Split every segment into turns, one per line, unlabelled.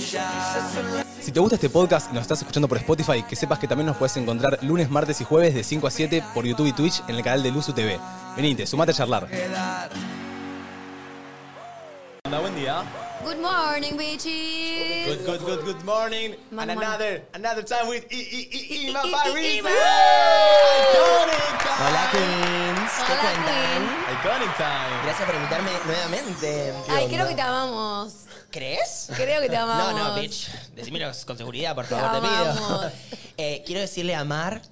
Si te gusta este podcast y nos estás escuchando por Spotify, que sepas que también nos puedes encontrar lunes, martes y jueves de 5 a 7 por YouTube y Twitch en el canal de Luzu TV. Venite, sumate a charlar. Hola, buen día.
Good morning, bitches.
Good, good, good, good morning. And
Mamá.
another, another time with E, I, I, I, Ima
I- I-
Paris.
Ima.
Iconic
Hola Queens, ¿qué
Hola,
cuentan?
Queen.
Iconic time.
Gracias por invitarme nuevamente.
Ay, creo que te amamos.
¿Crees?
Creo que te amamos.
No, no, bitch. Decímelo con seguridad, por favor, te
amamos.
pido. Eh, quiero decirle a Mar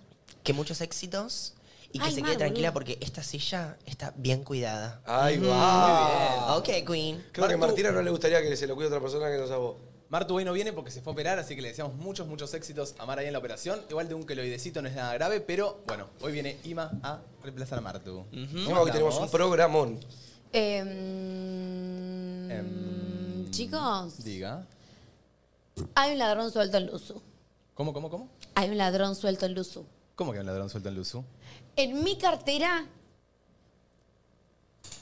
que muchos éxitos y que
Ay,
se
Mar,
quede tranquila
boludo.
porque esta silla está bien cuidada. Mm.
Ay, va.
Ok, Queen.
Creo que a Martina no le gustaría que se lo cuide otra persona que no sea vos.
Martu hoy no viene porque se fue a operar, así que le deseamos muchos, muchos éxitos a Mar ahí en la operación. Igual de un queloidecito no es nada grave, pero bueno, hoy viene Ima a reemplazar a Martu.
Encima hoy tenemos un programón.
Em,
Em,
chicos,
Diga.
hay un ladrón suelto en Luzu.
¿Cómo, cómo, cómo?
Hay un ladrón suelto en Luzu.
¿Cómo que un ladrón suelto en Luzu?
En mi cartera.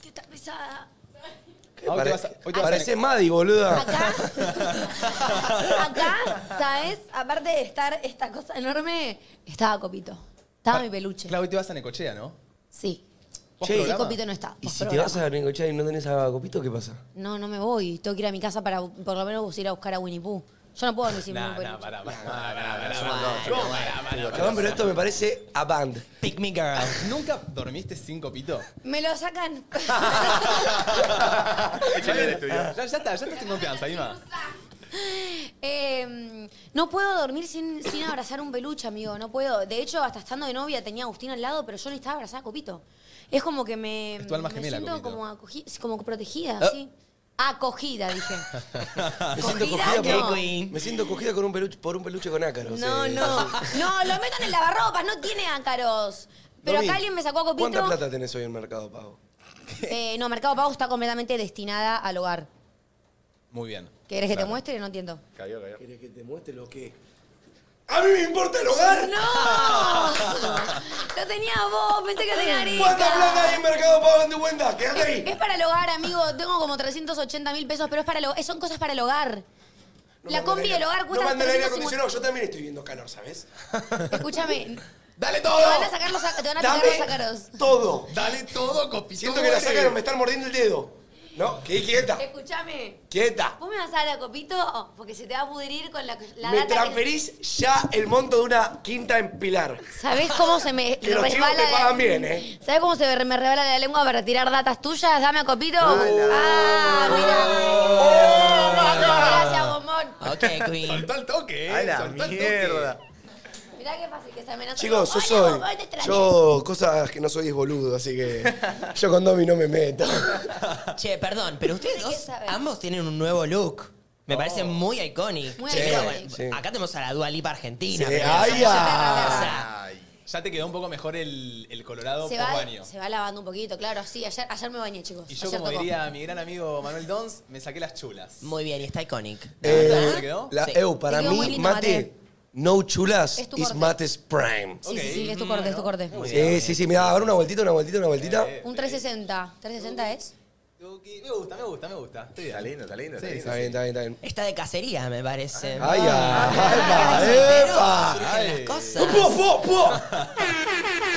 Que está pesada.
Ah, hoy te
Pare-
vas a- hoy te vas a- Ah,
Parece Maddy, boluda.
Acá, acá, ¿sabes? Aparte de estar esta cosa enorme, estaba Copito. Estaba
Ah,
mi peluche.
Claro, hoy te vas a Necochea, ¿no?
Sí.
¿Vos
Che,
Y
programa?
Copito no está.
Y
Vos
si te
programa.
vas a Necochea y no tenés a Copito, ¿qué pasa?
No, no me voy. Tengo que ir a mi casa para por lo menos ir a buscar a Winnie Pooh. Yo no puedo ni sin
Nah,
Winnie
nah,
Pooh.
pará, pará, pará, pará,
Bueno,
pará. ¿Cómo? Pará, pará, pará.
Chabón, pero esto me parece a band.
Pick me girl.
Ah, ¿Nunca dormiste sin copito?
Me lo sacan.
Ya, ya está, ya estás en confianza, Ima.
Eh, no puedo dormir sin, sin abrazar un peluche, amigo. No puedo. De hecho, hasta estando de novia tenía a Agustín al lado, pero yo necesitaba abrazar a Copito. Es como que me,
Es tu alma
me
gemela,
siento
Copito.
como, acogi- como protegida,
Ah.
sí. Acogida, dije.
Me siento
Cogida,
cogida,
no.
por, me siento cogida con un peluche, por un peluche con ácaros.
No,
eh.
no. No, lo meto en el lavarropas, no tiene ácaros. Pero
Domi,
acá alguien me sacó a Copito.
¿Cuánta plata tenés hoy en Mercado Pago?
Eh, no, Mercado Pago está completamente destinada al hogar.
Muy bien.
¿Querés que te muestre? No entiendo.
¿Querés que te muestre lo que? ¡A mí me importa el hogar!
¡No! Lo tenía vos, pensé que tenía Arica.
¿Cuánta plata hay en Mercado Pago en tu cuenta? ¡Quédate ahí!
Es, es para el hogar, amigo. Tengo como 380 mil pesos, pero es para lo- es- son cosas para el hogar.
No
la
mando
combi
aire-
del hogar cuesta
No mando el aire
350.
acondicionado, yo también estoy viendo calor, ¿sabes?
Escúchame,
¡Dale
te
todo!
van a sacar los, ac- te van a picar
Dame
los ácaros.
todo.
Dale todo, copito.
Siento que la sacaron, me están mordiendo el dedo. ¿No? ¿Qué? Quieta,
Escúchame.
quieta.
¿Vos me vas a dar a Copito? Porque se te va a pudrir con la, la
Me
data que-
transferís ya el monto de una quinta en Pilar.
¿Sabés cómo se me
Que los chicos
resbala?
te
la-
pagan bien, ¿eh?
¿Sabés cómo se me resbala la lengua para tirar datas tuyas? Dame a Copito.
Hola.
¡Ah, mira!
Oh,
Gracias, bombón.
Ok, Queen.
Soltó el toque, eh.
A la
soltó el toque.
mierda.
Mirá qué fácil que se amenaza.
Chicos, yo
Hola,
soy.
bombón, te traje.
Yo, cosas que no soy es boludo, así que. Yo con Domi no me meto.
Che, perdón, pero ustedes
¿Qué
dos,
sabes?
ambos tienen un nuevo look. Me parece muy icónico.
Muy
Che,
iconic.
bueno,
Oh. Sí.
Acá tenemos a la Dua Lipa Argentina.
Sí,
pero-
ay,
O
ah.
sea,
Ya te quedó un poco mejor el, el colorado
Ah, Se
por
va,
baño.
se va lavando un poquito, claro, sí. Ayer, ayer me bañé, chicos.
Y yo,
ayer
como
tocó.
diría mi gran amigo Manuel Dons, me saqué las chulas.
Muy bien, y está icónic.
¿Te
Eh,
quedó?
la
Sí.
EU, para
Te quedó muy
mí,
lindo, Mate.
mate, no chulas
Es tu
is
corte.
mate's prime.
Sí, sí,
Ok.
sí, es tu corte, es tu corte.
Muy bien.
Sí, sí, sí, mirá, ahora una vueltita, una vueltita, una vueltita.
Eh.
Un 360. ¿360 es?
Ok, Me gusta, me gusta, me gusta. Estoy bien.
Está lindo, está lindo. está
Sí,
lindo.
Está bien, está bien, está bien.
Está de cacería, me parece.
¡Ay, ay!
Pero
¡Epa! ¡Epa!
surgen
Ay. ¡Oh,
las cosas.
¡Pu, pu, pu!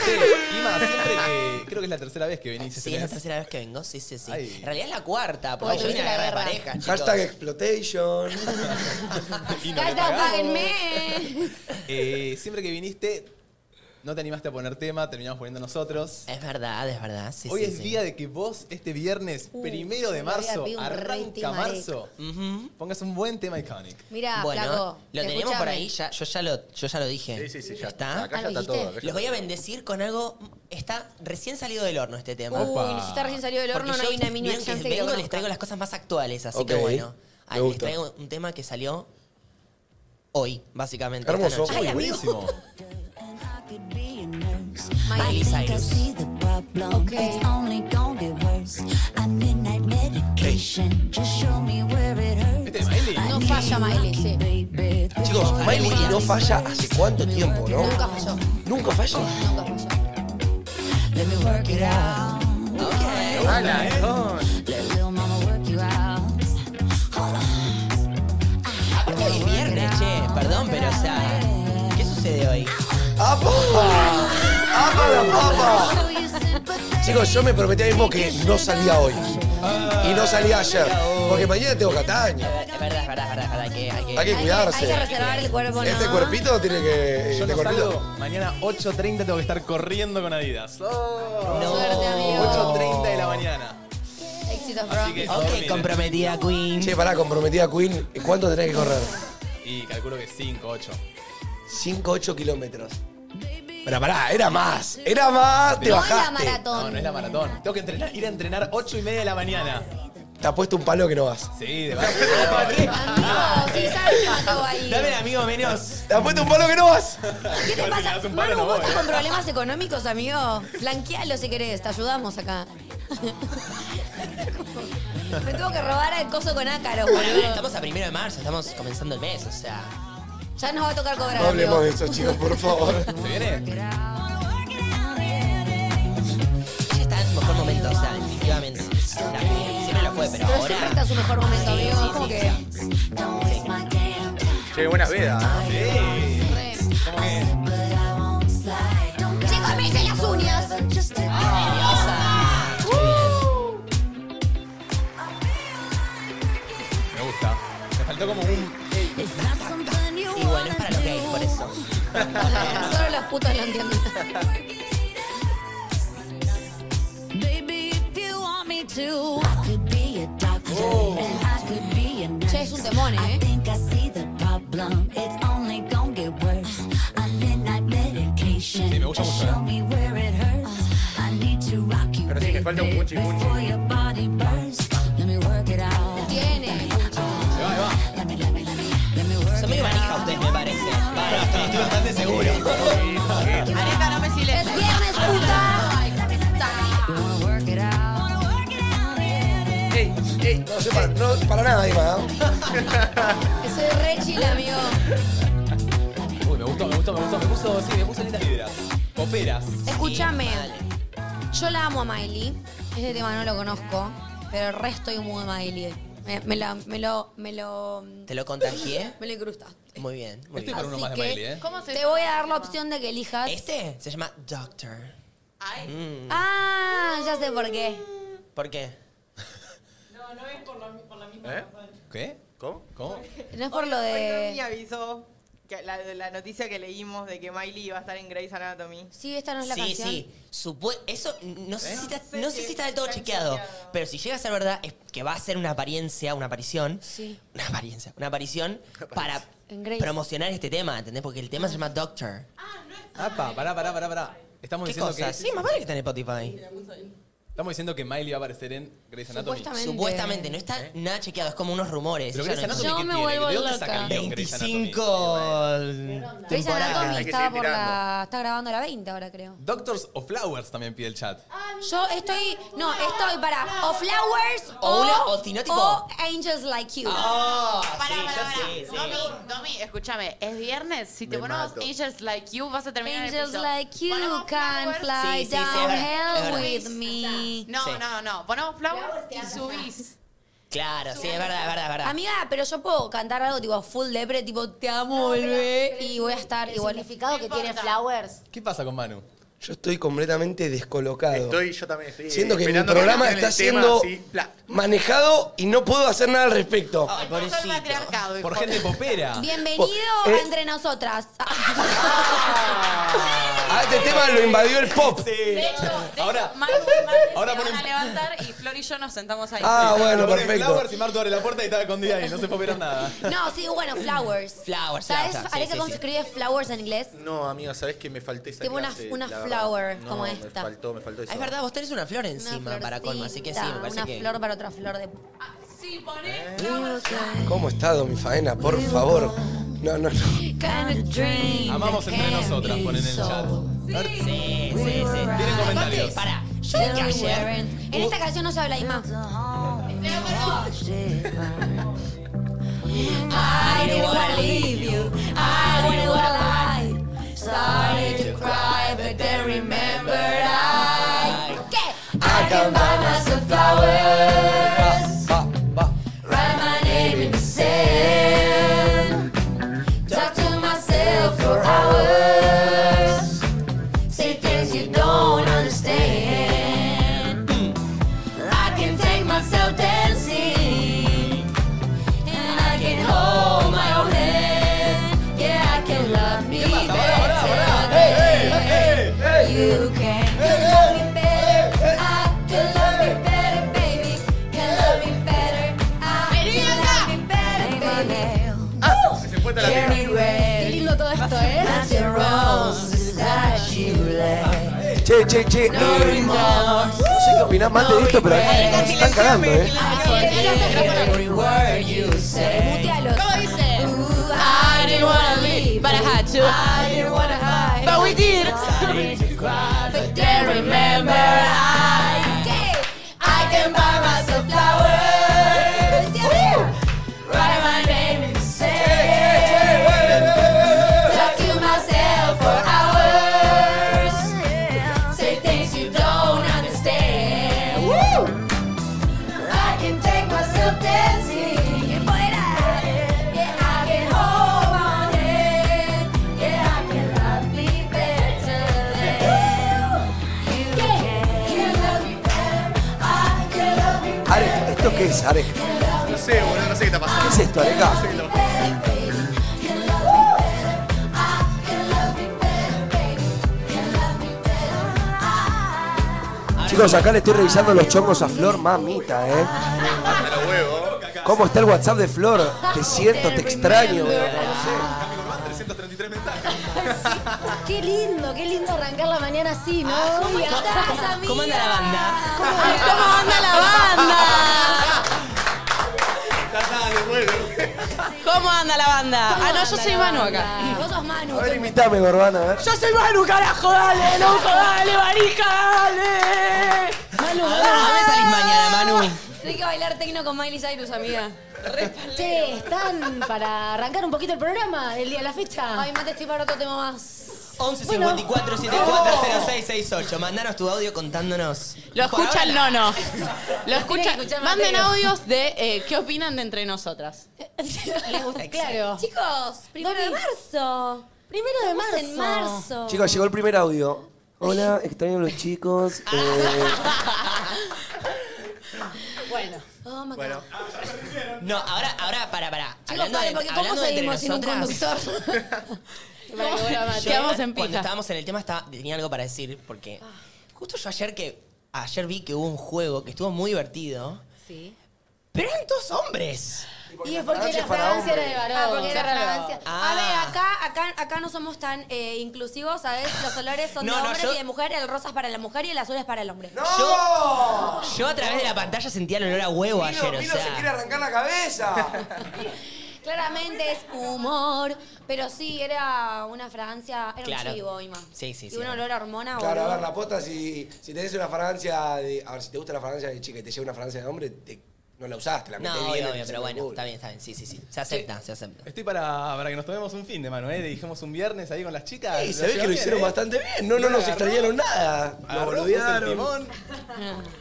Sí, Ima, siempre que. Creo que es la tercera vez que venís.
Sí,
este
es la
mes.
tercera vez que vengo, sí, sí, sí.
Ay.
En realidad es la cuarta,
Porque
porque yo vine
tuviste
a la
la
guerra de
guerra.
pareja, chicos.
Hashtag exploitation.
Y no te
Hashtag
pagamos.
páguenme.
Eh, siempre que viniste, no te animaste a poner tema, terminamos poniendo nosotros.
Es verdad, es verdad, sí,
Hoy
sí,
es
sí.
día de que vos, este viernes,
Uh,
primero de
me había
marzo,
pedido un reti
arranca
marec.
marzo, pongas un buen tema iconic.
Mirá,
Bueno,
flaco.
lo teníamos
escuchame.
por ahí, ya, yo, ya lo, yo ya lo dije.
Sí, sí, sí, ya
está.
Acá ya
Ah, ¿lo
está
dijiste?
todo. acá ya
Los voy a
está
bendecir con algo. Está recién salido del horno este tema.
Uy,
Opa.
si está recién salido del
Porque
horno, no
yo-
hay una mínima
vieron que
chance que lo
vengo, les
conozca.
traigo las cosas más actuales, así
Ok,
que bueno.
me
Ahí les
gusta.
traigo un tema que salió hoy, básicamente. esta
Hermoso.
noche.
Ay, amigo.
buenísimo.
Miley Cyrus.
Okay.
It's only gonna get worse. I need night medication. Just show me where it
Este de
hurts.
Miley.
No falla Miley, sí.
Baby, this
Chicos,
won't
Miley
last.
no falla hace cuánto tiempo, ¿no?
Nunca falló.
Nunca falla.
Nunca falló.
Let me work it out.
Ok.
Let little mama work you out. Hold on.
perdón, pero o sea, ¿qué sucede hoy?
¡Apa!
Oh.
¡Apa la papa! Chicos, yo me prometí a mí mismo que no salía hoy. Y no salía ayer. Porque mañana tengo Cataño.
Es verdad, es verdad, es verdad, es verdad, que
Hay
hay que...
que
Hay que
cuidarse.
reservar el cuerpo, ¿no?
Este cuerpito tiene que. Este
Yo no salgo.
cuerpito.
Mañana 8.30 tengo que estar corriendo con Adidas. Oh,
Suerte, amigo.
8.30 de la mañana.
Éxitos, bro.
Así que
Ok,
dormir.
comprometida, Queen.
Che, pará, comprometida Queen. ¿Cuánto tenés que correr?
Y calculo que 5, 8.
5, 8 kilómetros. Pero
Ah,
pará, era más. Era más. Te
No es la
bajaste.
No, no es
maratón.
la maratón. Tengo que entrenar, ir a entrenar 8 y media de la mañana.
Te ha puesto un palo que no vas.
Sí,
Uh.
de verdad.
Amigo, sí sabes que mató ahí.
Dame el amigo menos.
Te ha puesto un palo que no vas.
¿Qué te
Igual si me
pasa?
das un palo,
Manu,
no
vos
voy,
estás
eh.
con problemas económicos, amigo. Blanquealo si querés, te ayudamos acá. Me tuvo que robar el coso con ácaro,
Bueno, a ver,
boludo.
estamos a primero de marzo, estamos comenzando el mes, o sea...
Ya nos va a tocar cobrar,
No hablemos de
amigo.
eso, chicos, por favor.
¿Se viene?
Ella está en su mejor momento, o sea, definitivamente. O sea, siempre lo fue, pero
Pero siempre
ahora...
está en su mejor momento,
Sí,
amigo.
sí,
Es como
sí,
que...
Che, buenas vedas.
Sí.
re.
Como que...
Chicos, me hice las uñas.
Me gusta. Me faltó como un.
Y bueno, es para los gays, por eso.
Solo los putos lo entienden. Che, es un temón, ¿eh?
Sí, me gusta mucho, eh.
Pero sí, me falta un cuchi
Tiene.
Se va, se va.
Son medio manija ustedes, me parece. Vale,
Estoy bastante seguro.
Arieta, no me
Es
silencies.
viernes, puta.
No sé, para, no, para nada, Ima. ¿eh?
Que soy re chila, amigo.
Uy, me gustó, me gustó, me gustó. Me puso, sí, me puso lindas vibras. Poperas.
Escúchame. Yo la amo a Miley. Este tema no lo conozco, pero el resto estoy muy Miley. Me, me la- me lo, me lo,
¿Te lo contagié?
me lo incrusta.
Muy bien, muy bien.
Estoy Este para uno más de Miley, ¿eh?
¿Cómo se
te
llama
voy a
este
dar la
tema?
opción de que elijas.
Este se llama Doctor. Mm,
Ay,
Ah, ya sé por qué.
¿Por qué?
¿Eh? ¿Qué? ¿Cómo? ¿Cómo?
No es por
hoy-
lo
hoy Nomi
de.
avisó que la, la noticia que leímos de que Miley iba a estar en Grey's Anatomy.
Sí, esta no es la
sí,
canción.
sí. Supue- eso no sé, si
¿Eh?
está,
No sé
no sé
si
si está del todo
está
chequeado,
chequeado.
pero si llega a ser verdad es que va a ser una apariencia, una aparición,
Sí.
una apariencia, una aparición para
En Ah. Grey's.
promocionar este tema, ¿entendés? Porque el tema se llama Doctor.
Ah, Apa, pará, pará, pará, pará. Estamos
¿Qué
diciendo
cosa?
que.
Sí, más vale que está en Spotify.
Estamos diciendo que Miley va a aparecer en Grey's Anatomy. ¿Eh?
Supuestamente.
Supuestamente no está nada chequeado, es como unos rumores.
Pero
ella
Grey's
no
Anatomy,
Yo
¿qué
me
tiene?
vuelvo
¿De dónde
loca.
sacan guión Grey's Anatomy?
25
Grey's
temporadas.
Anatomy estaba por la. Está grabando la 20 ahora, creo.
Doctors o Flowers también pide el chat.
Yo estoy. No, estoy para. O Flowers
O
o.
una- o si no, tipo-
o Angels Like You.
Ah,
Oh, sí,
Pará, pará,
yo
pará.
sí,
Oh,
sí.
Domi, Domi, escúchame, es viernes. Si te
Me
ponemos
mato.
Angels Like You, vas a terminar
Angels
el piso.
like you
Ponemos
can
Flowers.
fly
Sí, sí, sí, es
down
verdad, es
hell
verdad.
with me.
No,
Sí.
no, no. Ponemos Flowers y subís.
Claro, sí, es verdad, es verdad, es verdad.
Amiga, pero yo puedo cantar algo tipo full depre, tipo te amo, volvé, y voy a estar igual.
significado que tiene
importa.
Flowers.
¿Qué pasa con Manu?
Yo estoy completamente descolocado.
Estoy, yo también estoy. eh,
Siento que mi
esperando
programa
cambien
está
el tema,
siendo
así, pla.
manejado y no puedo hacer nada al respecto.
Ay,
Por todo el
pobrecito.
matriarcado.
Ah, Por
hijo.
gente popera.
Bienvenido
Po-
a
eh.
entre nosotras. Ah,
A este tema lo invadió el pop.
De hecho, de
Ahora-
hecho, Manu y Marte
ahora
se van
ponen-
a levantar y Flor y yo nos sentamos ahí.
Ah, bueno,
Ahora pone
perfecto.
Flowers y Martu abre la puerta y estaba escondida ahí. No se poperas nada.
No, sí, bueno, flowers.
Flowers, flowers,
¿Sabes,
sí,
Alexa,
sí,
cómo
sí.
se escribe flowers en inglés?
No, amiga, sabés que me falté esa
Tipo una-
clase,
una
la verdad.
flower
No,
como
me
esta.
faltó, me faltó
Ah,
eso.
Es verdad, vos tenés una flor
Una
encima para colmo, así que sí, me
florcita,
parece
una
que.
flor para otra flor de...
Si
Eh.
ponés
¿Cómo está Domi Faena? Por favor. No, no, no.
Amamos entre nosotras, ponen en el chat.
Sí, sí, sí.
Tienen comentarios.
Para, yo de que ayer.
En esta canción no se habla de más. I didn't wanna leave you. I didn't wanna lie. Started to cry, but then remembered I. ¿Qué? I can buy myself flowers.
Va, va.
Write my name in the sand. Talk to
falta la
Cherry
Qué
red.
lindo todo esto, ¿eh?
That's the roses that you left.
Che, che, che. eh,
No remorse.
No sé qué opinás mal de esto, pero aquí están cagando, ¿eh?
Every word you say.
Mutealos.
¿Cómo dice? I didn't wanna leave, but I had to. I didn't wanna hide, but we did. Sorry to cry, but then remember I. I can buy myself flowers. Woo! Write my name and say talk to myself for hours. Say things you don't understand. Woo! I can take myself dancing. Yeah, I can hold my hand. Yeah, I can love me better than you can. You love me better. I can love me
Are, ¿esto qué es, Are? ¿Qué
No sé, boludo, no sé qué está pasando.
es esto, Areca? Chicos, acá le estoy revisando los chongos a Flor, mamita, ¿eh?
Hasta los huevos.
¿Cómo está el WhatsApp de Flor? Te siento, te extraño.
Qué lindo, qué lindo arrancar la mañana así, ¿no? Ah, ¿Cómo
¿Cómo anda la banda?
¿Cómo, cómo anda la banda?
Ya está, de huevo.
¿Cómo anda la banda? Ah, no, yo soy Manu acá.
Vos sos Manu.
A ver, invítame, Gorbana, a ver.
Yo soy Manu, carajo, dale, loco, dale, varija, dale.
Manu,
Ah,
¿A dónde, a dónde salís mañana, Manu?
Hay que bailar tecno con Miley Cyrus, amiga.
Che, están para arrancar un poquito el programa el día de la fecha.
Ay, mate, estoy para otro tema más.
11 54 74 06 68. Mandanos tu audio contándonos.
Lo
Por
escucha el
ahora-
nono. Lo
tiene que
escucha.
escuchar
Manden
Mateo.
audios de eh, qué opinan de entre nosotras.
Les gusta, claro.
Chicos, primero de
Domi.
marzo.
Primero de
Estamos
marzo.
en marzo.
Chicos, llegó el primer audio. Hola, extraño a los chicos. eh,
Bueno.
Oh, my God.
Bueno,
No, ahora, ahora, para, para.
Chicos,
Hablando
paren,
de,
porque ¿cómo
hablando de entre
seguimos sin un
nosotras.
conductor?
Para que vuelva Mateo.
Quedamos en
Cuando
pija.
estábamos en el tema estaba- tenía algo para decir porque justo yo ayer que ayer vi que hubo un juego que estuvo muy divertido,
Sí.
pero eran dos hombres.
Y es porque
Francia
la
es para
fragancia era de
hombre.
varón.
Ah, porque era
Cérralo.
Francia.
Ah.
A ver, acá, acá, acá no somos tan eh, inclusivos, ¿sabes? Los olores son
No,
de
no,
hombres
yo-
y de mujer, el rosa es para la mujer y el azul es para el hombre.
Yo, yo a través de la pantalla sentía el olor a huevo ayer, o sea.
arrancar la cabeza.
Claramente es humor, pero sí, era una fragancia, era
Claro.
un chivo, Ima.
Sí, sí,
Y
sí,
un
era.
olor a hormona,
Claro, a
boludo.
ver, la posta, si, si tenés una fragancia de. A ver, si te gusta la fragancia de chica y te llega una fragancia de hombre, te- no la usaste, la
No,
metiste bien.
obvio,
en
obvio,
el
pero bueno,
culo.
está bien, está bien, sí, sí, sí. Se acepta, se acepta.
Estoy para, para que nos tomemos un fin de mano, ¿eh? Le dijimos un viernes ahí con las chicas.
Ey,
Lo
se ve que
llevan
lo
bien,
hicieron
¿eh?
bastante bien. No, no nos
Agarró,
extrañaron nada. Lo
agarró, puso el
boludearon.
timón.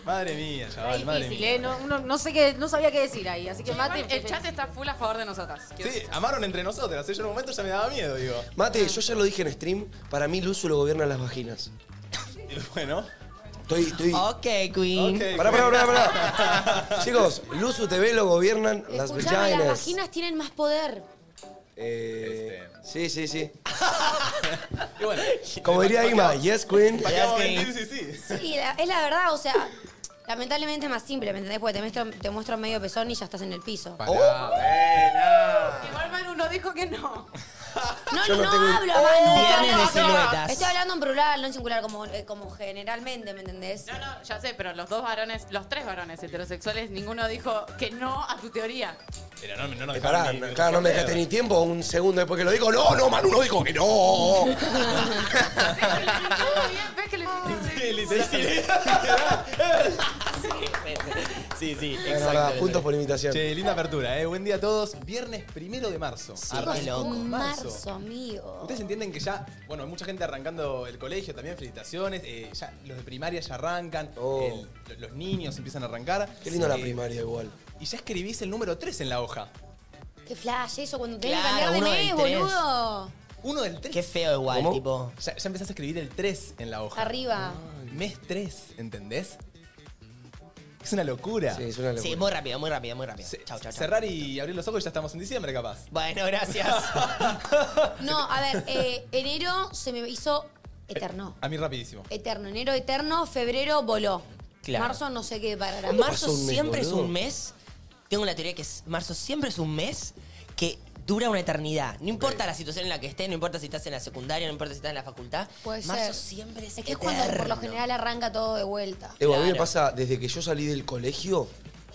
Madre mía, chaval,
Está
madre
difícil, ¿eh?
mía.
No, uno- no sé qué, no sabía qué decir ahí, así que mate.
El chat está full a favor de nosotras.
Sí, amaron entre nosotras. ¿eh? Yo en un momento ya me daba miedo, digo.
Mate, yo ya lo dije en stream. Para mí, el uso lo gobiernan las vaginas.
Y bueno.
Estoy. estoy...
Ok, Queen.
ok,
Pará, pará, pará, pará. Chicos, Luzu TV lo gobiernan las
Escuchame, las
vaginas.
vaginas tienen más poder.
Eh, sí, sí, sí.
Y bueno.
Como diría Ima, yes, queen.
¿Para qué vamos a
Yes,
mentir? Sí, sí.
Sí, la- es la verdad, o sea, lamentablemente es más simple, ¿me entendés? Porque te muestro, te muestro medio pezón y ya estás en el piso. Oh.
Igual Manu no dijo que no.
No,
Yo
no,
no tengo-
hablo, Manu.
Viernes de siluetas.
Estoy hablando en plural, no en singular, como, eh, como generalmente, ¿me entendés?
No, no, ya sé, pero los dos varones, los tres varones heterosexuales, ninguno dijo que no a tu teoría.
Pero no, no, no.
Eh, Pará, no- claro, no me dejaste ni tiempo, un segundo después que lo digo. No, no, Manu no dijo que no.
Todo bien, ves que le
Sí, literal.
Sí, sí,
Es verdad,
exacto.
puntos por imitación.
Che, linda apertura, ¿eh? Buen día a todos. Viernes primero de marzo.
Arranca
Chicos,
loco.
un
Marzo.
marzo, amigo.
Ustedes entienden que ya, bueno, hay mucha gente arrancando el colegio también, felicitaciones. eh, ya los de primaria ya arrancan,
Oh.
el- lo- los niños empiezan a arrancar.
Qué lindo la
Eh,
primaria igual.
Y ya escribís el número 3 en la hoja.
Qué flash eso, cuando tenés
Claro,
que cambiar de
uno del
mes,
tres.
boludo.
Uno del 3.
Qué feo igual,
¿Cómo?
tipo.
Ya, ya empezás a escribir el 3 en la hoja.
Arriba.
Mes 3, ¿entendés? Es una locura.
Sí, es una
pues.
Sí,
locura.
muy rápido, muy rápido, muy rápido.
Ce-
Chau, chau, chau.
Cerrar y abrir los ojos y ya estamos en diciembre, capaz.
Bueno, gracias.
No, a ver, eh, enero se me hizo eterno.
A mí rapidísimo.
Eterno, enero eterno, febrero voló.
Claro.
Marzo no sé qué parará.
Marzo
pasó un mes,
siempre es
boludo?
un mes. Tengo la teoría que es. Marzo siempre es un mes que dura una eternidad. No importa la situación en la que estés, no importa si estás en la secundaria, no importa si estás en la facultad.
Puede
marzo
ser.
siempre es
que es cuando por lo general arranca todo de vuelta.
Evo, a mí me pasa desde que yo salí del colegio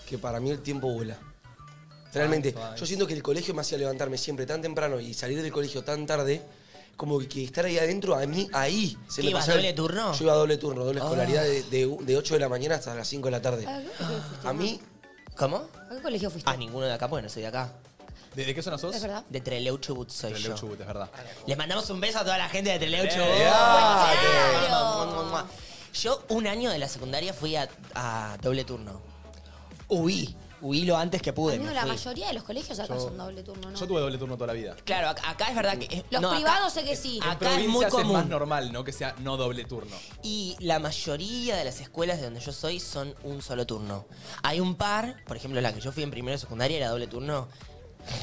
que para mí el tiempo vuela. Realmente,
Ah,
yo siento que el colegio me hacía levantarme siempre tan temprano y salir del colegio tan tarde, como que estar ahí adentro, a mí ahí se
¿Qué
me
ibas,
pasaba. el-
doble turno?
Yo iba a doble turno, doble
Ah.
escolaridad de, de, de 8 de la mañana hasta las 5 de la tarde.
Ah,
A mí.
¿Cómo?
¿A qué colegio fuiste?
Ah, ninguno de acá, porque no soy de acá.
¿De, qué zona sos?
Es verdad.
De Treleu Chubut soy
Trelew
yo.
Chubut, es verdad.
Les mandamos un beso a toda la gente de Treleu
¡Eh!
Chubut. Mua,
¡Claro!
mua, mua. Yo un año de la secundaria fui a, a doble turno. Huí. Huí lo antes que pude.
Amigo,
me
la
fui.
mayoría de los colegios acá son doble turno, ¿no?
Yo tuve doble turno toda la vida.
Claro, ac- acá es verdad que... es-
los
no, acá-
privados sé que sí.
acá- es
Provincias
muy común.
más normal, ¿no? Que sea no doble turno.
Y la mayoría de las escuelas de donde yo soy son un solo turno. Hay un par, por ejemplo, la que yo fui en primero de secundaria era doble turno.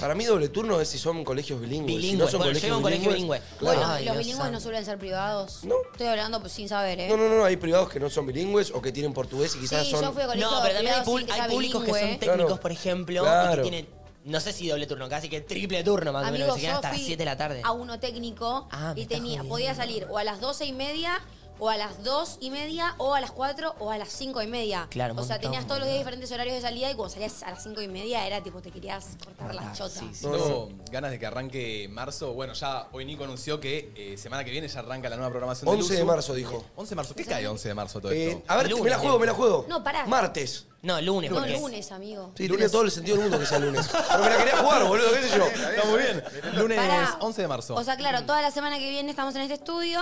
Para mí doble turno es si son colegios bilingües. si
Bilingües,
no son
bueno, yo
colegios
iba a un colegio
bilingües,
bilingüe.
claro.
Bueno,
Ay,
los
Dios
bilingües no
santo.
suelen ser privados.
No.
Estoy hablando pues, sin saber, ¿eh?
No, no, no, hay privados que no son bilingües o que tienen portugués y quizás
sí,
son.
yo fui a colegio
no, pero también hay,
privado
pul-
sin que
hay
sea
públicos que
bilingüe.
son técnicos,
Claro.
por ejemplo, y que
Claro.
tienen, no sé si doble turno, casi que triple turno más o menos,
Amigo,
se
yo
quedan hasta las
fui
7 de la tarde.
a uno técnico
Ah, me
y
estás
tenía,
jodiendo.
podía salir o a las doce y media, o a las dos y media, o a las cuatro, o a las cinco y media.
Claro,
o sea,
montón,
tenías todos los
boludo.
días diferentes horarios de salida y cuando salías a las cinco y media era tipo, te querías cortar la
Ah,
chota.
sí, sí.
No,
Tengo ganas de que arranque marzo. Bueno, ya hoy Nico anunció que eh, semana que viene ya arranca la nueva programación
11 de
Luzu.
marzo, dijo.
11 de marzo. ¿Qué cae 11 de marzo todo
Eh,
esto?
a ver,
Lunes,
me la juego, me la juego.
No, pará.
Martes.
No, lunes,
No,
porque es-
lunes, amigo.
Sí, tiene todo el sentido del mundo que sea lunes. Pero me la quería jugar, boludo, qué sé yo.
Está muy bien. Lunes
Pará.
11 de marzo.
O sea, claro, toda la semana que viene estamos en este estudio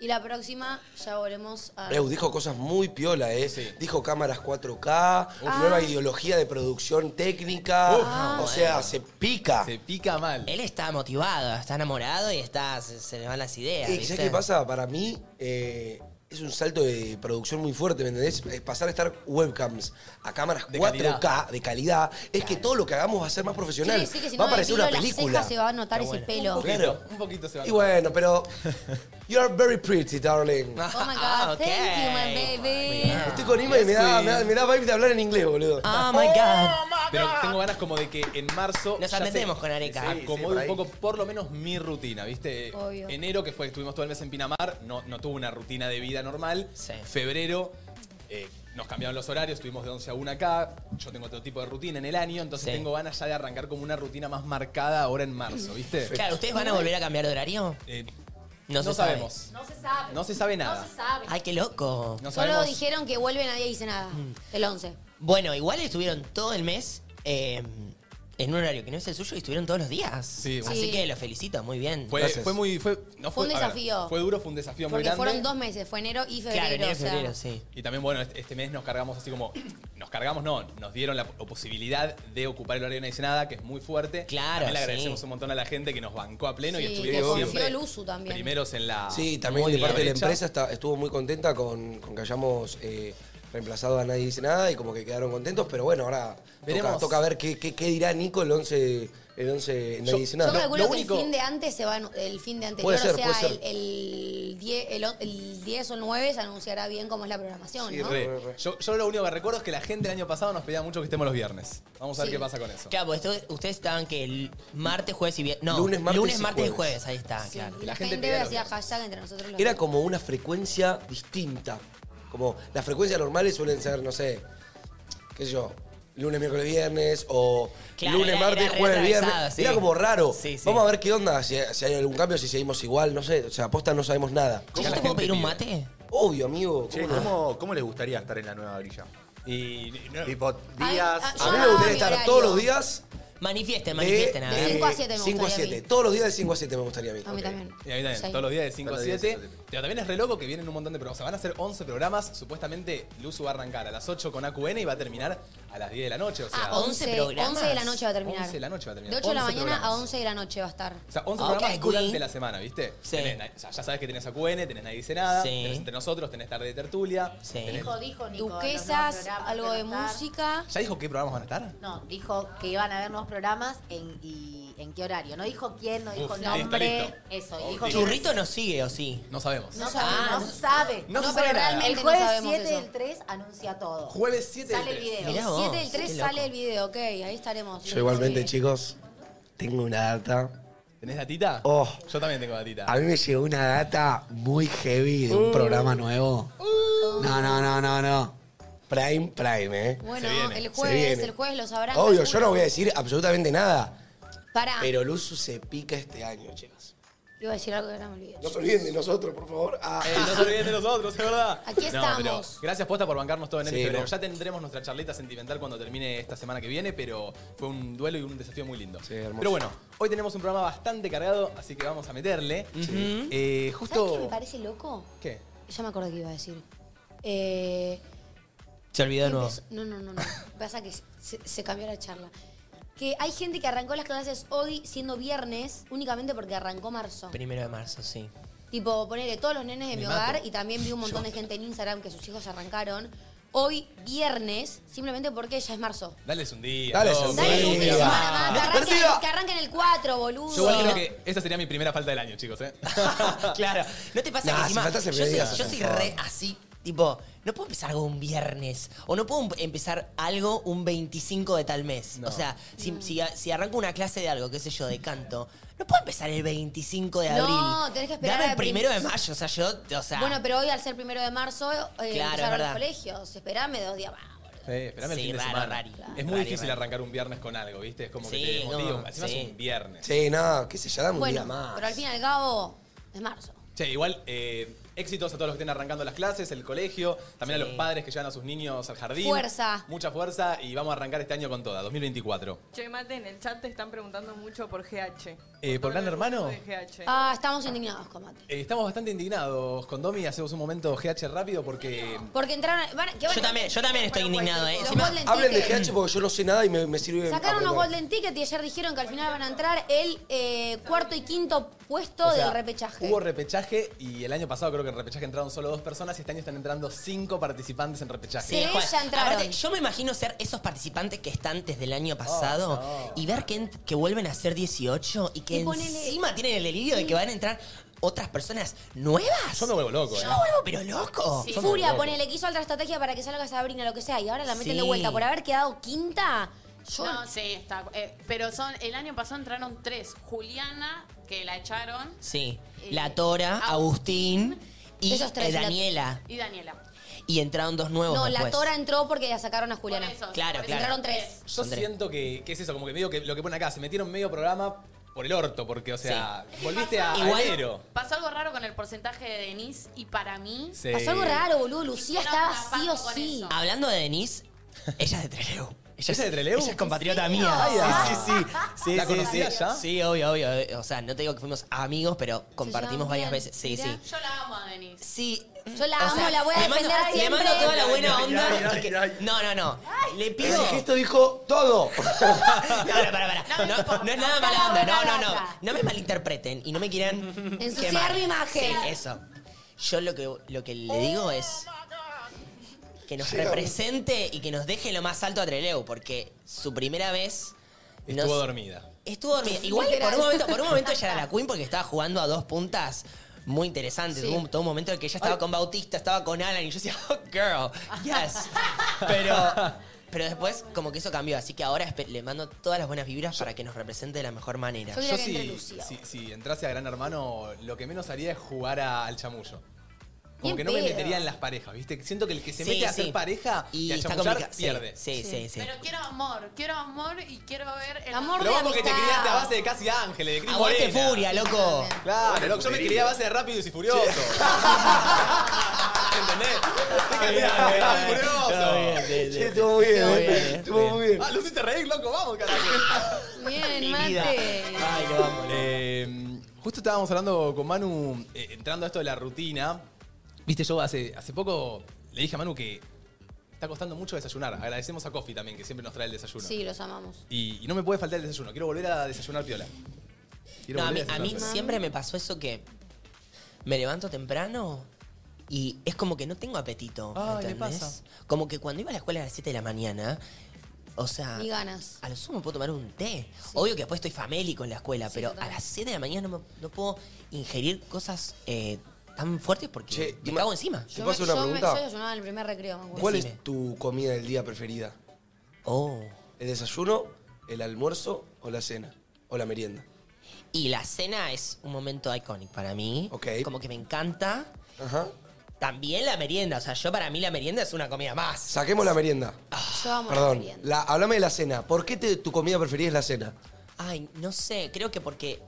y la próxima ya volvemos a...
Eu dijo cosas muy piola, ¿eh?
Sí.
Dijo cámaras 4K,
Ah.
nueva ideología de producción técnica. o sea, se pica.
se pica mal.
él está motivado, está enamorado y está se, se le van las ideas.
¿Y
¿viste?
sabes qué pasa? Para mí eh, es un salto de producción muy fuerte, ¿me entendés? Es pasar de estar webcams a cámaras
De
4K
calidad.
de calidad. Es que todo lo que hagamos va a ser más profesional.
Quiere decir que si
va a
no
parecer una
depilo las
película.
cejas se va a notar ese
bueno.
pelo.
Un
Claro.
poquito, Un poquito se va.
Y bueno, pero. You are very pretty, darling.
Oh my god,
Ah, ok.
thank you, my baby.
Estoy con Ima y me da, me, da, me da vibe de hablar en inglés, boludo.
Oh my god.
Pero tengo ganas como de que en marzo.
Nos
ya
atendemos
se
con Areca.
se
Sí, sí,
acomode
por ahí.
un poco, por lo menos, mi rutina, ¿viste?
Obvio.
Enero, que fue, estuvimos todo el mes en Pinamar, no, no tuvo una rutina de vida normal.
Sí.
Febrero. eh, nos cambiaron los horarios, estuvimos de 11 a 1 acá. Yo tengo otro tipo de rutina en el año, entonces
Sí.
tengo ganas ya de arrancar como una rutina más marcada ahora en marzo, ¿viste?
Claro, ¿ustedes van a volver a cambiar de horario?
Eh,
No
no
se sabe.
sabemos.
No se sabe.
No se sabe nada.
No se sabe.
Ay, qué loco.
No
Solo
sabemos.
dijeron que vuelve nadie dice nada.
Mm.
El 11.
Bueno, igual estuvieron todo el mes eh, en un horario que no es el suyo y estuvieron todos los días.
Sí, bueno.
Así
Sí.
que los felicito, muy bien.
Fue,
Gracias.
fue muy. Fue, no
Fue un
a ver,
desafío.
fue duro, fue un desafío muy
Porque
grande.
fueron dos meses, fue enero y febrero.
claro, enero,
o sea,
febrero, sí.
Y también, bueno, este este mes nos cargamos así como. Nos cargamos, no, nos dieron la po- posibilidad de ocupar el horario de Nadie nada, que es muy fuerte.
Claro,
También le
sí.
agradecemos un montón a la gente que nos bancó a pleno y
Sí,
estuvimos
que
siempre.
confió el uso también.
Primeros en
Ah,
la.
Sí, también
en
de parte de la
brecha.
empresa está- estuvo muy contenta con, con que hayamos eh, reemplazado a Nadie Dice Nada y como que quedaron contentos, pero bueno, ahora toca,
Veremos.
toca ver qué, qué- qué dirá Nico el 11, el 11 Nadie Dice Nada.
Yo calculo
lo
que
único-
el fin de antes se va a anu- el fin de anterior,
Puede ser,
o sea,
puede ser.
el- el 10 el, o- el 10 o el 9 se anunciará bien cómo es la programación,
Sí,
¿no?
Re.
Re, re.
Yo, yo lo único que recuerdo es que la gente el año pasado nos pedía mucho que estemos los viernes. Vamos a ver
Sí.
qué pasa con eso.
Claro, porque esto- ustedes estaban que el martes, jueves y viernes. No,
Lunes, martes y
martes y
jueves.
jueves. Ahí está,
Sí,
claro.
y la,
La gente
gente,
pedía
hacía
los viernes.
hashtag entre nosotros los
Era
viernes.
como una frecuencia distinta. Como las frecuencias normales suelen ser, no sé, qué sé yo, lunes, miércoles, viernes o
Claro,
lunes,
era-
martes,
era re
jueves, viernes.
atravesado, sí.
Era como raro.
Sí, sí.
Vamos a ver qué onda, si, si hay algún cambio, si seguimos igual, no sé. O sea, aposta no sabemos nada.
¿Yo
la
te puedo
gente
pedir un
pide?
mate?
Obvio, amigo.
Che,
¿cómo no?
¿cómo, ¿cómo les gustaría estar en la nueva grilla?
Y. no-
Tipo,
Ay,
días.
ah,
A mí
Yo
me gustaría
mi
estar
horario.
todos los días
Manifiesten,
de,
manifiesten. a
De
ver.
cinco a siete me
5 a
gustaría a
7.
mí.
Todos los días de 5 a 7 me gustaría a mí.
A mí también.
Y a mí también,
Sí.
todos los días de 5 a
Todos los días
7.
de 5 a 7.
Pero también es re loco que vienen un montón de programas. O sea, van a hacer 11 programas. Supuestamente Luzu va a arrancar a las 8 con AQN y va a terminar a las 10 de la noche. O sea,
Ah, 11,
11 programas.
11 de la noche va a terminar.
11 de la noche va a terminar.
De 8 de la
11
mañana a
programas.
11 de la noche va a estar.
O sea, 11
Ah, Ok,
programas
Queen.
durante la semana, ¿viste?
Sí.
Tenés- o sea, ya sabes que tenés AQN, tenés Nadie Dice Nada,
Sí.
tenés Entre Nosotros, tenés Tarde de Tertulia.
Sí.
tenés-
Dijo, dijo Nico. los nuevos
Duquesas,
programas
algo
que
de
iban a estar.
música.
¿Ya dijo qué programas van a estar?
No, dijo que iban a haber nuevos programas en, y en qué horario. No dijo quién, no dijo
Uf, listo,
nombre.
listo.
Eso,
Oh,
dijo que-
¿Churrito nos sigue o sí?
No sabemos.
No, sabe,
Ah,
no sabe.
no se
No,
sabe
pero
nada.
realmente
El
no
jueves
sabemos
7
eso.
del 3 anuncia todo.
Jueves 7 del
Sale el
tres.
video.
Mirá vos.
7 del 3
qué loco.
sale el video, ok, ahí estaremos.
Yo igualmente,
Sí.
chicos. Tengo una data.
¿Tenés datita?
Oh.
Yo también tengo datita.
A mí me llegó una data muy heavy de un
Uh.
programa nuevo. No, no, no, no, no. Prime, prime, ¿eh?
Bueno,
Se viene,
el
se
jueves,
viene.
el jueves lo sabrán.
Obvio, yo
seguro.
no voy a decir absolutamente nada.
Pará,
Ah.
Pero Luzu se pica este año, chicas.
Iba a decir algo que no me olvidé.
No se olviden de nosotros, por favor. Ah.
Eh, no se olviden de nosotros, es verdad.
Aquí
No,
eh,
pero
estamos.
gracias posta por bancarnos todo en este
Sí,
febrero.
no.
Ya tendremos nuestra charleta sentimental cuando termine esta semana que viene, pero fue un duelo y un desafío muy lindo. Pero bueno, hoy tenemos un programa bastante cargado, así que vamos a meterle.
Sí.
Eh,
¿Sabes qué me
justo.
parece loco?
¿Qué?
Ya me acordé que iba a decir. Eh,
Se olvidó de nuevo.
empezó- no, no, no, no. Pasa que se, se cambió la charla. Que hay gente que arrancó las clases hoy siendo viernes únicamente porque arrancó marzo.
Primero de marzo, sí.
Tipo, ponerle todos los nenes de
Me
mi
mato.
hogar y también vi un montón de gente en Instagram que sus hijos arrancaron. Hoy viernes, simplemente porque ya es marzo.
Dales un día.
Dale
loco.
un Dales un fin de día. semana
Ah, que, arranquen, que arranquen el 4, boludo.
Yo igual creo que esa sería mi primera falta del año, chicos, ¿eh?
claro. ¿No te pasa
Nah,
que
si
encima-
faltas el
yo soy,
mediodía,
yo
por
soy
favor.
re así, tipo, no puedo empezar algo un viernes. O no puedo em-, empezar algo un 25 de tal mes. O sea, si, si- si arranco una clase de algo, qué sé yo, de canto, no puedo empezar el 25 de
No,
abril.
tenés que esperar
Dame
a
el primero de
prim-
mayo, o sea, yo, o sea...
Bueno, pero hoy al ser primero de marzo, eh, empezaron
verdad.
los colegios. Esperame dos días más.
Eh, esperame
Sí,
el fin de
raro,
semana.
rari.
es muy
Rari,
difícil
rari.
arrancar un viernes con algo, ¿viste? Es como que
Sí,
te desmotiva.
no,
Encima
sí.
es un viernes.
Sí, no, qué sé yo, dame un día
Bueno,
más.
pero al fin y al cabo, es marzo.
Che, igual, eh, éxitos a todos los que estén arrancando las clases, el colegio, también a los padres que llevan a sus niños al jardín.
Fuerza.
Mucha fuerza y vamos a arrancar este año con toda, 2024.
Che, Mate, en el chat te están preguntando mucho por GH.
Eh, ¿Por plan hermano?
De GH.
Ah, estamos indignados con Mate.
Eh, estamos bastante indignados con Domi, hacemos un momento GH rápido porque...
Porque entraron. van- que van-
Yo también, yo también estoy indignado, ¿eh?
pues, Los
Encima-
Golden
Hablen de
Ticket.
GH porque yo no sé nada y me, me sirve.
Sacaron
Ah,
unos
aprender.
Golden Ticket y ayer dijeron que al final van a entrar el eh, cuarto y quinto puesto
o sea,
del repechaje.
Hubo repechaje y el año pasado creo que en repechaje entraron solo dos personas y este año están entrando cinco participantes en repechaje.
Sí,
Juan,
ya entraron.
aparte, yo me imagino ser esos participantes que están desde el
Oh,
año pasado y ver que, ent- que vuelven a ser 18 y que
Y ponele-
encima tienen el delirio de que van a entrar otras personas nuevas.
Yo me vuelvo loco, ¿eh?
Yo me vuelvo pero loco.
Sí.
Yo me
Furia,
vuelvo loco.
ponele, que hizo otra estrategia para que salga Sabrina, lo que sea, y ahora la meten de
Sí.
vuelta. Por haber quedado quinta, yo.
No, sí, está. eh, pero son, el año pasado entraron tres. Juliana, que la echaron,
Sí. La Tora, Agustín y
Eh, Esos tres,
eh,
la-
Daniela.
y Daniela.
Y entraron dos nuevos
No, la
después.
Tora entró porque la sacaron a Juliana.
Por eso,
Claro,
por eso
claro.
Entraron tres.
Yo
Andrés.
siento que, que es eso, como que medio que lo que pone acá, se metieron medio programa por el orto, porque, o sea, volviste a, a
Igual-
enero.
Pasó algo raro con el porcentaje de Denise y para mí.
Sí.
Pasó algo raro, boludo. Lucía
Hicieron
estaba
una
sí o
pacto con
sí.
eso.
Hablando de Denise, ella es de Trelew.
¿Ella es de Trelew?
Ella es compatriota mía.
Ay, ay,
sí, sí, sí.
¿La
sí,
conocías
sí.
ya?
Sí, obvio, obvio. O sea, no te digo que fuimos amigos, pero compartimos
llevaban
varias
bien,
veces. Sí,
mirá.
sí.
Yo la amo a Denise.
Sí.
Yo la amo, la voy a
le mando-
defender
Le
siempre.
mando toda la buena
Ay, ay,
onda.
ay, ay,
que-
ay.
No, no, no. Le
Ese
pido.
gesto dijo todo.
No, no, para, para. No, no, es nada mala onda. No, no, no. No me malinterpreten y no me quieran.
Ensuciar
quemar.
mi imagen.
Sí, eso. Yo lo que, lo que le digo es. Que nos represente y que nos deje lo más alto a Treleu, porque su primera vez.
Estuvo
nos-
dormida.
Estuvo dormida. Igual por un, momento, por un momento ella era la queen porque estaba jugando a dos puntas muy interesantes. Hubo un- todo un momento en el que ella estaba con Bautista, estaba con Alan y yo decía, oh, girl, yes. Pero, pero después como que eso cambió. Así que ahora espe- le mando todas las buenas vibras para que nos represente de la mejor manera.
Yo- Mira
Yo
que entre
si,
Lucía.
si, si entrase a Gran Hermano, lo que menos haría es jugar a- al chamullo.
Bien
Como que no me
pedo.
metería en las parejas, ¿viste? Siento que el que se
Sí,
mete a
sí.
hacer pareja y, a chamullar
complicado. Sí,
pierde.
Sí, sí, sí.
Pero quiero amor, quiero amor y quiero ver el
Amor
Pero vos
de
porque te
amistad.
criaste a base de casi ángel, de Cris
Aguante
Morena.
furia, loco.
Claro, loco, yo me crié a base de rápidos y furiosos. ¿Entendés? Te crié a base de Rápido y Furioso.
Sí, estuvo muy bien,
Estuvo
eh.
bien,
Estuvo muy bien.
Ah, lo hiciste reír, loco, vamos, carajo.
Bien,
Mi vida.
Mate.
Ay, lo amo, lo amo.
Eh, justo estábamos hablando con Manu, eh, entrando a esto de la rutina. Viste, yo hace, hace poco le dije a Manu que está costando mucho desayunar. Agradecemos a Coffee también, que siempre nos trae el desayuno.
Sí, los amamos.
Y, y no me puede faltar el desayuno. Quiero volver a desayunar piola. Quiero
No, a mí,
volver
a mí
desayunar piola.
siempre me pasó eso que me levanto temprano y es como que no tengo apetito.
Ay, me
¿entendés?
pasa.
Como que cuando iba a la escuela a las 7 de la mañana, o sea,
Ni ganas.
a lo sumo puedo tomar un té. Obvio que después estoy famélico en la escuela, pero a
total.
las 7 de la mañana no, me- no puedo ingerir cosas eh, tan fuertes porque
Che,
me
y
cago
ma-
encima.
¿Te puedo hacer una
yo
pregunta?
yo desayunaba en el primer recreo, me acuerdo.
¿Cuál
Decime.
es tu comida del día preferida?
Oh.
¿El desayuno, el almuerzo o la cena? o la merienda.
Y la cena es un momento icónico para mí. Como que me encanta. También la merienda. O sea, yo para mí la merienda es una comida más.
Saquemos la merienda.
Yo amo Ah, la
Perdón.
merienda.
La, hablame de la cena. ¿Por qué te- tu comida preferida es la cena?
Ay, no sé, creo que porque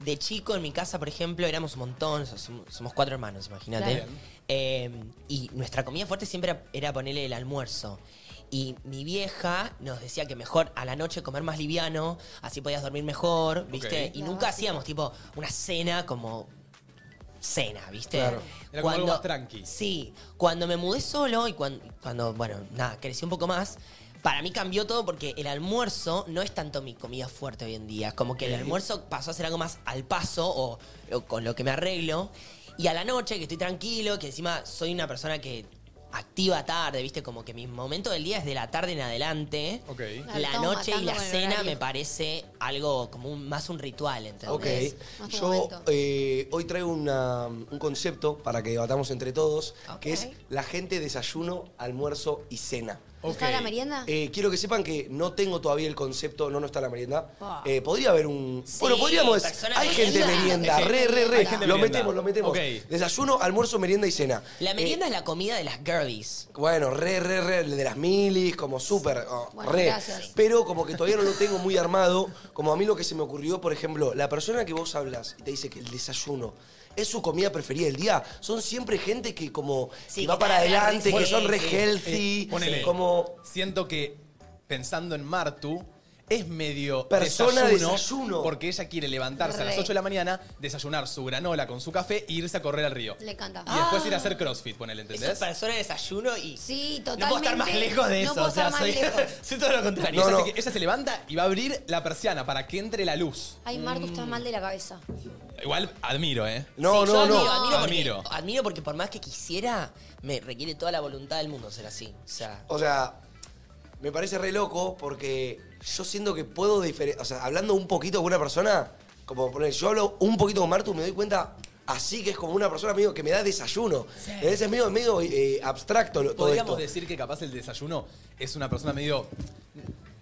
de chico en mi casa, por ejemplo, éramos un montón, so- som- somos cuatro hermanos, imagínate.
Claro.
Eh, y nuestra comida fuerte siempre era, era ponerle el almuerzo. Y mi vieja nos decía que mejor a la noche comer más liviano, así podías dormir mejor, ¿viste?
Ok.
Y
La
nunca hacíamos tipo una cena como cena, ¿viste?
Claro. Era como algo más tranqui.
Sí, cuando me mudé solo y cuan- cuando, bueno, nada, crecí un poco más, para mí cambió todo porque el almuerzo no es tanto mi comida fuerte hoy en día. Es Como que el
Sí.
almuerzo pasó a ser algo más al paso o, o con lo que me arreglo. Y a la noche, que estoy tranquilo, que encima soy una persona que activa tarde, ¿viste? Como que mi momento del día es de la tarde en adelante.
Ok.
Claro,
La
estamos
noche y
matando
la
con el
cena
horario.
me parece algo como un- más un ritual, ¿entendés?
Ok. Yo eh, hoy traigo una- un concepto para que debatamos entre todos, que es la gente desayuno, almuerzo y cena.
¿No está la merienda?
Eh, quiero que sepan que no tengo todavía el concepto, no, no está la merienda.
Ah.
Eh, podría haber un. bueno, podríamos.
personas
Hay
de
gente
merienda.
merienda,
Sí,
re, re, re.
hay gente
lo
merienda.
metemos, lo metemos.
Ok.
Desayuno, almuerzo, merienda y cena. Eh,
La merienda es la comida de las girlies.
Bueno, re, re, re, de las milis, como súper, oh,
Bueno,
re.
gracias.
Pero como que todavía no lo tengo muy armado, como a mí lo que se me ocurrió, por ejemplo, la persona que vos hablas y te dice que el desayuno es su comida preferida del día, son siempre gente que como que va
que
para
está re
adelante, que
healthy.
son re
Sí.
healthy,
Eh, ponele.
como...
Siento que, pensando en Martu, es medio
Persona
desayuno,
desayuno.
porque ella quiere levantarse a las
Re.
8 de la mañana, desayunar su granola con su café e irse a correr al río.
Le encanta.
Y después
Ah.
ir a hacer crossfit, ponele, ¿entendés?
Eso es persona de desayuno y...
Sí,
No puedo
totalmente.
estar más lejos de
No
eso.
puedo
o sea,
estar más
soy,
lejos.
soy todo lo contrario.
ella,
Yo sé
Se,
que-
ella se levanta y va a abrir la persiana para que entre la luz.
Ay, Martu, estás mal de la cabeza.
Igual admiro, ¿eh?
No,
yo Admiro, admiro,
Admiro.
Porque, admiro porque por más que quisiera, me requiere toda la voluntad del mundo ser así. O sea,
O sea, me parece re loco porque yo siento que puedo diferenciar. O sea, hablando un poquito con una persona, como poner, yo hablo un poquito con Martu, me doy cuenta. Así que es como una persona medio que me da desayuno.
Sí.
A veces es medio, medio eh, abstracto lo- todo
Podríamos
esto.
decir que capaz el desayuno es una persona medio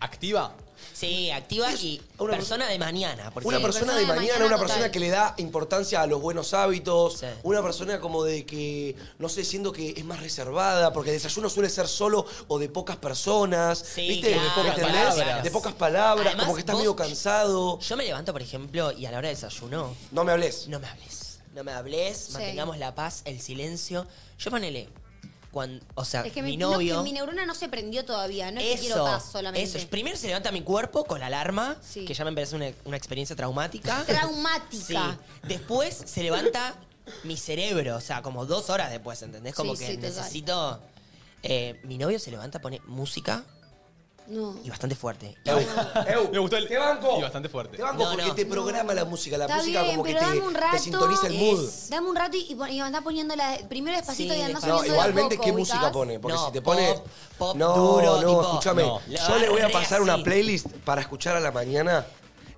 activa.
sí, activa y persona de mañana. porque-
Una persona
"Ah,
de mañana, una persona que le da importancia a los buenos hábitos, una persona como de que, no sé, siento que es más reservada, porque el desayuno suele ser solo o de pocas personas, ¿viste?
claro,
de, pocas
claro,
¿entendés?
claro.
de pocas palabras,
Además,
como que estás
vos-
medio cansado.
Yo me levanto, por ejemplo, y a la hora de desayuno...
No me hables.
No me hables. No me hables,
Sí.
mantengamos la paz, el silencio. Yo ponele... Cuando, o sea,
Es que
mi
mi, no,
novio...
que mi neurona no se prendió todavía. No es que quiero
Eso,
paz solamente.
Eso. Primero se levanta mi cuerpo con la alarma,
Sí.
que ya me parece una, una experiencia traumática.
Traumática.
Sí. Después se levanta mi cerebro, o sea, como dos horas después, ¿entendés? Como
Sí,
que
sí, total.
necesito. eh, mi novio se levanta, pone música
No.
y bastante fuerte.
Me gustó el.
Te banco.
Y bastante fuerte.
Te banco
No,
porque
no.
te programa la música. La
Está
música
bien,
como que
pero
te,
dame un rato.
te sintoniza el mood.
Es- Dame un rato y, y pon- y andá poniéndola primero despacito
Sí,
y andá
despacito.
No,
subiendo de a
igualmente,
poco,
¿qué
ubicás?
música pone? Porque
No,
si te pone.
pop, pop
no,
duro,
no,
tipo,
escúchame.
no.
Yo le voy a
Re
pasar una
así.
playlist para escuchar a la mañana.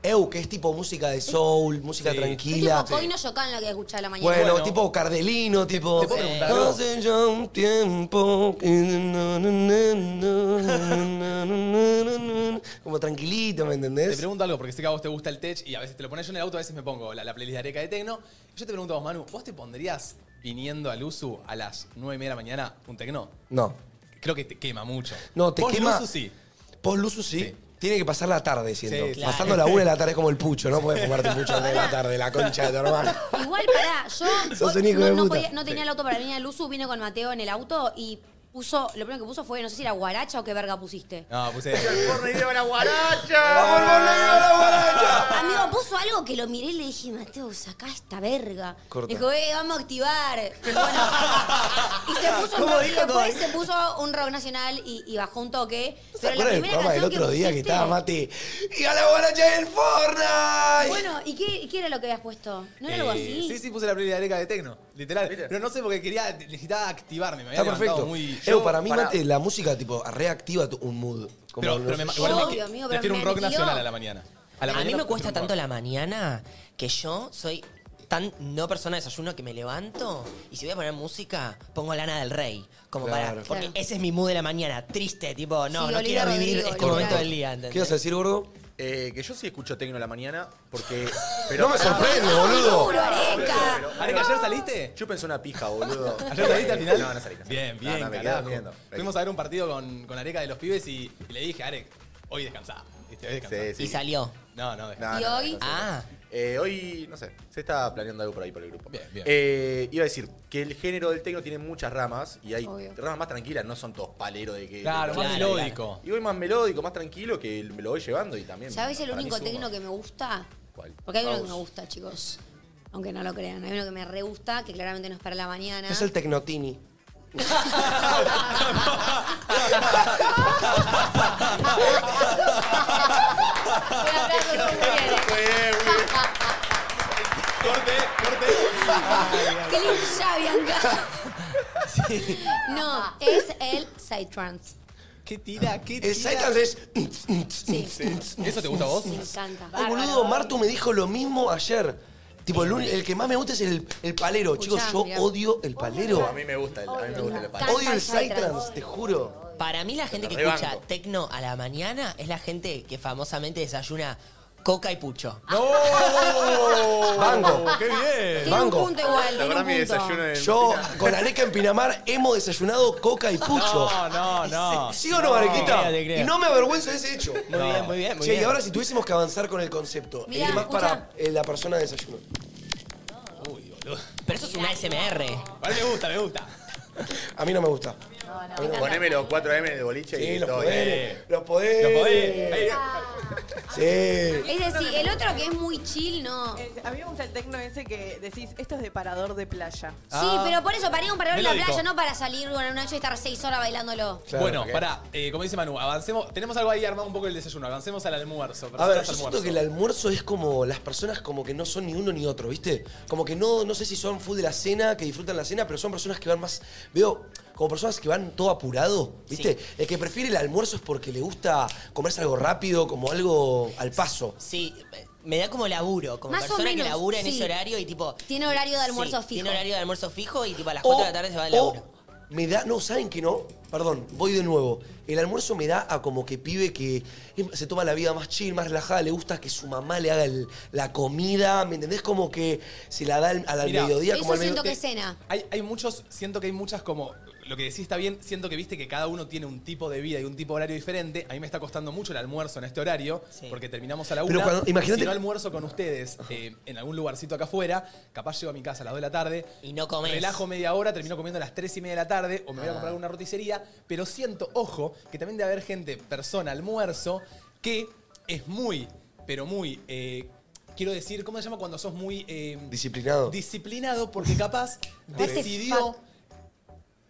Eu, que es tipo música de soul, música tranquila.
Es tipo Coino Yocan la que escuchaba a la mañana.
Bueno, tipo Cardelino, tipo.
¿Te puedo preguntar algo?
Hace ya un tiempo. que na, na, na, na, na, na, na, na. Como tranquilito, ¿me
Te
entendés?
pregunto algo porque sé que a vos te gusta el tech y a veces te lo pones yo en el auto, a veces me pongo la, la playlist de Areca de Tecno. Yo te pregunto a vos, Manu, ¿vos te pondrías viniendo al USU a las 9 y media de la mañana un Tecno?
No.
Creo que te quema mucho.
No, te
Vos,
quema-
Luzu, sí.
Post Luzu sí. Tiene que pasar la tarde, siento.
Sí, claro.
Pasando la una de la tarde es como el pucho, no puedes fumarte un pucho a las nueve de la tarde, la concha de tu hermano.
Igual, pará, yo
Sos
voy-
un hijo
no,
de
no
puta.
podía- no tenía el auto para venir al uso, vine con Mateo en el auto y puso, lo primero que puso fue, no sé si era guaracha o qué verga pusiste.
No, puse.
Amigo, puso algo que lo miré y le dije, Mateo, sacá esta verga.
Corta.
Dijo, eh, vamos a activar. Y, bueno, y se puso un
¿Cómo
rock, y
dijo?
después
¿Cómo?
se puso un rock nacional y, y bajó un toque.
¿Se
Pero la
acuerdan del
primera
programa del
canción
otro día que
pusiste-
estaba Mati? ¡Y a la guaracha del Fortnite!
Bueno, ¿y qué, y qué era lo que habías puesto? ¿No era algo
Eh,
así?
Sí, sí, puse la playlist de Areca de Tecno, literal. Pero no sé porque quería, necesitaba activarme. Me había
Está perfecto.
levantado muy.
Yo, para mí, Mate, la música tipo reactiva tu- un mood. Como
Pero-
no
pero
sé.
me-
igual me- Obvio, amigo, pero
prefiero
me
un rock
metió.
nacional a la mañana. A
A,
la
mí
mañana
me cuesta
prefiero un rock.
tanto la mañana que yo soy tan no persona de desayuno que me levanto y si voy a poner música, pongo Lana del Rey. Como
Claro.
para. Porque
Claro.
ese es mi mood de la mañana, triste, tipo, no,
Sí,
no
Olivia
quiero vivir
Rodrigo,
este momento
literal.
del día.
¿Qué ibas a decir, gordo?
Eh, que yo sí escucho tecno a la mañana porque. Pero,
No me sorprende, boludo. Seguro, Areca.
¿Areca, ayer saliste? Yo pensé una pija, boludo.
¿Ayer saliste al final?
No, no salí. no salí.
Bien, bien,
No, no, me quedé
carajo.
durmiendo.
Fuimos a ver un partido con, con Areca de los pibes y, y le dije, Arec, hoy descansá. ¿viste? Hoy descansá.
Sí, sí. ¿Y salió?
No, no,
No,
descansá.
no, no, no, no. Eh, hoy, no sé, se está planeando algo por ahí por el grupo.
Bien, bien.
Eh, iba a decir que el género del tecno tiene muchas ramas y hay
Obvio.
ramas más tranquilas, no son todos paleros de que.
Claro, más
Claro,
melódico.
claro. Y voy más melódico, más tranquilo que me lo voy llevando y también.
¿Sabes el
para mí
único
suma.
tecno que me gusta?
¿Cuál?
Porque hay uno
House.
que me gusta, chicos. Aunque no lo crean. Hay uno que me re gusta, que claramente no es para la mañana.
Es el Tecnotini.
Corte, corte.
¡Qué lindo ya, Bianca! No, es el Psytrance.
¿Qué tira? ¿Qué
El Psytrance es. ¿Eso
te gusta a vos?
Me encanta.
Ay, boludo, Martu me dijo lo mismo ayer. Tipo, el, uni- el que más me gusta es el, el palero. Chicos, yo
Escuchá, mirá.
odio el palero.
A mí me gusta el, a mí me gusta el palero.
Odio el Psytrance, te juro.
Para mí la gente
Lo
que
rebanco.
escucha tecno a la mañana es la gente que famosamente desayuna coca y pucho.
¡No! Banco.
Oh, ¡Qué bien!
Banco. Yo,
oficina.
con Areca en Pinamar, hemos desayunado coca y pucho.
No, no, no.
¿Sí o no, Arequita?
Te creo, te creo.
Y no me avergüenzo de ese hecho.
Muy bien, muy bien, muy
Che,
bien.
y ahora si tuviésemos que avanzar con el concepto.
Mirá,
ir más
escuchá.
para eh, la persona de desayuno.
Pero eso es una SMR.
A mí me gusta, me gusta.
A mí no me gusta.
Poneme los 4M de boliche
Sí,
y
los
todo.
poderes,
Eh,
Los podés.
Los podés.
Sí.
Es decir, el otro que es muy chill, no.
A mí me gusta el tecno ese que decís, esto es de parador de playa.
Ah.
Sí, pero por eso paré un parador en la
melódico.
playa, no para salir con una noche y estar seis horas bailándolo.
bueno,
ok.
pará, eh, como dice Manu, avancemos. Tenemos algo ahí armado un poco el desayuno. Avancemos al almuerzo.
A ver,
personas
yo siento
almuerzo.
que el almuerzo es como las personas como que no son ni uno ni otro, ¿viste? Como que no, no sé si son full de la cena, que disfrutan la cena, pero son personas que van más. Veo como personas que van todo apurado, ¿viste? El que prefiere el almuerzo es porque le gusta comerse algo rápido, como algo al paso.
Sí, me da como laburo, como
Más o
persona que
menos,
labura en
sí.
ese horario y tipo.
Tiene horario de almuerzo
Sí,
fijo.
Tiene horario de almuerzo fijo y tipo a las 4 de la tarde se va al
o
laburo.
me da, no, ¿saben que no? Perdón, voy de nuevo. El almuerzo me da a como que pibe que es- se toma la vida más chill, más relajada, le gusta que su mamá le haga el- la comida, ¿me entendés? Como que se la da al, al
Mirá,
mediodía, como al mediodía.
cena.
Hay, hay muchos, siento que hay muchas como. Lo que decís está bien, siento que viste que cada uno tiene un tipo de vida y un tipo de horario diferente. A mí me está costando mucho el almuerzo en este horario, porque terminamos a la
Pero
una.
cuando- imagínate-
Si no almuerzo con ustedes eh, en algún lugarcito acá afuera, capaz llego a mi casa a las 2 de la tarde.
Y no Ah. comés.
Relajo media hora, termino comiendo a las 3 y media de la tarde o me voy a comprar una roticería. Pero siento, ojo, que también debe haber gente, persona, almuerzo, que es muy, pero muy. eh, Quiero decir, ¿cómo se llama cuando sos muy eh,
Disciplinado.
disciplinado porque capaz
What the
decidió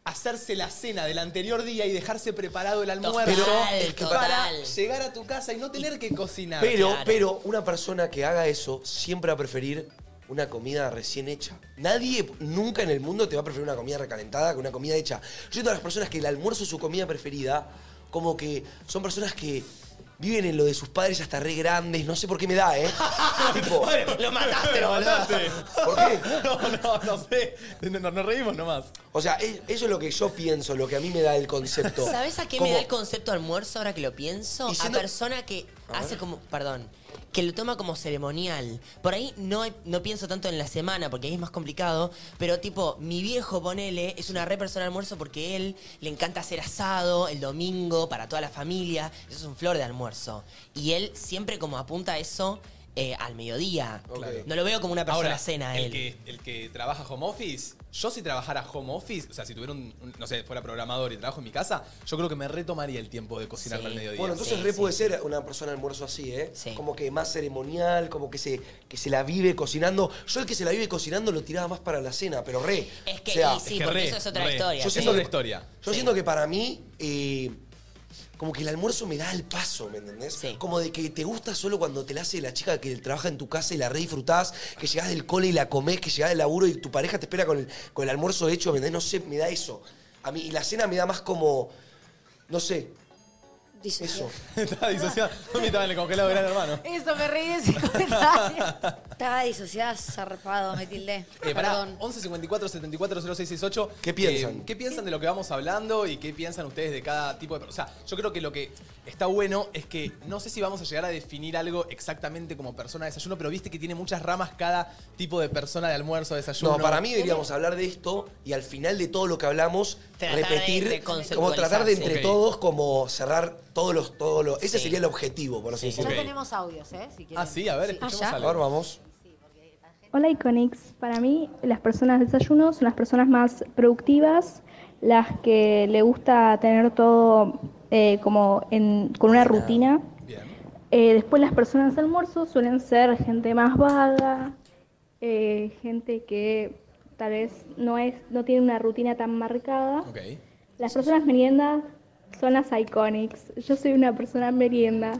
hacerse la cena del anterior día y dejarse preparado el almuerzo
Pero- es que
para
total.
llegar a tu casa y no tener que cocinar.
Pero, pero una persona que haga eso siempre va a preferir una comida recién hecha. Nadie nunca en el mundo te va a preferir una comida recalentada que una comida hecha. Yo siento a las personas que el almuerzo es su comida preferida, como que son personas que viven en lo de sus padres hasta re grandes, no sé por qué me da, ¿eh? tipo,
lo mataste,
Lo mataste.
¿Por qué?
No, no, no sé. No, no, nos reímos nomás.
O sea, es- eso es lo que yo pienso, lo que a mí me da el concepto.
¿Sabes a qué
Como-
me da el concepto de almuerzo ahora que lo pienso?
Y siendo-
A persona que hace como. Perdón. Que lo toma como ceremonial. Por ahí no, hay- no pienso tanto en la semana, porque ahí es más complicado. Pero tipo, mi viejo, ponele, es una re persona de almuerzo porque él le encanta hacer asado el domingo para toda la familia. Eso es un flor de almuerzo. Y él siempre como apunta eso eh, al mediodía.
Claro.
No lo veo como una persona
Ahora,
cena a
el
él.
Que, el que trabaja home office, yo si trabajara home office, o sea, si tuviera un, un- no sé, fuera programador y trabajo en mi casa, yo creo que me retomaría el tiempo de cocinar al mediodía.
Bueno, entonces re puede ser una persona de almuerzo así, ¿eh? Como que más ceremonial, como que se, que se la vive cocinando. Yo el que se la vive cocinando lo tiraba más para la cena, pero re.
Es que-
O sea,
y sí, Es que porque re, eso es otra re. historia,
Yo
sí.
siento
Es
que,
otra historia.
Yo siento que para mí, eh, como que el almuerzo me da el paso, ¿me entendés? Como de que te gusta solo cuando te la hace la chica que trabaja en tu casa y la re disfrutás, que llegás del cole y la comés, que llegás del laburo y tu pareja te espera con el, con el almuerzo hecho, ¿me entendés? No sé, me da eso. A mí, y la cena me da más como, no sé, eso.
Estaba disociado. No me estaba en el congelado, gran hermano.
Eso, me reí de ese comentario. Estaba disociada, zarpado, me tildé.
Eh, pará,
Perdón.
11 54 74 0668.
¿Qué piensan?
Eh, ¿Qué piensan de lo que vamos hablando y qué piensan ustedes de cada tipo de. O sea, yo creo que lo que está bueno es que no sé si vamos a llegar a definir algo exactamente como persona de desayuno, pero viste que tiene muchas ramas cada tipo de persona de almuerzo, desayuno.
No, para mí deberíamos hablar de esto y al final de todo lo que hablamos,
Tratar de
repetir,
reconceptualizarse.
como tratar de entre
Ok.
todos, como cerrar todos los... Todos los ese
Sí.
sería el objetivo, por así
Ya
decirlo.
tenemos audios, ¿eh? Si quieren.
Ah, sí, a ver,
escuchemos
A ver, vamos.
Hola Iconix, para mí las personas de desayuno son las personas más productivas, las que le gusta tener todo eh, como en- con una rutina. Eh, después las personas de almuerzo suelen ser gente más vaga, eh, gente que tal vez no es, no tiene una rutina tan marcada. Las personas meriendas son las iconics. Yo soy una persona merienda.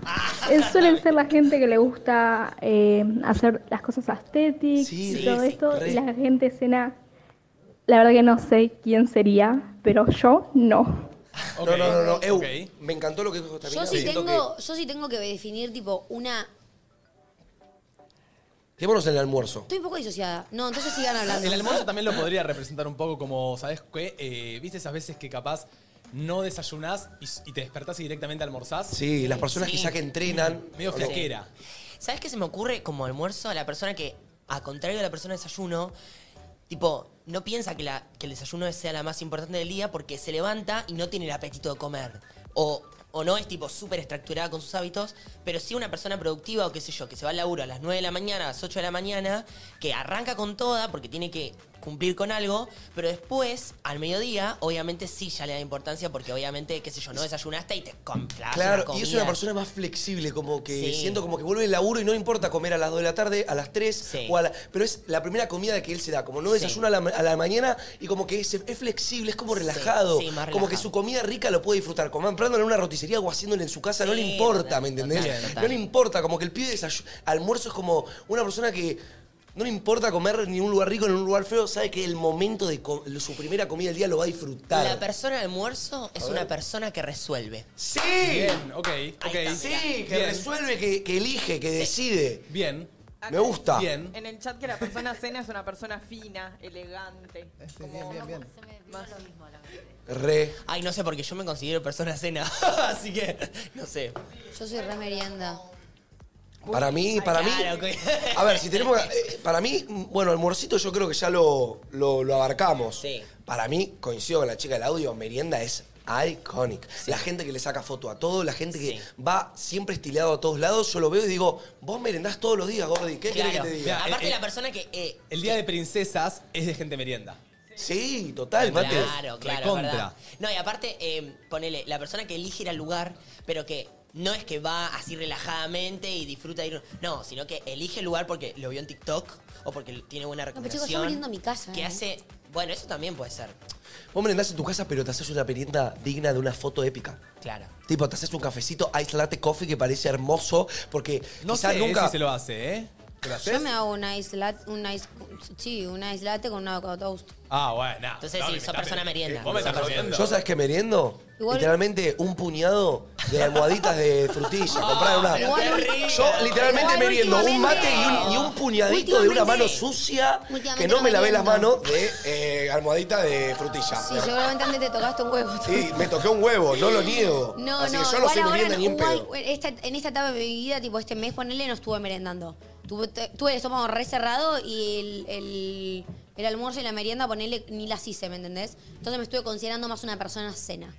Eh, suelen ser la gente que le gusta eh, hacer las cosas aesthetics
Sí,
y todo
sí,
esto.
re.
Y la gente cena. La verdad que no sé quién sería, pero yo no.
No, no, no, no. Eu, me encantó lo que dijo José
Yo sí, tengo, yo sí tengo que definir, tipo, una.
Quedémonos en el almuerzo.
Estoy un poco disociada. No, entonces sigan
Ah,
hablando.
El almuerzo también lo podría representar un poco como, ¿sabes qué? Eh, ¿Viste esas veces que capaz no desayunás y, s- y te despertás y directamente almorzás?
Sí, las personas quizá que entrenan.
Medio flaquera.
¿Sabes qué se me ocurre como almuerzo a la persona que, a contrario de la persona de desayuno, tipo, no piensa que, la, que el desayuno sea la más importante del día porque se levanta y no tiene el apetito de comer? O, o no es tipo súper estructurada con sus hábitos, pero sí una persona productiva o qué sé yo, que se va al laburo a las 9 de la mañana, a las 8 de la mañana, que arranca con toda porque tiene que cumplir con algo, pero después, al mediodía, obviamente sí ya le da importancia porque obviamente, qué sé yo, no desayunaste y te compras
Claro,
una
y es una
comida.
persona más flexible, como que
Sí.
siento como que vuelve el laburo y no le importa comer a las 2 de la tarde, a las 3, o a la- pero es la primera comida que él se da, como no
Sí.
desayuna a la, ma- a la mañana y como que es, es flexible, es como
Sí,
relajado,
sí, más
como
relajado.
que su comida rica lo puede disfrutar, comprándole en una roticería o haciéndole en su casa, no le
Sí,
importa,
total,
¿me entendés?
total, total.
No le importa, como que el pibe desayu- almuerzo es como una persona que... No le importa comer ni en un lugar rico ni en un lugar feo, sabe que el momento de co- su primera comida del día lo va a disfrutar.
La persona de almuerzo es
A ver.
una persona que resuelve.
¡Sí!
Bien, ok, ok.
Sí, que
Bien.
resuelve, que, que elige, que decide.
Bien.
Me gusta.
En el chat que la persona cena es una persona fina, elegante. Este, bien, bien, bien.
Re.
Ay, no sé, porque yo me considero persona cena. Así que, no sé.
Yo soy re merienda.
Para mí, para mí.
Claro, que-
A ver, si tenemos. eh, Para mí, bueno, almuercito yo creo que ya lo, lo, lo abarcamos. Para mí, coincido con la chica del audio, merienda es iconic. La gente que le saca foto a todo, la gente que va siempre estilado a todos lados, yo lo veo y digo, vos merendás todos los días, Gordi, ¿qué querés
Claro.
que te diga?
Aparte Eh, eh. la
persona que. eh,
El día de princesas es de gente merienda.
Sí, total,
mate.
Claro, claro. es
Recontra.
verdad. No, y aparte, eh, ponele, la persona que elige ir al lugar, pero que no es que va así relajadamente y disfruta de ir. No, sino que elige el lugar porque lo vio en TikTok o porque tiene buena
No, pero chicos,
recomendación.
yo meriendo a mi casa.
que
¿eh?
hace. Bueno, eso también puede ser.
Vos merendás en tu casa, pero te haces una merienda digna de una foto épica.
Claro.
Tipo, te haces un cafecito Ice Latte Coffee que parece hermoso, porque
No
quizás
sé
nunca...
si se lo hace, ¿eh? ¿Te lo
Yo
haces?
me hago una ice latte, una ice, sí, una ice latte con un avocado toast.
Ah, bueno.
Entonces, sí,
me
sos
estás
persona
men-
merienda.
Vos me estás jodiendo.
Yo sabes que meriendo,
Igual-
literalmente un puñado de almohaditas de frutilla, comprar una.
pero qué rico.
Yo literalmente
Igual
meriendo un mate y un,
últimamente-
y un puñadito de una mano
Últimamente-
sucia que
últimamente
no me lavé las
meriendo.
manos de eh, almohadita de frutilla.
Sí, seguramente antes te tocaste un huevo.
Sí, me toqué un huevo, no lo niego.
No,
Así
no,
que yo no
igual
soy
ahora
merienda
no,
ni en
igual
pedo.
en esta, en esta etapa de mi vida, tipo este mes, ponele, no estuve merendando. Tuve, te- tuve el estómago re cerrado y el, el- el almuerzo y la merienda, ponele, ni las hice, ¿me entendés? Entonces me estuve considerando más una persona cena.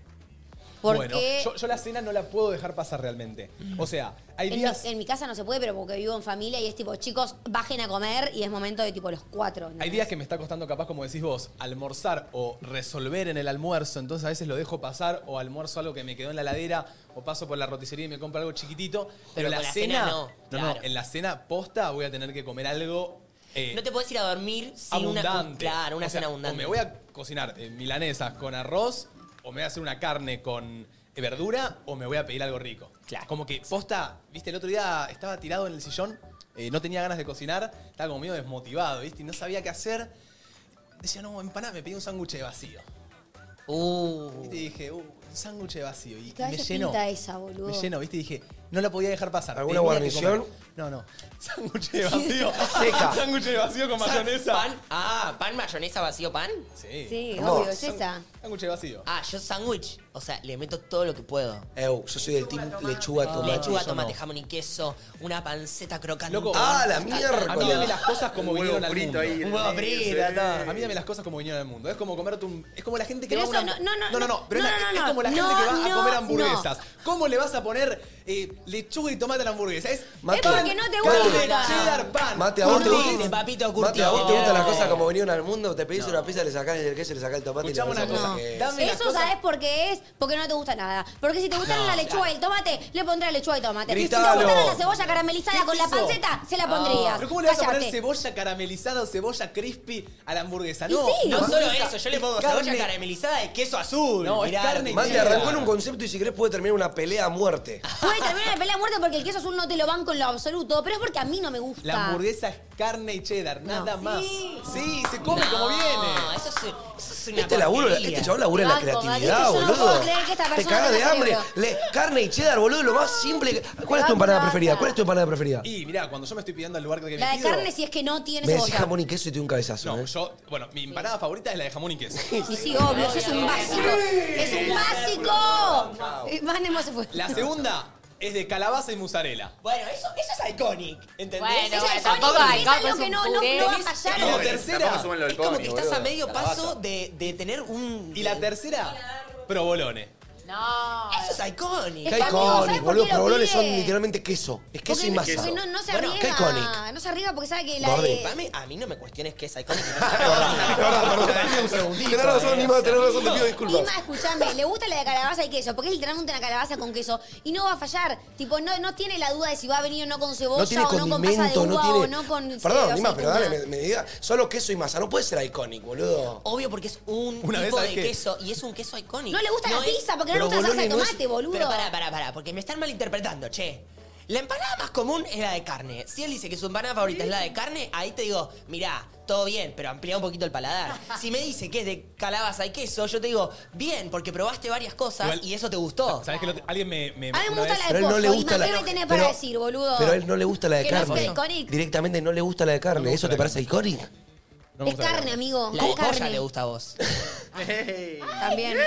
Porque
Bueno, yo, yo la cena no la puedo dejar pasar realmente. O sea, hay
en mi,
días...
en mi casa no se puede, pero porque vivo en familia y es tipo, chicos, bajen a comer y es momento de tipo los cuatro. ¿entendés?
Hay días que me está costando capaz, como decís vos, almorzar o resolver en el almuerzo, entonces a veces lo dejo pasar o almuerzo algo que me quedó en la ladera o paso por la roticería y me compro algo chiquitito, pero,
Pero
la,
con la
cena,
cena
no.
no,
No,
claro.
en la cena posta voy a tener que comer algo eh,
No te puedes ir a dormir sin una.
abundante.
Claro, una
O sea,
cena
O
abundante.
me voy a cocinar eh, milanesas con arroz o me voy a hacer una carne con eh, verdura o me voy a pedir algo rico. Claro. Como que posta, viste, el otro día estaba tirado en el sillón, eh, no tenía ganas de cocinar, estaba como medio desmotivado, viste, y no sabía qué hacer. Decía, no, empanada, me pedí un sándwich de vacío.
Uh.
Y dije, uh, sándwich de vacío. Y
Cada
me
vez es
llenó.
pinta esa, boludo.
Me llenó, ¿viste? Y dije, no la podía dejar pasar.
¿Alguna
tenía que
guarnición?
comer. No, no. Sándwich de vacío.
Seca.
Sándwich de vacío con
Sa-
mayonesa.
¿Pan? Ah, ¿pan, mayonesa, vacío, pan?
Sí.
Sí, obvio, es esa.
Sándwich de vacío.
Ah, yo sándwich, o sea, le meto todo lo que puedo.
Eu, yo soy del team lechuga, tomate.
Lechuga,
yo
tomate,
no.
jamón y queso, una panceta crocante.
Loco,
Ah, la
A mí dame las cosas como
Un huevo
vinieron al
frito
mundo.
ahí, Un huevo frito, frito, sí.
A mí dame las cosas como vinieron al mundo. Es como comerte un. Es como la gente que
Pero
va a
eso
una.
no- no, no,
no, no. Pero
no,
es, la-
no, no,
es como la
no,
gente que va
no,
a comer
no.
hamburguesas. ¿Cómo le vas a poner eh, lechuga y tomate a la hamburguesa? Es,
Mate.
pan,
porque no te
carne,
gusta.
cheddar, pan.
Mate, ¿a vos te
curtido.
gusta?
papito
Mate, ¿a vos te
curtido.
gustan las cosas como vinieron al mundo? Te pedís una pizza, le sacás el queso, le sacás el tomate y le
Escuchame
pones
una
la
cosa.
que es.
Dame las
Eso
cosas.
sabes por qué es, porque no te gusta nada. Porque si te gustara
No,
la lechuga y el tomate, le pondría lechuga y tomate. Si
Gritalo.
te gustara la cebolla caramelizada
¿Qué
con
es
la
eso? Ah,
panceta, se la pondrías.
Pero ¿cómo le vas a poner
Cállate.
cebolla caramelizada o cebolla crispy a la hamburguesa?
Y
No,
sí.
No
no
solo
hamburguesa,
eso, yo le
es
pongo
carne.
cebolla caramelizada y queso azul.
No, es
Mirá,
carne y
hermano.
Mate, arrancó en un concepto y si querés puede terminar una pelea a muerte.
Ah,
Puede terminar la pelea a muerte porque el queso azul no te lo banco en lo absoluto, pero es porque a mí no me gusta.
La hamburguesa es carne y cheddar, nada más. Sí, se come
No,
como viene.
Eso es, eso es una
Este, laburo,
porquería.
este chabón labura en la
Banco, Mati,
creatividad,
yo no
boludo.
puedo creer que esta
Te
persona
cagas de
tenga
hambre.
cerebro.
Le, carne y cheddar, boludo, lo más simple. que- ¿Cuál es tu empanada preferida? ¿Cuál es tu empanada preferida?
Y mirá, cuando yo me estoy pidiendo al lugar que
La de
pido,
carne si es que no tiene
Me decís
cebolla.
jamón y queso y te doy un cabezazo.
No,
¿eh?
yo, bueno, mi empanada favorita es la de jamón y queso.
Y
este-
sí, obvio, eso es un básico. ¡Es un básico! Eh, Vane más se fue.
La segunda es de calabaza y mozzarella.
Bueno, eso, eso es iconic, ¿entendés?
Bueno,
Esa
bueno,
es
tampoco
algo
hay, tampoco
que
es
no,
un
no,
puré.
no va a
Y la
fallar.
tercera.
suben lo del
Es como que
cómic,
estás
boludo.
a medio
Calabaza.
paso de, de tener un...
Y la tercera, provolone. Ah,
No.
Eso es iconic.
Es
Qué
Está bien, ¿sabes
icónic,
por
boludo.
qué lo
Pero bolones son
pide?
literalmente queso. Es queso y masa.
Porque no, no se
Bueno,
arriesga.
qué iconic.
No se arriesga porque sabe que la
Gordi.
de...
Pame, a mí no me cuestiones que es iconic. y no es
Es verdad, perdón, tenía un segundito. Tenés razón, Nima, tenés razón, te pido disculpas.
Ima, escúchame, le gusta la de calabaza y queso, porque es literalmente una calabaza con queso y no va a fallar. Tipo, no, no tiene la duda de si va a venir o no con cebolla
No tiene
o no con pasa de
condimento,
uva
no
o
tiene.
no con
Perdón,
eh,
Nima, pero
aceituna.
dale, me, me diga. Solo queso y masa. No puede ser icónico, boludo.
Obvio porque es un
Una vez,
tipo
¿sabes
de
qué?
queso y es un queso icónico.
No le gusta la
es-
pizza porque no le
pero
gusta la salsa de
Bologna no es-
tomate, boludo.
Pero pará, pará, pará, porque me están malinterpretando, che. La empanada más común es la de carne. Si él dice que su empanada favorita es la de carne, ahí te digo, mirá, todo bien, pero amplía un poquito el paladar. Si me dice que es de calabaza y queso, yo te digo, bien, porque probaste varias cosas
Igual-
y eso te gustó.
¿Sabes que lo- alguien me. me
A mí me
una
gusta
vez-
la de
Pero a él no
pollo,
le gusta la
Ima, ¿qué me tenés para decir, boludo?
Pero a él no le gusta la de
Que no sea
carne.
icónico.
Directamente no le gusta la de carne. ¿Eso te parece icónico?
No me
Es
gusta la
carne, amigo.
La de
es
polla le
carne.
gusta a vos.
También.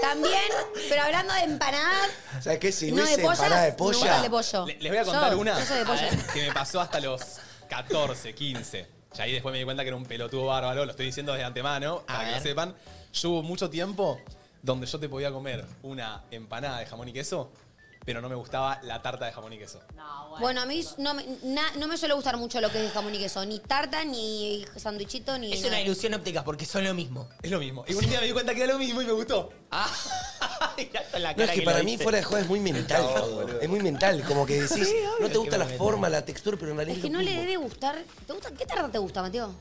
También, pero hablando de empanadas,
O sea, que si
no de
hubiese
pollas,
empanada de
me gusta
polla.
el de pollo.
Le- les voy a contar
Yo,
una
Yo soy de pollo.
que me pasó hasta los 14, 15. Y ahí después me di cuenta que era un pelotudo bárbaro, lo estoy diciendo desde antemano, para que
ver.
lo sepan. Yo hubo mucho tiempo donde yo te podía comer una empanada de jamón y queso, pero no me gustaba la tarta de jamón y queso.
Bueno, a mí no me, na- no me suele gustar mucho lo que es de jamón y queso. Ni tarta, ni sanduichito, ni.
Es
nada.
una ilusión óptica porque son lo mismo.
Es lo mismo. Y un día me di cuenta que era lo mismo y me gustó.
Ah, mirá con la
No,
cara
es que
lo
para mí
dice.
fuera de juego es muy mental todo. Es muy mental. Como que decís, no te gusta la forma, la textura, pero en realidad
Es que
lo
no le
mismo.
debe gustar. ¿Te gusta? ¿Qué tarta te gusta, Mateo?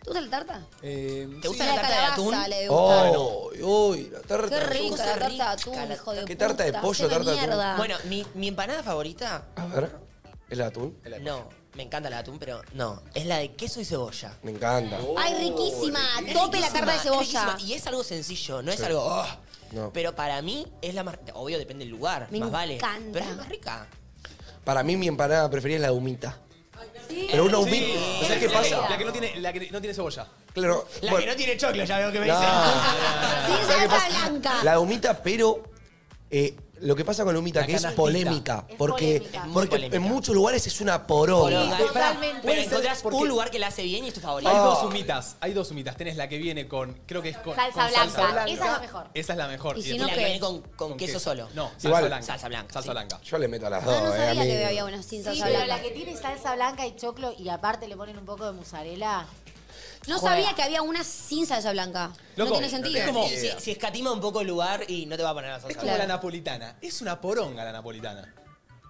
¿Te gusta la tarta?
Eh,
¿Te gusta
Sí,
la tarta de atún?
calabaza le debe gustar.
Oh, uy, la tarta.
Qué
de
rica
yuca.
la tarta de
rica,
atún,
la-
hijo de
¿Qué tarta de
puta,
pollo,
haceme
tarta de atún?
mierda.
Bueno, mi, mi empanada favorita,
A ver, ¿el atún?
no, me encanta la de atún, pero no, es la de queso y cebolla.
Me encanta.
Ay, riquísima. Tope la tarta de
Riquísima,
cebolla.
riquísima. Y es algo sencillo, no es algo. "Oh".
No.
Pero para mí es la más. Obvio, depende del lugar,
Me
más vale.
encanta.
Pero es la más rica.
Para mí, mi empanada preferida es la de humita.
Eh,
Pero una humita.
sí,
¿Sabes qué
la que-
pasa?
La que no tiene, la que no tiene cebolla.
Claro.
La
bueno,
que no tiene choclo, ya veo que me
no.
Sí,
¿Sabes
salsa
qué pasa?
blanca.
La de humita, pero. eh, lo que pasa con la humita,
La
que es
canastita.
polémica,
Es
porque,
polémica.
Muy
porque
polémica.
en muchos lugares es una poronga.
dicen.
Totalmente.
Pero
Puede ser
encontrás
porque- Ah.
un lugar que la hace bien y es tu favorito.
Hay
Oh.
dos humitas, hay dos humitas. Tenés la que viene con, creo que es con
Salsa
con
blanca. Esa es la mejor.
Esa es la mejor.
Y si
Y
después-
no,
la
¿qué?
que viene con, con queso solo.
No, salsa
Igual.
blanca.
Salsa blanca,
Salsa
sí.
blanca.
Yo le meto a las dos,
Ah, no
eh,
sabía
amigo.
que había unas sin
Sí,
salsa
pero
blanca.
la que tiene salsa blanca y choclo y aparte le ponen un poco de mozzarella.
No
Joder.
sabía que había una sin salsa blanca.
Loco,
no tiene
no
sentido.
Es como si, si escatima un poco el lugar y no te va a poner la
Es
salsa.
como
Claro.
la napolitana. Es una poronga la napolitana.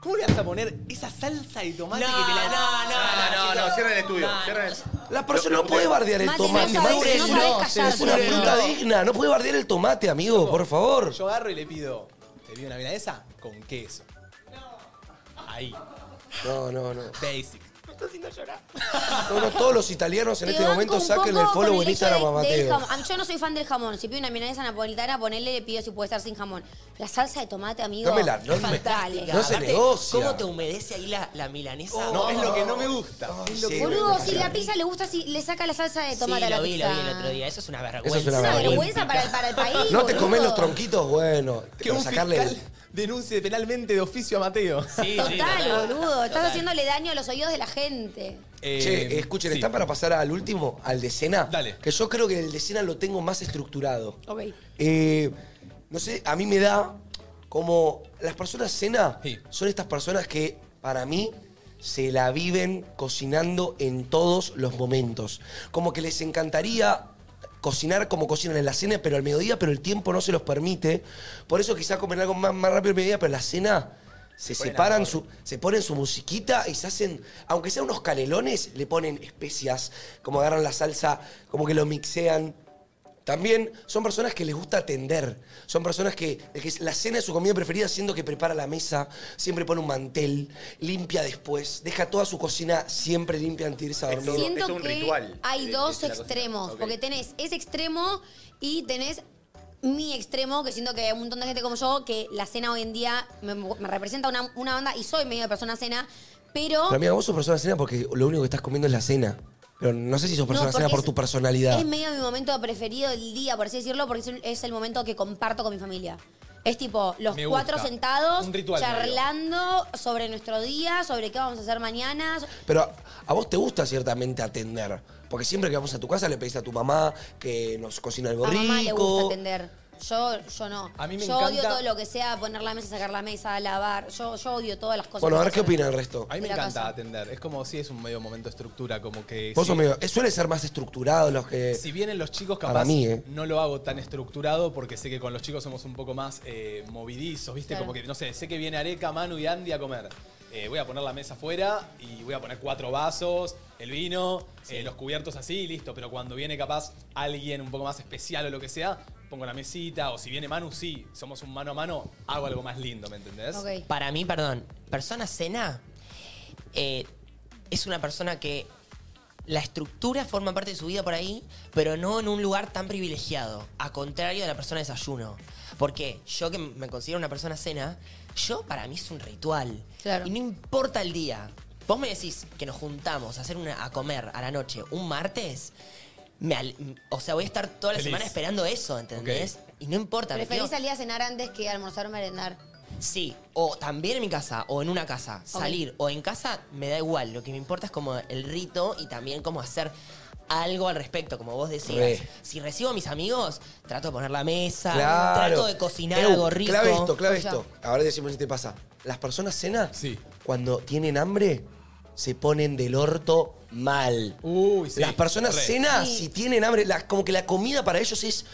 ¿Cómo le vas a poner esa salsa de tomate que te la Ah,
No, no, no, cierra el estudio. Cierra el...
La persona no puede bardear el
Mati, no
tomate.
sabes-
Mauro,
no
es una-
sabes callarte,
es una
boludo.
fruta digna. No puede bardear el tomate, amigo, por favor.
Yo agarro y le pido, te pido una milanesa con queso. Ahí,
No, no, no.
basic.
está haciendo llorar.
No, no, todos los italianos en
Te
este
banco
momento
un
saquen
poco
el
con
follow en
hecho
Instagram
de-
a
del
Mateo.
jamón. A mí- Yo no soy fan del jamón. Si pido una milanesa napolitana, ponele, le pido si puede estar sin jamón. La salsa de tomate, amigo.
Dámela, no
es
me-
fantástica.
no se
Aparte,
negocia.
¿Cómo te humedece ahí la, la milanesa?
No, es lo que no me gusta. Es lo que-
Boludo, si la pizza le gusta, si le saca la salsa de tomate
Sí,
a la
lo vi,
pizza.
lo vi el otro día. Eso es una vergüenza.
Eso es una vergüenza.
vergüenza para el, para el país.
¿No te
boludo.
comes los tronquitos? Bueno,
Que
para
un
sacarle. el-
fiscal denuncie penalmente de oficio a Mateo.
Total, boludo. Estás
Total.
haciéndole daño a los oídos de la gente.
Che, Eh, escuchen, ¿están para pasar al último, al de cena? Dale. Que yo creo que el de cena lo tengo más estructurado.
Ok.
Eh, no sé, a mí me da como. Las personas cena son estas personas que, para mí, se la viven cocinando en todos los momentos. Como que les encantaría cocinar como cocinan en la cena, pero al mediodía, pero el tiempo no se los permite. Por eso quizás comen algo más, más rápido al mediodía, pero en la cena. Se
Ponen
separan, su, se ponen su musiquita y se hacen, aunque sean unos canelones, le ponen especias, como agarran la salsa, como que lo mixean. También son personas que les gusta atender. Son personas que, que la cena es su comida preferida, siendo que prepara la mesa, siempre pone un mantel, limpia después, deja toda su cocina siempre limpia antes de irse a dormir.
Siento que hay
eh,
dos extremos, porque tenés ese extremo y tenés mi extremo, que siento que hay un montón de gente como yo, que la cena hoy en día me, me representa una, una banda y soy medio de persona cena, pero...
Pero amiga, vos sos persona cena porque lo único que estás comiendo es la cena. Pero no sé si sos
No,
persona cena
porque
por
es-
tu personalidad.
Es medio mi momento preferido del día, por así decirlo, porque es el, es el momento que comparto con mi familia. Es tipo, los
Me gusta.
cuatro sentados,
Un ritual,
charlando sobre nuestro día, sobre qué vamos a hacer mañana.
Pero a, a vos te gusta ciertamente atender. Porque siempre que vamos a tu casa le pedís a tu mamá que nos cocine algo
A
rico.
mamá le gusta atender. Yo, yo no.
A mí me
yo odio
encanta-
todo lo que sea poner la mesa, sacar la mesa, lavar. Yo, yo odio todas las cosas.
Bueno, a
que
ver qué
pasan.
opina el resto.
A mí me
De la
encanta
casa.
atender. Es como si es un medio momento estructura, como que.
Vos
si-
sos medio- eh, suele ser más estructurado los que.
Si vienen los chicos, capaz
Para eh, mí, ¿eh?
no lo hago tan estructurado porque sé que con los chicos somos un poco más eh, movidizos, ¿viste?
Claro.
Como que, no sé, sé que viene Areca, Manu y Andy a comer. Eh, voy a poner la mesa afuera y voy a poner cuatro vasos, el vino, eh, los cubiertos así, listo. Pero cuando viene capaz alguien un poco más especial o lo que sea, pongo la mesita. O si viene Manu, sí, somos un mano a mano, hago algo más lindo, ¿me entendés?
Para mí, perdón, persona cena eh, es una persona que la estructura forma parte de su vida por ahí, pero no en un lugar tan privilegiado, a contrario de la persona desayuno. Porque yo que me considero una persona cena, yo para mí es un ritual. Y no importa el día. Vos me decís que nos juntamos a, hacer una, a comer a la noche un martes, me al- o sea, voy a estar toda la
Feliz.
semana esperando eso, ¿entendés? Y no importa. me
Preferís
quedo-
salir a cenar antes que almorzar o merendar.
Sí, o también en mi casa, o en una casa, salir, o en casa me da igual, lo que me importa es como el rito y también como hacer algo al respecto, como vos decías.
Re.
Si recibo a mis amigos, trato de poner la mesa,
Claro.
trato de cocinar
Eh,
algo rico.
Clave esto, clave esto. Ahora decimos si te pasa. Las personas cenan, cuando tienen hambre, se ponen del orto mal.
sí,
las personas
re.
cenan,
Sí.
si tienen hambre, la- como que la comida para ellos es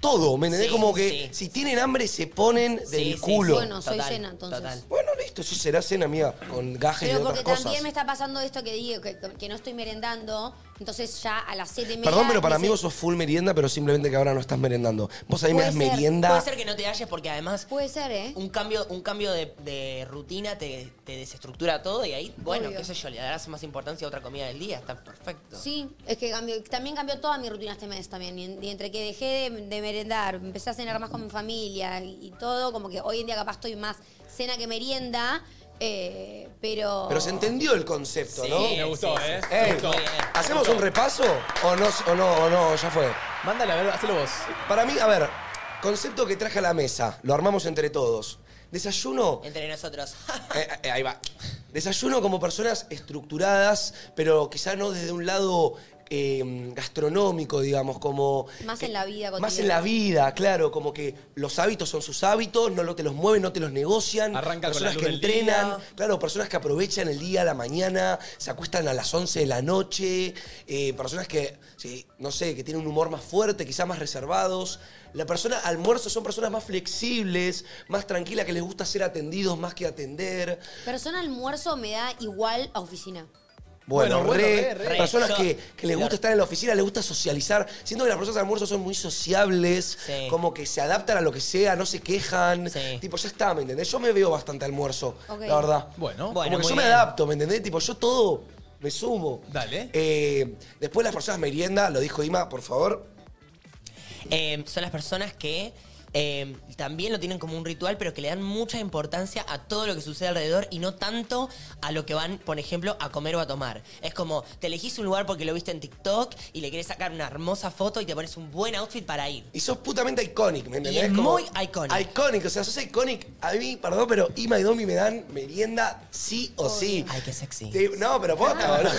todo, ¿me entendés?
Sí,
como que si tienen hambre, se ponen del culo.
Bueno, soy llena, entonces.
Bueno, listo, sí será cena, amiga, con gajes
Pero
de otras
porque
cosas.
también me está pasando esto que digo, que, que no estoy merendando, entonces ya a las 7 y media...
Perdón, pero para
dice-
mí vos sos full merienda, pero simplemente que ahora no estás merendando. Vos ahí me das merienda.
Puede ser que no te halles porque además.
Puede ser, ¿eh?
Un cambio, un cambio de, de rutina te, te desestructura todo y ahí, bueno,
Obvio.
qué sé yo, le darás más importancia a otra comida del día, está perfecto.
Sí, es que cambió- también cambió toda mi rutina este mes también. Y, en- y entre que dejé de, de merendar, empecé a cenar más con mi familia y, y todo, como que hoy en día capaz estoy más cena que merienda, eh, pero...
Pero se entendió el concepto,
Sí,
¿no?
me gustó,
sí,
¿eh?
sí.
Me
Ey,
gustó.
¿Hacemos
Me gustó.
un repaso o no, o no, o no, ya fue?
Mándale, a ver, hacelo vos.
Para mí, a ver, concepto que traje a la mesa, lo armamos entre todos. Desayuno,
Entre nosotros.
Oh. eh, eh, ahí va. Desayuno como personas estructuradas, pero quizá no desde un lado eh, gastronómico, digamos, como
Más en la vida cotidiana.
Eh, más en la vida, claro, como que los hábitos son sus hábitos, no lo- te los mueven, no te los negocian.
Arranca con
personas
la luz
que
del
entrenan,
día.
claro, personas que aprovechan el día, la mañana, se acuestan a las 11 de la noche, eh, personas que, sí, no sé, que tienen un humor más fuerte, quizás más reservados. La persona, almuerzo, son personas más flexibles, más tranquilas, que les gusta ser atendidos más que atender.
Persona almuerzo me da igual a oficina.
Bueno,
Bueno,
re,
bueno, re, re.
personas
Yo-
que, que les gusta estar en la oficina, les gusta socializar. Siento que las personas de almuerzo son muy sociables, como que se adaptan a lo que sea, no se quejan. Tipo, ya está, ¿me entendés? Yo me veo bastante almuerzo,
Ok.
la verdad.
Bueno.
como
Bueno,
que
muy
yo me
bien.
adapto, ¿me entendés? Tipo, yo todo me sumo.
Dale.
Eh, después las personas merienda, lo dijo Ima, por favor.
Eh, son las personas que eh, también lo tienen como un ritual, pero que le dan mucha importancia a todo lo que sucede alrededor y no tanto a lo que van, por ejemplo, a comer o a tomar. Es como, te elegís un lugar porque lo viste en TikTok y le querés sacar una hermosa foto y te pones un buen outfit para ir.
Y sos putamente iconic, ¿me entendés?
es
Como
muy iconic.
Iconic, o sea, sos iconic. A mí, perdón, pero Ima y Domi me dan merienda sí o sí.
Ay, qué sexy. Ah.
Sí, no, pero posta, boludo.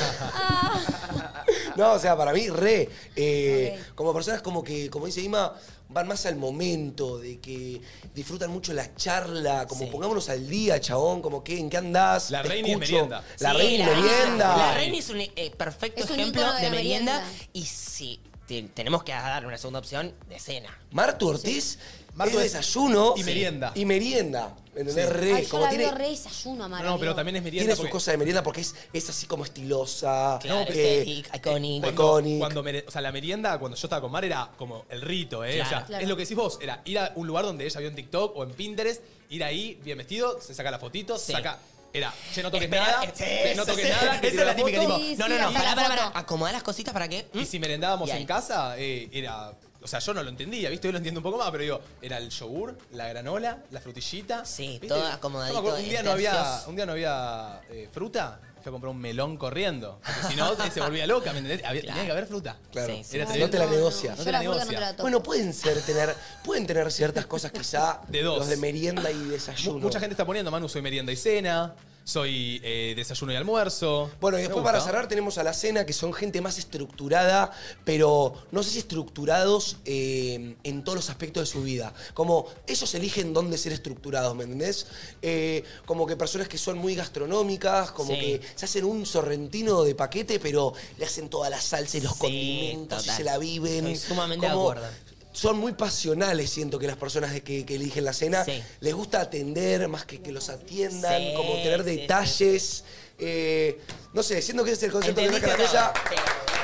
No, o sea, para mí, re. Eh, Como personas como que, como dice Ima, van más al momento, de que disfrutan mucho la charla, como pongámonos al día, chabón, como que, ¿en qué andás?
La
Te
reina es
escucho.
merienda.
La
Sí,
reina es merienda.
La reina es un eh, perfecto
Es un
ejemplo
ícono de
de,
la
merienda.
merienda.
Y si te- tenemos que darle una segunda opción, de cena.
Martu Ortiz
Martu
es
es-
desayuno.
y merienda.
Y merienda. ¿Entendés?
Sí.
Re,
Ay, yo
como
la
tiene,
veo re desayuno, Amara,
No, pero
amigo.
también es merienda.
tiene su
porque-
cosa de merienda porque es, es así como estilosa. eh,
Claro, eh,
que-
estética, iconic.
eh, Cuando,
Iconic.
cuando mere- o sea, la merienda, cuando yo estaba con Mar, era como el rito, ¿eh? o sea,
Claro.
Claro.
es lo que decís vos, era ir a un lugar donde ella vio en TikTok o en Pinterest, ir ahí bien vestido, se saca la fotito, se
Sí.
saca. Era, che, no toques
Espera,
nada,
eh, sí,
che, no
sí,
toques
sí.
nada, que
Esa
tiro
es la típica, tipo,
Sí,
no,
sí,
no, no,
hasta
pará,
la
pará,
foto.
pará. Acomodá las cositas para que...
Y si merendábamos
Y ahí.
en casa, eh, era. O sea, yo no lo entendía, ¿viste? Hoy lo entiendo un poco más, pero digo, era el yogur, la granola, la frutillita.
Sí,
¿viste?
todo
Yo me
acomodadito,
acuerdo, Un día no había,
delicioso.
un día no había eh, fruta, fui a comprar un melón corriendo. Porque si no, se volvía loca, ¿me entendés? Había- Tenía que haber fruta.
Claro.
Sí, sí,
Era
Si
tremendo.
no te la negocia.
No
Yo
te
la
la
fruta no te
negocia.
la toco.
Bueno, pueden ser tener, pueden tener ciertas cosas quizá
De dos.
los de merienda y
Mu-
desayuno.
Mucha gente está poniendo, Manu, soy merienda y cena, soy eh, desayuno y almuerzo.
Bueno, y
Me
después
gusta.
para cerrar tenemos a la cena, que son gente más estructurada, pero no sé si estructurados eh, en todos los aspectos de su vida. Como ellos eligen dónde ser estructurados, ¿me entendés? Eh, como que personas que son muy gastronómicas, como
Sí.
que se hacen un sorrentino de paquete, pero le hacen toda la salsa y los
Sí,
condimentos y
total.
se la viven.
Estoy sumamente de
Como-
acuerdo.
Son muy pasionales, siento que las personas de que, que eligen la cena
Sí.
les gusta atender más que que los atiendan,
Sí,
como tener
sí, sí.
detalles es, eh, no sé, siento que ese es el concepto que
¿Entendiste
traje a la mesa.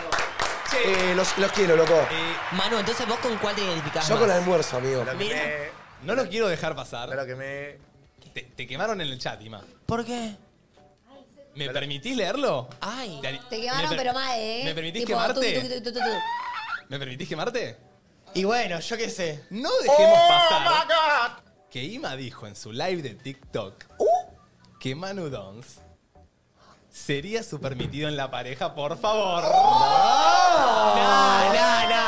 todo?
Eh, los, los quiero, loco.
Eh,
Manu, entonces vos con cuál te identificás
Yo con el
más?
almuerzo, amigo.
Lo
Mira.
quemé,
no lo quiero dejar pasar.
lo quemé.
Te, te quemaron en el chat, Ima.
¿Por qué?
¿Me permitís leerlo?
Ay.
Te quemaron,
¿Me per-
pero mal, ¿eh?
¿Me permitís
Tipo,
quemarte?
tuqui, tuqui, tuqui, tuqui.
¿Me permitís quemarte?
Y bueno, yo qué sé.
No dejemos pasar ¿eh? que Ima dijo en su live de TikTok
Uh.
que Manu Dons sería su permitido en la pareja, por favor.
No, no, no.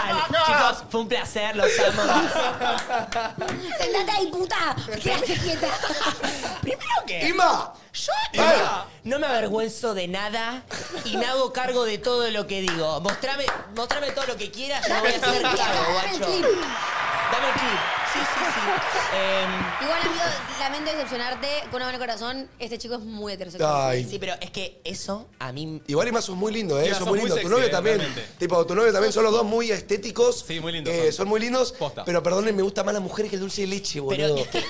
Chicos, fue un placer, los amo.
Sentate ahí, puta. Quédate quieta.
Primero que
Ima,
yo no me avergüenzo de nada y me hago cargo de todo lo que digo. Mostrame, mostrame todo lo que quieras, yo voy a hacer cargo,
Dame el
guacho.
clip.
Dame el clip. Sí, sí, sí. Em,
Igual, amigo, lamento decepcionarte. Con una mano de corazón, este chico es muy heterosexual.
Ay.
sí, pero es que eso a mí
Igual y más sos muy lindo, ¿eh?
Ima,
Sos
sos
muy
muy
lindo. tu
sexy,
novio
eh,
también.
realmente.
Tipo, tu novio también. Son los dos muy estéticos.
Sí, muy lindos
Eh,
son.
son muy lindos.
Posta.
Pero perdonen, me gusta más la mujer que el dulce de leche,
Pero
boludo.
es que Em,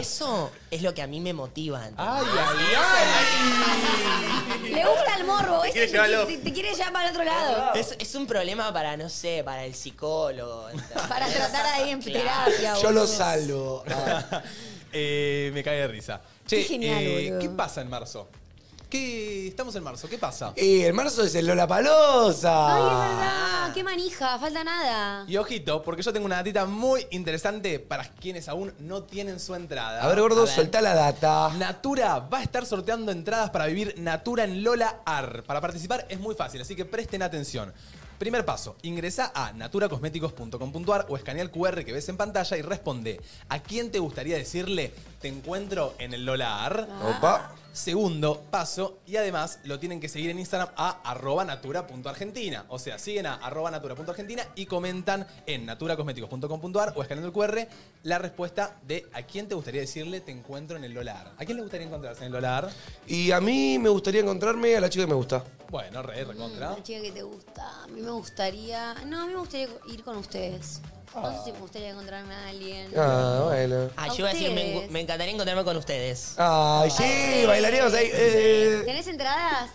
eso es lo que a mí me motiva. ¿entendés?
¡Ay, ay, ay!
Le gusta el morbo. ese
quiere
te,
llevarlo.
te- te quiere llevar para el otro lado.
Es, es un problema para, no sé, para el psicólogo. ¿entendés?
Para tratar ahí en
Claro.
terapia.
Yo
boludo.
lo salvo. Ah.
Eh, me cae de risa. Che,
Qué genial,
eh,
boludo.
¿qué pasa en marzo? ¿Qué, estamos en marzo, ¿qué pasa?
Eh, el marzo es el Lola Palosa.
Ay, es verdad. Ah, Qué manija. Falta nada.
Y ojito, porque yo tengo una datita muy interesante para quienes aún no tienen su entrada.
A ver, gordo,
A ver.
soltá la data.
Natura va a estar sorteando entradas para vivir Natura en Lola Ar. Para participar es muy fácil, así que presten atención. Primer paso, ingresa a naturacosméticos.com.ar o escanea el QR que ves en pantalla y responde ¿A quién te gustaría decirle te encuentro en el Lola Ar?
Ah. Opa.
Segundo paso, y además lo tienen que seguir en Instagram a arroba natura.argentina. O sea, siguen a arroba natura.argentina y comentan en naturacosméticos.com.ar o escaneando el QR la respuesta de a quién te gustaría decirle te encuentro en el Lolar. ¿A quién le gustaría encontrarse en el Lolar?
Y a mí me gustaría encontrarme a la chica que me gusta.
Bueno, re, recontra.
Una chica que te gusta. A mí me gustaría. No, a mí me gustaría ir con ustedes. No sé si me gustaría encontrarme a alguien.
Ah, bueno.
Ah,
¿A
yo iba a decir, me,
ustedes?
engu- me encantaría encontrarme con ustedes.
Ay, sí, bailaríamos ahí. eh.
¿Tenés entradas?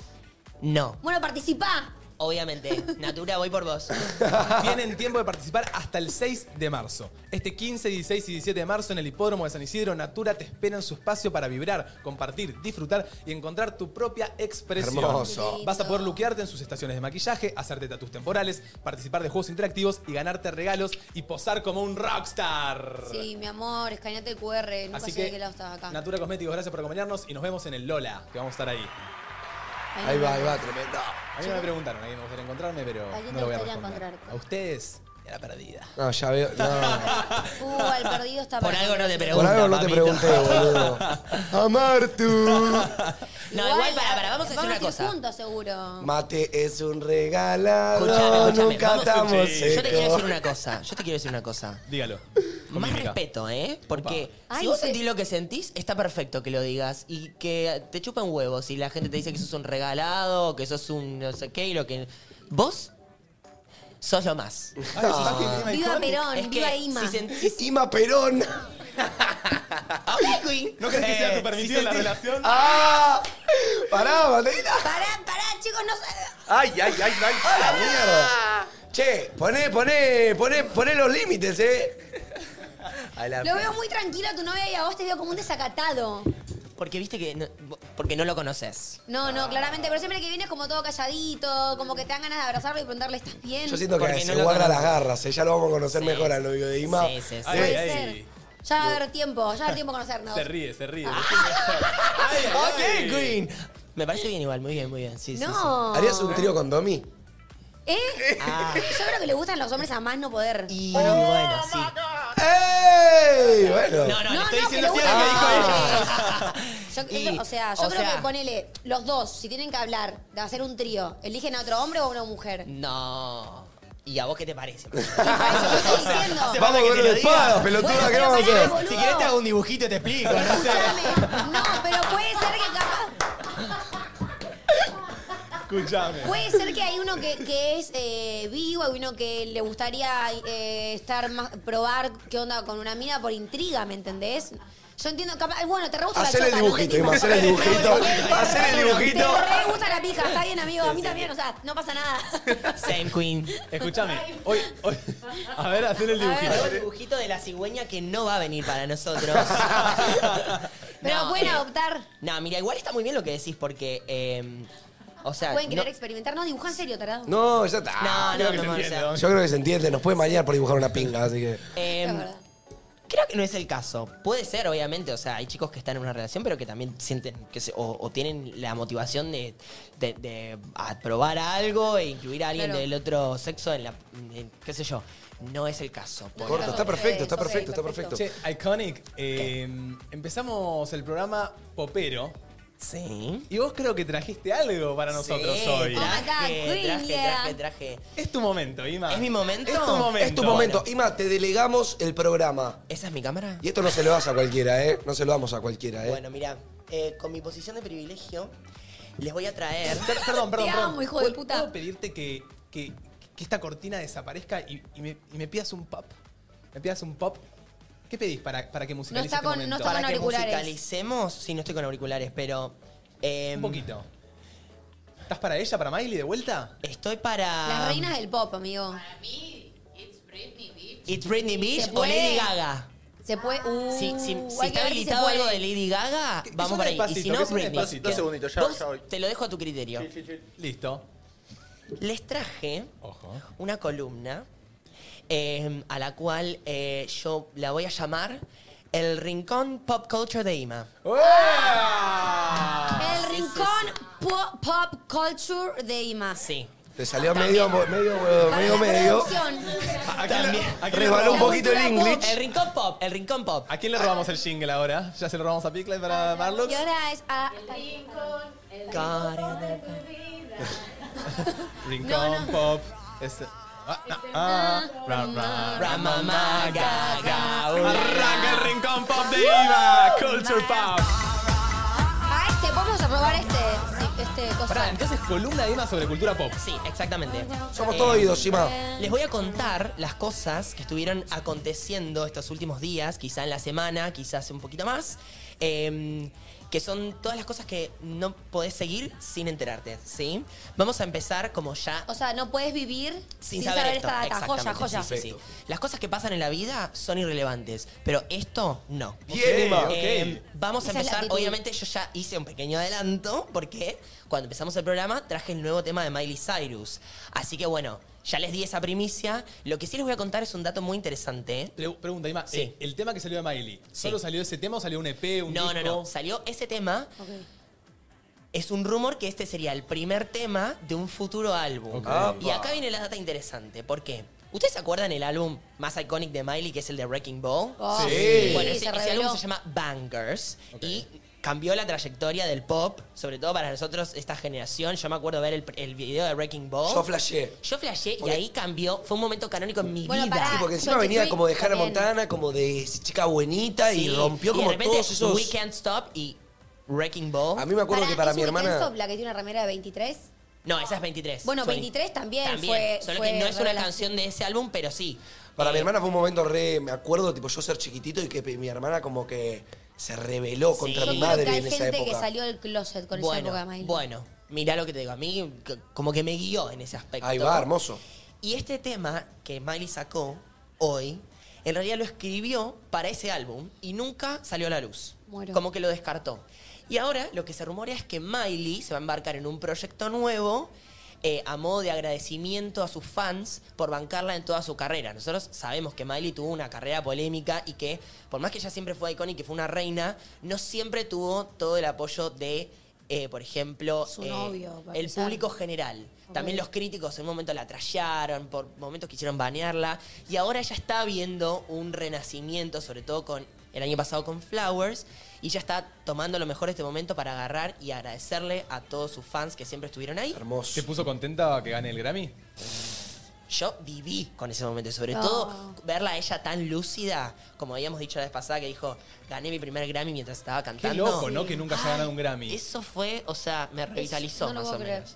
No.
Bueno, participá.
obviamente. Natura, voy por vos.
Tienen tiempo de participar hasta el 6 de marzo. Este 15, 16 y 17 de marzo en el Hipódromo de San Isidro, Natura te espera en su espacio para vibrar, compartir, disfrutar y encontrar tu propia expresión.
Hermoso.
Vas a poder luquearte en sus estaciones de maquillaje, hacerte tatuajes temporales, participar de juegos interactivos y ganarte regalos y posar como un rockstar.
Sí, mi amor, escaneate el QR. Nunca
Así
sé de
que,
qué lado estabas acá.
Natura Cosméticos, gracias por acompañarnos y nos vemos en el Lola, que vamos a estar ahí.
Ahí va, ahí va,
tremendo.
A mí no me preguntaron, a mí me gustaría encontrarme, pero
¿A quién
no
te
lo voy a
gustaría
responder.
encontrarte?
A ustedes, a la perdida.
No, ya veo. No.
Uh, al perdido está
Por
para-
algo no te pregunto.
Por algo no te
papito.
pregunté, boludo. Amartu.
No, igual, para, para, vamos a decir una
ir
cosa.
juntos, seguro.
Mate es un regalado.
Escuchame, escuchame,
Nunca
vamos-
estamos
Sí. Yo te quiero
secos.
decir una cosa. Yo te quiero decir una cosa.
Dígalo.
Más respeto, ¿eh? Porque
Opa.
si
Ay,
vos
se-
sentís lo que sentís, está perfecto que lo digas. Y que te chupen huevos y la gente te dice que sos un regalado, que sos un no sé qué y lo que. Vos sos lo más.
Viva Perón,
Es que
viva Ima.
si sentís-
Ima Perón.
¿No crees que sea
Eh,
tu permitido la relación?
¡Ah! ¡Pará, Mateita!
Pará, pará, chicos, no sé.
¡Ay, ay, ay, ay! ¡A la mierda! Che, poné, poné, poné, poné los límites, ¿eh?
A la-
Lo veo muy tranquilo a tu novia y a vos te veo como un desacatado.
Porque viste que. no- porque no lo conoces.
No, no, claramente, pero siempre que vienes como todo calladito, como que te dan ganas de abrazarlo y preguntarle, ¿estás bien?
Yo siento que
Porque
se
no lo
guarda las
conozco.
garras, ¿eh? ya lo vamos a conocer mejor al novio de Ima.
Sí, sí, sí.
Ay,
Puede
ay.
ser. Ya va a haber tiempo, ya va a haber tiempo de conocernos.
Se ríe, se ríe.
ok, Queen. Me parece bien igual, muy bien, muy bien. Sí, sí,
No.
¿Harías un trío con Domi?
¿Eh? Yo creo que le gustan los hombres a más no poder. Oh,
sí. Ah. Bueno, bueno, sí.
¡Ey! Bueno.
No, no, le
No,
estoy
no,
diciendo
que
sí
le
a lo que
gusta.
dijo ella.
Yo-
Y,
esto- o sea, yo
o
creo
sea-
que ponele los dos, si tienen que hablar de hacer un trío, eligen a otro hombre o a una mujer.
No. ¿Y a vos qué te parece?
Eso te estoy diciendo.
Vamos con la espada, pelotuda,
Bueno,
¿qué
pero
vamos a
pará,
hacer?
boludo.
Si querés te hago un dibujito y te explico. No sé.
Escúchame. No, pero puede ser que capaz.
Escuchame.
Puede ser que hay uno que, que es eh, vivo, hay uno que le gustaría eh, estar más, probar qué onda con una mina por intriga, ¿me entendés? Yo entiendo, capaz, bueno, te re gusta
Hacer
la
el
chota,
dibujito, Ima,
no
hacer el dibujito. Hacer el dibujito.
Me gusta la pija, está bien, amigo, a mí también, o sea, no pasa nada.
Same queen.
Escuchame. Hoy, hoy. A ver, hacer el dibujito.
Hago el dibujito de la cigüeña que no va a venir para nosotros.
Pero
No,
pueden
eh,
adoptar,
No, mira, igual está muy bien lo que decís porque. eh, o sea.
pueden
no,
querer experimentar. No, dibujan serio, tarado.
No, ya está.
no, no,
que
mi
se
amor, o sea,
entiende,
Yo creo que se entiende, nos puede mañar por dibujar una pinga, así que.
eh,
Es verdad.
Creo que no es el caso. Puede ser, obviamente. O sea, hay chicos que están en una relación, pero que también sienten que se- o, o tienen la motivación de, de- de a- probar algo e incluir a alguien
Claro.
del otro sexo en la. en- qué sé yo. No es el caso. por- eh,
Corto, está perfecto, está
Ok,
perfecto, está
ok,
perfecto.
Che, Iconic, eh, empezamos el programa Popero.
Sí.
Y vos creo que trajiste algo para nosotros
Sí,
hoy.
Ah.
Traje,
Oh my God,
eh, traje,
Julia.
traje, traje.
Es tu momento, Ima.
¿Es mi momento?
Es tu momento.
Es tu momento. Ima, te delegamos el programa.
¿Esa es mi cámara?
Y esto no se lo das a cualquiera, ¿eh? No se lo damos a cualquiera, ¿eh?
Bueno, mira, eh, con mi posición de privilegio, les voy a traer.
Per- perdón, perdón.
Te
perdón.
amo, hijo de
¿Puedo-
puta.
¿Puedo pedirte que, que- que esta cortina desaparezca y, y me, y me pidas un pop? ¿Me pidas un pop? ¿Qué pedís para, para que musicalice
está
este
con- no
momento?
está
Para
con
que
auriculares.
musicalicemos. Sí, no estoy con auriculares, pero. eh,
Un poquito. ¿Estás para ella, para Miley, de vuelta?
Estoy para.
Las reinas del pop, amigo.
Para mí, it's Britney Beach.
¿It's Britney Beach
Se
o Lady
puede.
Gaga?
Se puede. Uh,
Si, si- si
hay que
está
ver si se
habilitado
puede.
algo de Lady Gaga,
que
vamos
suene
para ahí. Y si
despacito,
no,
que suene
Britney.
despacito.
Bien.
Dos segunditos, ya,
Vos
ya voy.
Te lo dejo a tu criterio.
Listo.
Les traje
Ojo.
una columna eh, a la cual eh, yo la voy a llamar El Rincón Pop Culture de Ima.
El
Ah, sí,
rincón po- pop culture de IMAS.
Sí.
Te salió medio, mo- medio, medio,
Para
medio,
la
medio.
producción.
¿A quién, le, a quién le
Resbaló un
robamos-
poquito el English.
El Rincón Pop, el Rincón Pop.
¿A quién le robamos el jingle ahora? ¿Ya se lo robamos a Pickley para Marlux?
Y ahora es a.
Rincón
No, Este, no.
Pop. Es- ah, ah, ah, ra, ra, ra.
Ramamá, Gaga,
Arranca el Rincón Pop de Iva. Culture Pop.
A este, vamos a probar este. sí, Este
Pará,
cosa.
entonces columna de Ima sobre cultura pop.
Sí, exactamente. Eh,
Somos todos oídos, Ima.
Les voy a contar las cosas que estuvieron aconteciendo estos últimos días, quizá en la semana, quizás un poquito más, eh, que son todas las cosas que no podés seguir sin enterarte, ¿sí? Vamos a empezar como ya
O sea, no puedes vivir sin,
sin, saber, esto.
esta data. Joya,
Exactamente,
joya.
sí, sí, sí. Las cosas que pasan en la vida son irrelevantes, pero esto no.
Bien, ok.
Eh, vamos a
Esa es la
empezar,
actitud.
obviamente yo ya hice un pequeño adelanto porque cuando empezamos el programa traje el nuevo tema de Miley Cyrus. Así que bueno, ya les di esa primicia. Lo que sí les voy a contar es un dato muy interesante.
pregunta, Ima,
Sí.
eh, el tema que salió de Miley, ¿solo salió ese tema o salió un EP, un
No,
disco?
no, no. Salió ese tema. Es un rumor que este sería el primer tema de un futuro álbum.
Ok. Apa.
Y acá viene la data interesante. ¿Por qué? ¿Ustedes se acuerdan el álbum más icónico de Miley, que es el de Wrecking Ball?
Oh, Sí. sí,
Bueno,
se
ese, ese
reveló.
álbum se llama Bangers y cambió la trayectoria del pop, sobre todo para nosotros, esta generación. Yo me acuerdo ver el, el video de Wrecking Ball.
Yo flashé.
Yo flashé y
Porque-
ahí cambió. Fue un momento canónico en mi vida.
Sí, porque encima venía como de Hannah Montana, como de chica buenita
Sí,
y rompió
y de
como
repente,
todos esos.
We Can't Stop y Wrecking Ball.
A mí me acuerdo que para mi hermana.
la que tiene una remera de 23?
No, esa es 23.
Bueno,
Sorry.
23 también,
También.
fue.
Solo
fue
que no es una
revelación.
canción de ese álbum, pero sí.
Para
eh.
mi hermana fue un momento re. Me acuerdo, tipo, yo ser chiquitito y que mi hermana como que se rebeló contra
Yo
mi
creo que
madre
hay
en esa
gente que
época.
salió del closet con esa
bueno,
época de Miley.
bueno, mirá lo que te digo. A mí c- como que me guió en ese aspecto.
Ahí va, hermoso.
Y este tema que Miley sacó hoy, en realidad lo escribió para ese álbum y nunca salió a la luz.
Muero.
Como que lo descartó. Y ahora lo que se rumorea es que Miley se va a embarcar en un proyecto nuevo eh, a modo de agradecimiento a sus fans por bancarla en toda su carrera. Nosotros sabemos que Miley tuvo una carrera polémica y que, por más que ella siempre fue icónica y que fue una reina, no siempre tuvo todo el apoyo de, eh, por ejemplo,
Su
eh,
novio, para
el
empezar.
público general.
Ok.
También los críticos en un momento la trallaron, por momentos quisieron banearla. Y ahora ya está viendo un renacimiento, sobre todo con el año pasado con Flowers. Y ya está tomando lo mejor de este momento para agarrar y agradecerle a todos sus fans que siempre estuvieron ahí.
Hermoso.
¿Te puso contenta que gane el Grammy?
Yo viví con ese momento, sobre
Oh.
No.
todo verla a ella tan lúcida, como habíamos dicho la vez pasada, que dijo, gané mi primer Grammy mientras estaba
Qué
cantando.
loco, ¿no? Que nunca haya ganado un
Ay,
Grammy.
Eso fue, o sea, me revitalizó
no lo
más
puedo
o
creer.
menos.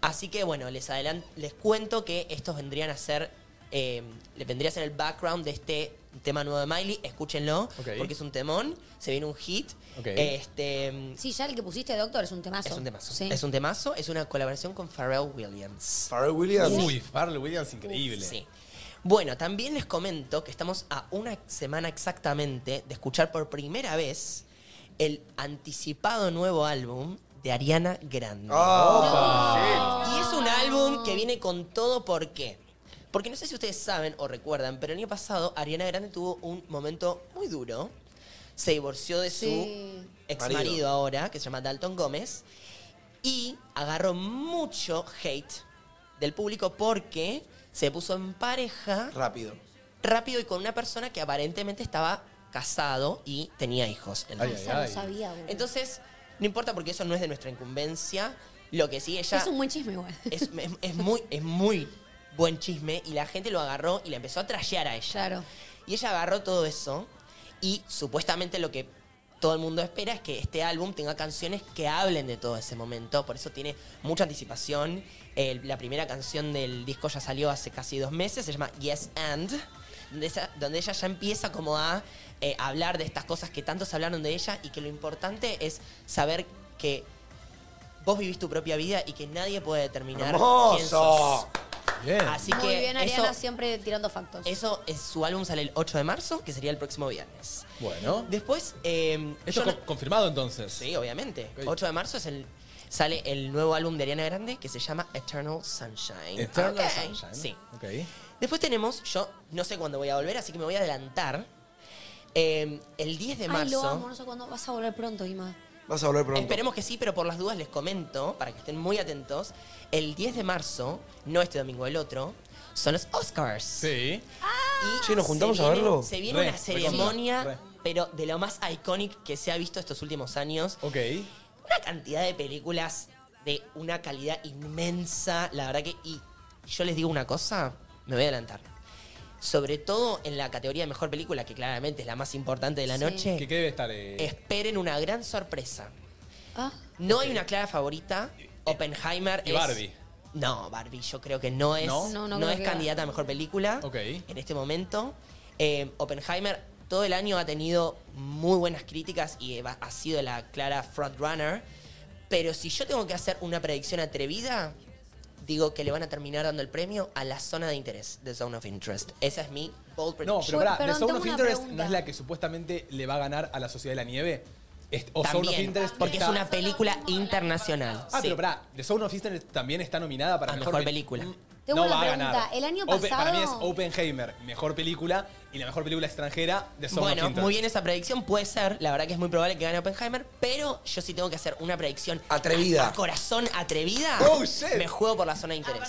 Así que bueno, les adelan- les cuento que estos vendrían a ser, eh, le vendría a ser el background de este tema nuevo de Miley. Escúchenlo,
Ok.
porque es un temón, se viene un hit.
Ok.
Este,
Sí, ya el que pusiste, Doctor, es un temazo.
es un temazo.
Sí.
Es un temazo, es una colaboración con Pharrell Williams.
Pharrell
Uy, Farley Williams, increíble.
Sí. Bueno, también les comento que estamos a una semana exactamente de escuchar por primera vez el anticipado nuevo álbum de Ariana Grande.
Ah, ¡Opa!
Y es un álbum que viene con todo por qué. Porque no sé si ustedes saben o recuerdan, pero el año pasado Ariana Grande tuvo un momento muy duro. Se divorció de su ex marido
Marido.
ahora, que se llama Dalton Gómez, y agarró mucho hate del público porque se puso en pareja
Rápido.
rápido y con una persona que aparentemente estaba casado y tenía hijos.
Ay,
Entonces,
Eso no sabía, boludo.
Entonces, no importa porque eso no es de nuestra incumbencia. Lo que sí ella
Es un buen chisme igual.
es, es- es muy, es muy buen chisme y la gente lo agarró y la empezó a trashear a ella.
Claro.
Y ella agarró todo eso y supuestamente lo que todo el mundo espera es que este álbum tenga canciones que hablen de todo ese momento. Por eso tiene mucha anticipación. El- la primera canción del disco ya salió hace casi dos meses, se llama Yes And. Donde esa- donde ella ya empieza como a eh, hablar de estas cosas que tanto se hablaron de ella y que lo importante es saber que vos vivís tu propia vida y que nadie puede determinar quién sos.
¡Hermoso!
Así
Muy
que
bien,
eso,
Ariana, siempre tirando factos.
eso es- su álbum sale el 8 de marzo, que sería el próximo viernes.
Bueno.
Después, eh,
Esto
yo
co-
no-
confirmado entonces.
sí, obviamente. 8 de marzo es el sale el nuevo álbum de Ariana Grande que se llama Eternal Sunshine.
Eternal
Ok.
Sunshine.
Sí.
Ok.
Después tenemos, yo no sé cuándo voy a volver, así que me voy a adelantar. Eh, el 10 de marzo.
Ay, lo amo, no sé cuándo. Vas a volver pronto, Ima.
Vas a volver pronto.
Esperemos que sí, pero por las dudas les comento, para que estén muy atentos. El 10 de marzo, no este domingo, el otro, son los Oscars. Ah,
Sí.
Che, ¿nos juntamos
se
a
viene-
verlo?
Se viene
Re,
una ceremonia, pero de lo más icónico que se ha visto estos últimos años.
Ok.
Una cantidad de películas de una calidad inmensa, la verdad que... Y yo les digo una cosa, me voy a adelantar. Sobre todo en la categoría de mejor película, que claramente es la más importante de la noche
¿Qué, qué debe estar? eh?
esperen una gran sorpresa.
Ah.
No hay una clara favorita. Oppenheimer
y
es-
Barbie.
No, Barbie yo creo que no es,
¿No?
no,
No, no
creo
es
que-
candidata a mejor película
Ok.
en este momento. Eh, Oppenheimer todo el año ha tenido muy buenas críticas y va- ha sido la clara frontrunner. Pero si yo tengo que hacer una predicción atrevida, digo que le van a terminar dando el premio a la zona de interés, The Zone of Interest. Esa es mi bold prediction.
No, pero pará, The Zone of Interest no es la que supuestamente le va a ganar a la Sociedad de la Nieve. Es- o Zone of
También,
Interest
porque
está-
es una película internacional.
Ah,
sí.
pero pará, The Zone of Interest también está nominada para mejor,
mejor
pe-
película.
Mm,
Tengo
no
una
va
pregunta.
a ganar.
El año
Ope- para mí es
pasado-
Oppenheimer, mejor película, y la mejor película extranjera, The Zone of
Bueno,
Interest.
muy bien esa predicción, puede ser. La verdad que es muy probable que gane Oppenheimer, pero yo sí tengo que hacer una predicción
Atrevida.
A, a corazón atrevida.
Oh, shit.
Me juego por la zona de interés.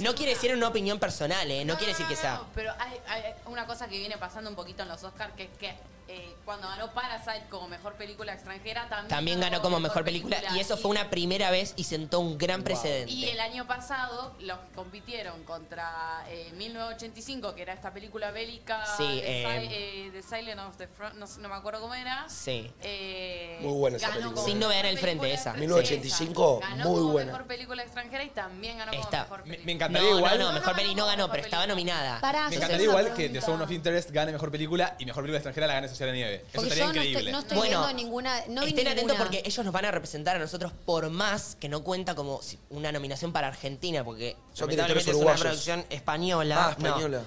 no quiere decir una opinión personal, ¿eh? No, quiere decir que sea.
Pero hay, hay una cosa que viene pasando un poquito en los Oscars, que es que eh, cuando ganó Parasite como mejor película extranjera, también,
También ganó como mejor película y eso fue una primera vez y sentó un gran precedente.
Y el año pasado los que compitieron contra eh, 1985, que era esta película bélica
Sí,
de
eh,
Si- eh, The Silent of the Front, no, sé- no me acuerdo cómo era.
Sí.
Eh,
Muy buena esa
ganó
película.
como
Sin no ver
mejor
el frente,
película
esa.
extranjera.
Oh,
1985,
Ganó
muy
como
buena.
mejor película extranjera y también ganó como
Está.
mejor película.
Me encantaría
no,
igual.
no, no, mejor peli no ganó, pero estaba nominada.
Pará,
Me
yo
encantaría
tengo una
igual que The
pregunta.
Zone of Interest gane mejor película y mejor película extranjera la gane Sociedad de la Nieve. Eso
Porque
estaría
yo no
increíble.
estoy, no estoy
Bueno,
viendo ninguna. No vi
Estén atentos
ninguna.
porque ellos nos van a representar a nosotros por más que no cuenta como si- una nominación para Argentina, porque
Son
lamentablemente
directores
es una
uruguayos.
producción española.
Ah, española.
No.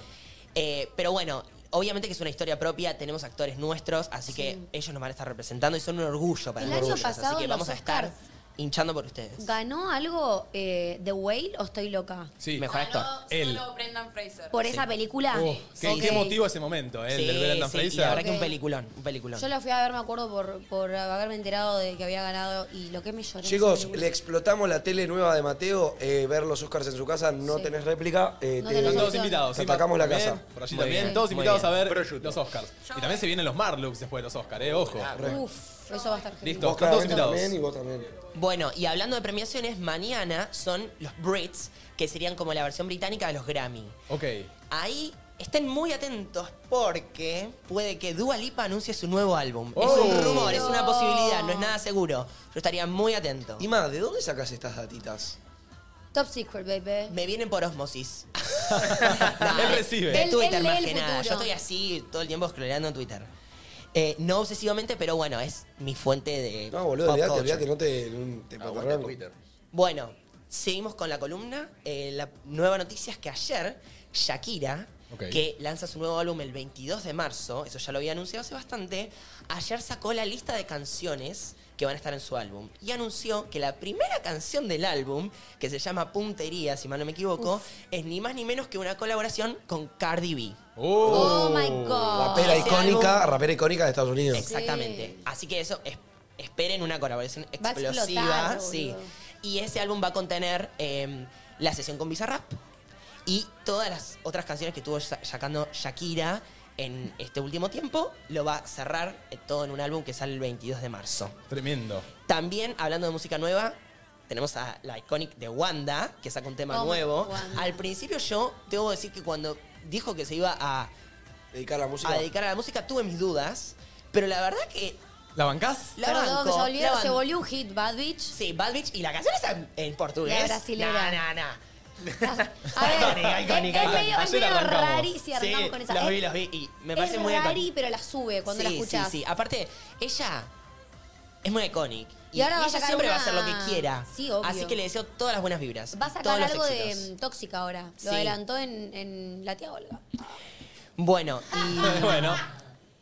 Eh, pero bueno, obviamente que es una historia propia, tenemos actores nuestros, así que ellos nos van a estar representando y son un orgullo para
El año
nosotros.
pasado
así que
los
vamos a estar
Oscars-
hinchando por ustedes.
¿Ganó algo eh, The Whale o estoy loca?
Sí.
Mejor actor.
Él.
Solo Brendan Fraser.
¿Por esa película?
Oh, qué,
Ok.
qué emotivo ese momento, ¿eh? el del Brendan
sí, y
Fraser.
la verdad que un
Ok.
peliculón, un peliculón.
Yo la fui a ver, me acuerdo, por, por haberme enterado de que había ganado y lo que me lloré.
Chicos,
Sí.
le explotamos la tele nueva de Mateo. eh, ver los Oscars en su casa, no
Sí.
tenés réplica. eh,
No
te-
tenés
Están todos
Eso.
invitados.
Te
sí,
atacamos la
también,
casa.
Por allí
Muy
también.
bien,
Todos
muy
invitados
bien.
a ver los Oscars. Y también se vienen los Marlux después de los Oscars, ¿eh? Ojo.
Ah,
Uf, eso va a estar genial.
Listo,
Vos
están todos
claramente
invitados.
también y vos Ah, también.
Bueno, y hablando de premiaciones, mañana son los Brits, que serían como la versión británica de los Grammy.
Ok.
Ahí estén muy atentos porque puede que Dua Lipa anuncie su nuevo álbum.
Oh.
Es un rumor, es una posibilidad, no es nada seguro. Yo estaría muy atento.
Y más, ¿de dónde sacas estas datitas?
Top Secret, baby.
Me vienen por osmosis.
Él
de-
recibe.
De
Él-
Twitter
él lee
más
el
que nada. Yo
futuro.
estoy así todo el tiempo scrolleando en Twitter. Eh, no obsesivamente, pero bueno, es mi fuente de.
No, boludo,
pop
olvídate,
culture.
olvídate, no te, no te
Aguante
patarran.
Twitter.
Bueno, seguimos con la columna. Eh, la nueva noticia es que ayer Shakira,
Ok.
que lanza su nuevo álbum el 22 de marzo, eso ya lo había anunciado hace bastante, ayer sacó la lista de canciones que van a estar en su álbum y anunció que la primera canción del álbum, que se llama Puntería, si mal no me equivoco, es ni más ni menos que una colaboración con Cardi B.
Oh, my god.
Rapera
Ese
icónica,
álbum-
rapera icónica de Estados Unidos.
Exactamente. Así que eso, es- esperen una colaboración
Va a
explosiva.
explotar, boludo.
sí. Y ese álbum va a contener eh, la sesión con Bizarrap y todas las otras canciones que estuvo sa- sacando Shakira en este último tiempo. Lo va a cerrar eh, todo en un álbum que sale el 22 de marzo.
Tremendo.
También, hablando de música nueva, tenemos a la iconic de Wanda, que saca un tema
Oh,
nuevo.
Wanda.
Al principio yo, debo decir que cuando dijo que se iba a,
Dedicar la
a
música.
dedicar a la música, tuve mis dudas. Pero la verdad que
¿La bancás?
la
Perdón,
banco,
que se
la
volvió,
ban-
se volvió un hit, Bad Bitch.
Sí, Bad Bitch. Y la canción está en, en portugués.
La brasilera.
No, no, no.
A ver,
Icónica, icónica,
es, es medio, es
Ayer
medio
arrancamos.
rari si arrancamos
Sí,
con esa.
los vi,
Es-
los vi. Y me parece
es
muy
rari,
icónico.
pero la sube cuando la
Sí,
escuchas.
Sí, sí. Aparte, ella es muy icónica. Y,
Y ahora va a
ella
sacar
siempre va a
una-
hacer lo que quiera.
Sí, obvio.
Así que le deseo todas las buenas vibras.
Va a sacar
todos los
algo de
éxitos.
mm, tóxica ahora.
Sí.
Lo adelantó en, en la tía Olga.
Bueno, y
bueno,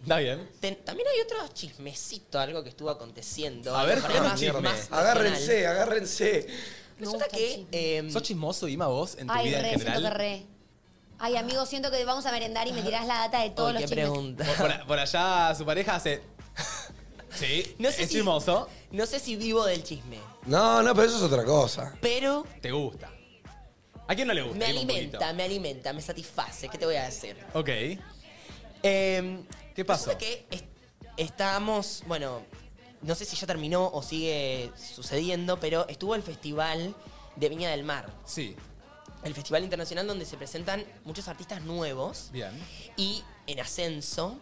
está bien.
ten- también hay otro chismecito, algo que estuvo aconteciendo.
A
algo
ver,
por
tenemos
más-
chisme.
más nacional.
Agárrense, agárrense.
Resulta
Me gusta el
que. eh,
¿Sos chismoso, Dima, vos, en tu
Ay,
vida
re,
en
siento que
general?
re. Ay, amigo, siento que vamos a merendar y me tirás la data de todos
uy,
los
qué
chismes.
pregunta.
Por, por- por allá su pareja hace. Sí,
No sé
es
si-
chismoso.
No sé si vivo del chisme,
No, no, pero eso es otra cosa.
pero
Te gusta. ¿A quién no le gusta?
me
Dime un
alimenta, me alimenta, me satisface. ¿Qué te voy a decir?
poquito. Ok.
Eh,
¿Qué pasó?
resulta que est- estábamos, bueno, no sé si ya terminó o sigue sucediendo, pero estuvo el festival de Viña del Mar,
Sí,
el festival internacional donde se presentan muchos artistas nuevos
bien.
y en ascenso.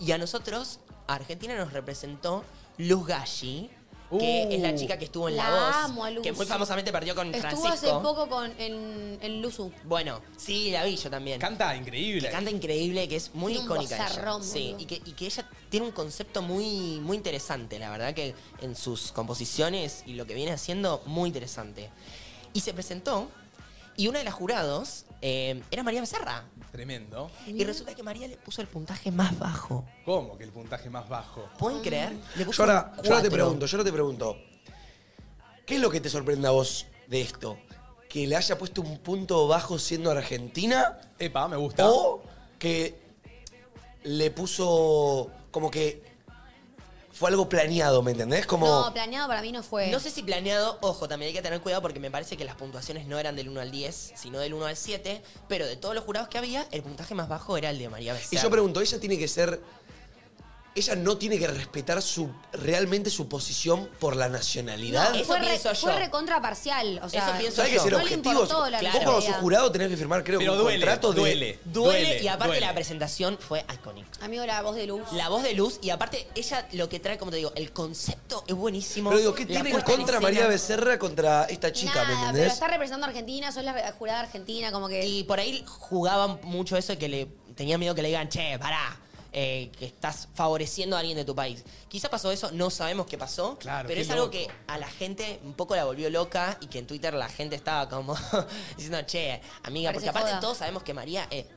Y a nosotros, a Argentina nos representó Luz Galli, que
Uh.
es la chica que estuvo en La,
La
Voz.
amo a Luzu.
que muy famosamente perdió con
Estuvo hace
Francisco.
poco con, en, en Luzu.
Bueno, sí, la vi yo también. Canta increíble. Que canta increíble, que es muy
Tiene un
icónica ella.
vozarrón,
Sí,
boludo.
y que, y que ella tiene un concepto muy, muy interesante, la verdad, que en sus composiciones y lo que viene haciendo, muy interesante. Y se presentó, y una de las jurados eh, era María Becerra.
Tremendo.
Y resulta que María le puso el puntaje más bajo.
¿Cómo que el puntaje más bajo?
¿Pueden creer? Le puso
Yo ahora, yo ahora te
cuatro.
pregunto, yo ahora te pregunto. ¿Qué es lo que te sorprende a vos de esto? ¿Que le haya puesto un punto bajo siendo Argentina?
Epa, me gusta.
¿O que le puso como que fue algo planeado, ¿me entendés? Como...
No, planeado para mí no fue.
No sé si planeado, ojo, también hay que tener cuidado porque me parece que las puntuaciones no eran del 1 al 10, sino del 1 al 7, pero de todos los jurados que había, el puntaje más bajo era el de María
Y
Becerra.
yo pregunto, ella tiene que ser. Ella no tiene que respetar su realmente su posición por la nacionalidad.
No, fue, re, fue recontra parcial. O sea,
Hay que ser
no le
objetivos.
importó la
Vos como su
realidad.
jurado tenés que firmar, creo, que
Pero
un
duele,
contrato de.
duele.
Duele, y aparte
duele.
la presentación fue icónica.
Amigo, la voz de Luz.
La voz de Luz y aparte ella lo que trae, como te digo, el concepto es buenísimo.
Pero digo, ¿qué
La
tiene en
puesta en
contra
escena-
María Becerra contra esta chica,
Nada,
¿me
Ah, pero
entendés?
está representando a Argentina, sos la jurada argentina, como que...
Y por ahí jugaban mucho eso de que le tenía miedo que le digan, che, pará, eh, que estás favoreciendo a alguien de tu país. Quizá pasó eso, no sabemos qué pasó, pero
qué
es algo
loco.
que a la gente un poco la volvió loca y que en Twitter la gente estaba como diciendo, che, amiga,
Parece
porque aparte
joda.
todos sabemos que María eh,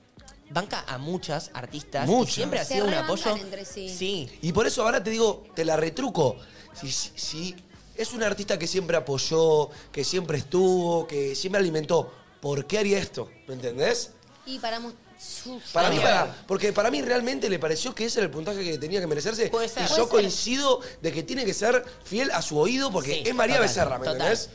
banca a muchas artistas y
Muchas.
siempre ha
Se
sido un
rebancan
apoyo.
entre sí.
Sí.
Y por eso ahora te digo, te la retruco. Si, si- si es una artista que siempre apoyó, que siempre estuvo, que siempre alimentó, ¿por qué haría esto? ¿Me entendés?
Y para... mu- su-
Para mí, para, porque para mí realmente le pareció que ese era el puntaje que tenía que merecerse.
ser.
Y
Puede
yo
ser.
coincido de que tiene que ser fiel a su oído porque
Sí,
es María
total,
Becerra, ¿me
total.
entendés?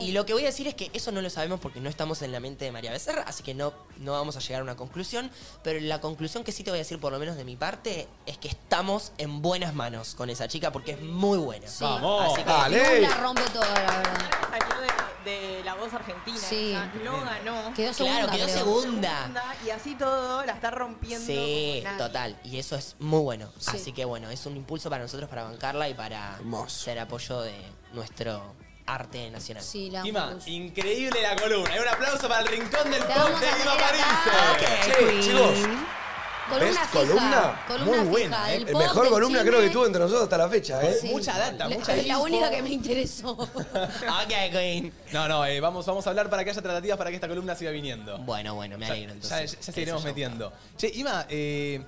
Y lo que voy a decir es que eso no lo sabemos porque no estamos en la mente de María Becerra, así que no, no vamos a llegar a una conclusión. Pero la conclusión que sí te voy a decir, por lo menos de mi parte, es que estamos en buenas manos con esa chica porque es muy buena.
Sí.
Vamos.
Así que-
Luz la rompe toda, la verdad.
Salió de, de la voz argentina.
Sí.
o sea, no ganó.
Claro,
Quedó
segunda, quedó creo. segunda.
Segunda, Y así todo la está rompiendo.
Sí,
como nadie.
total. Y eso es muy bueno.
Sí.
Así que bueno, es un impulso para nosotros para bancarla y para ser apoyo de nuestro arte nacional.
Sí, la
Kima, increíble la columna. Y un aplauso para el rincón del
Te
pop
vamos
de
a
Kima
tener acá. Ok,
París.
Queen.
Columna
¿Ves?
fija,
columna?
columna fija del
El
pop,
mejor
del
columna
cine.
creo que tuvo entre nosotros hasta la fecha, ¿eh?
Sí. La- Es la
info.
única que me interesó.
ok, Queen.
No, no, eh, vamos, vamos a hablar para que haya tratativas para que esta columna siga viniendo.
Bueno, bueno, me alegro.
Ya, ya,
entonces.
seguiremos
Eso ya
metiendo. Che, Ima, eh,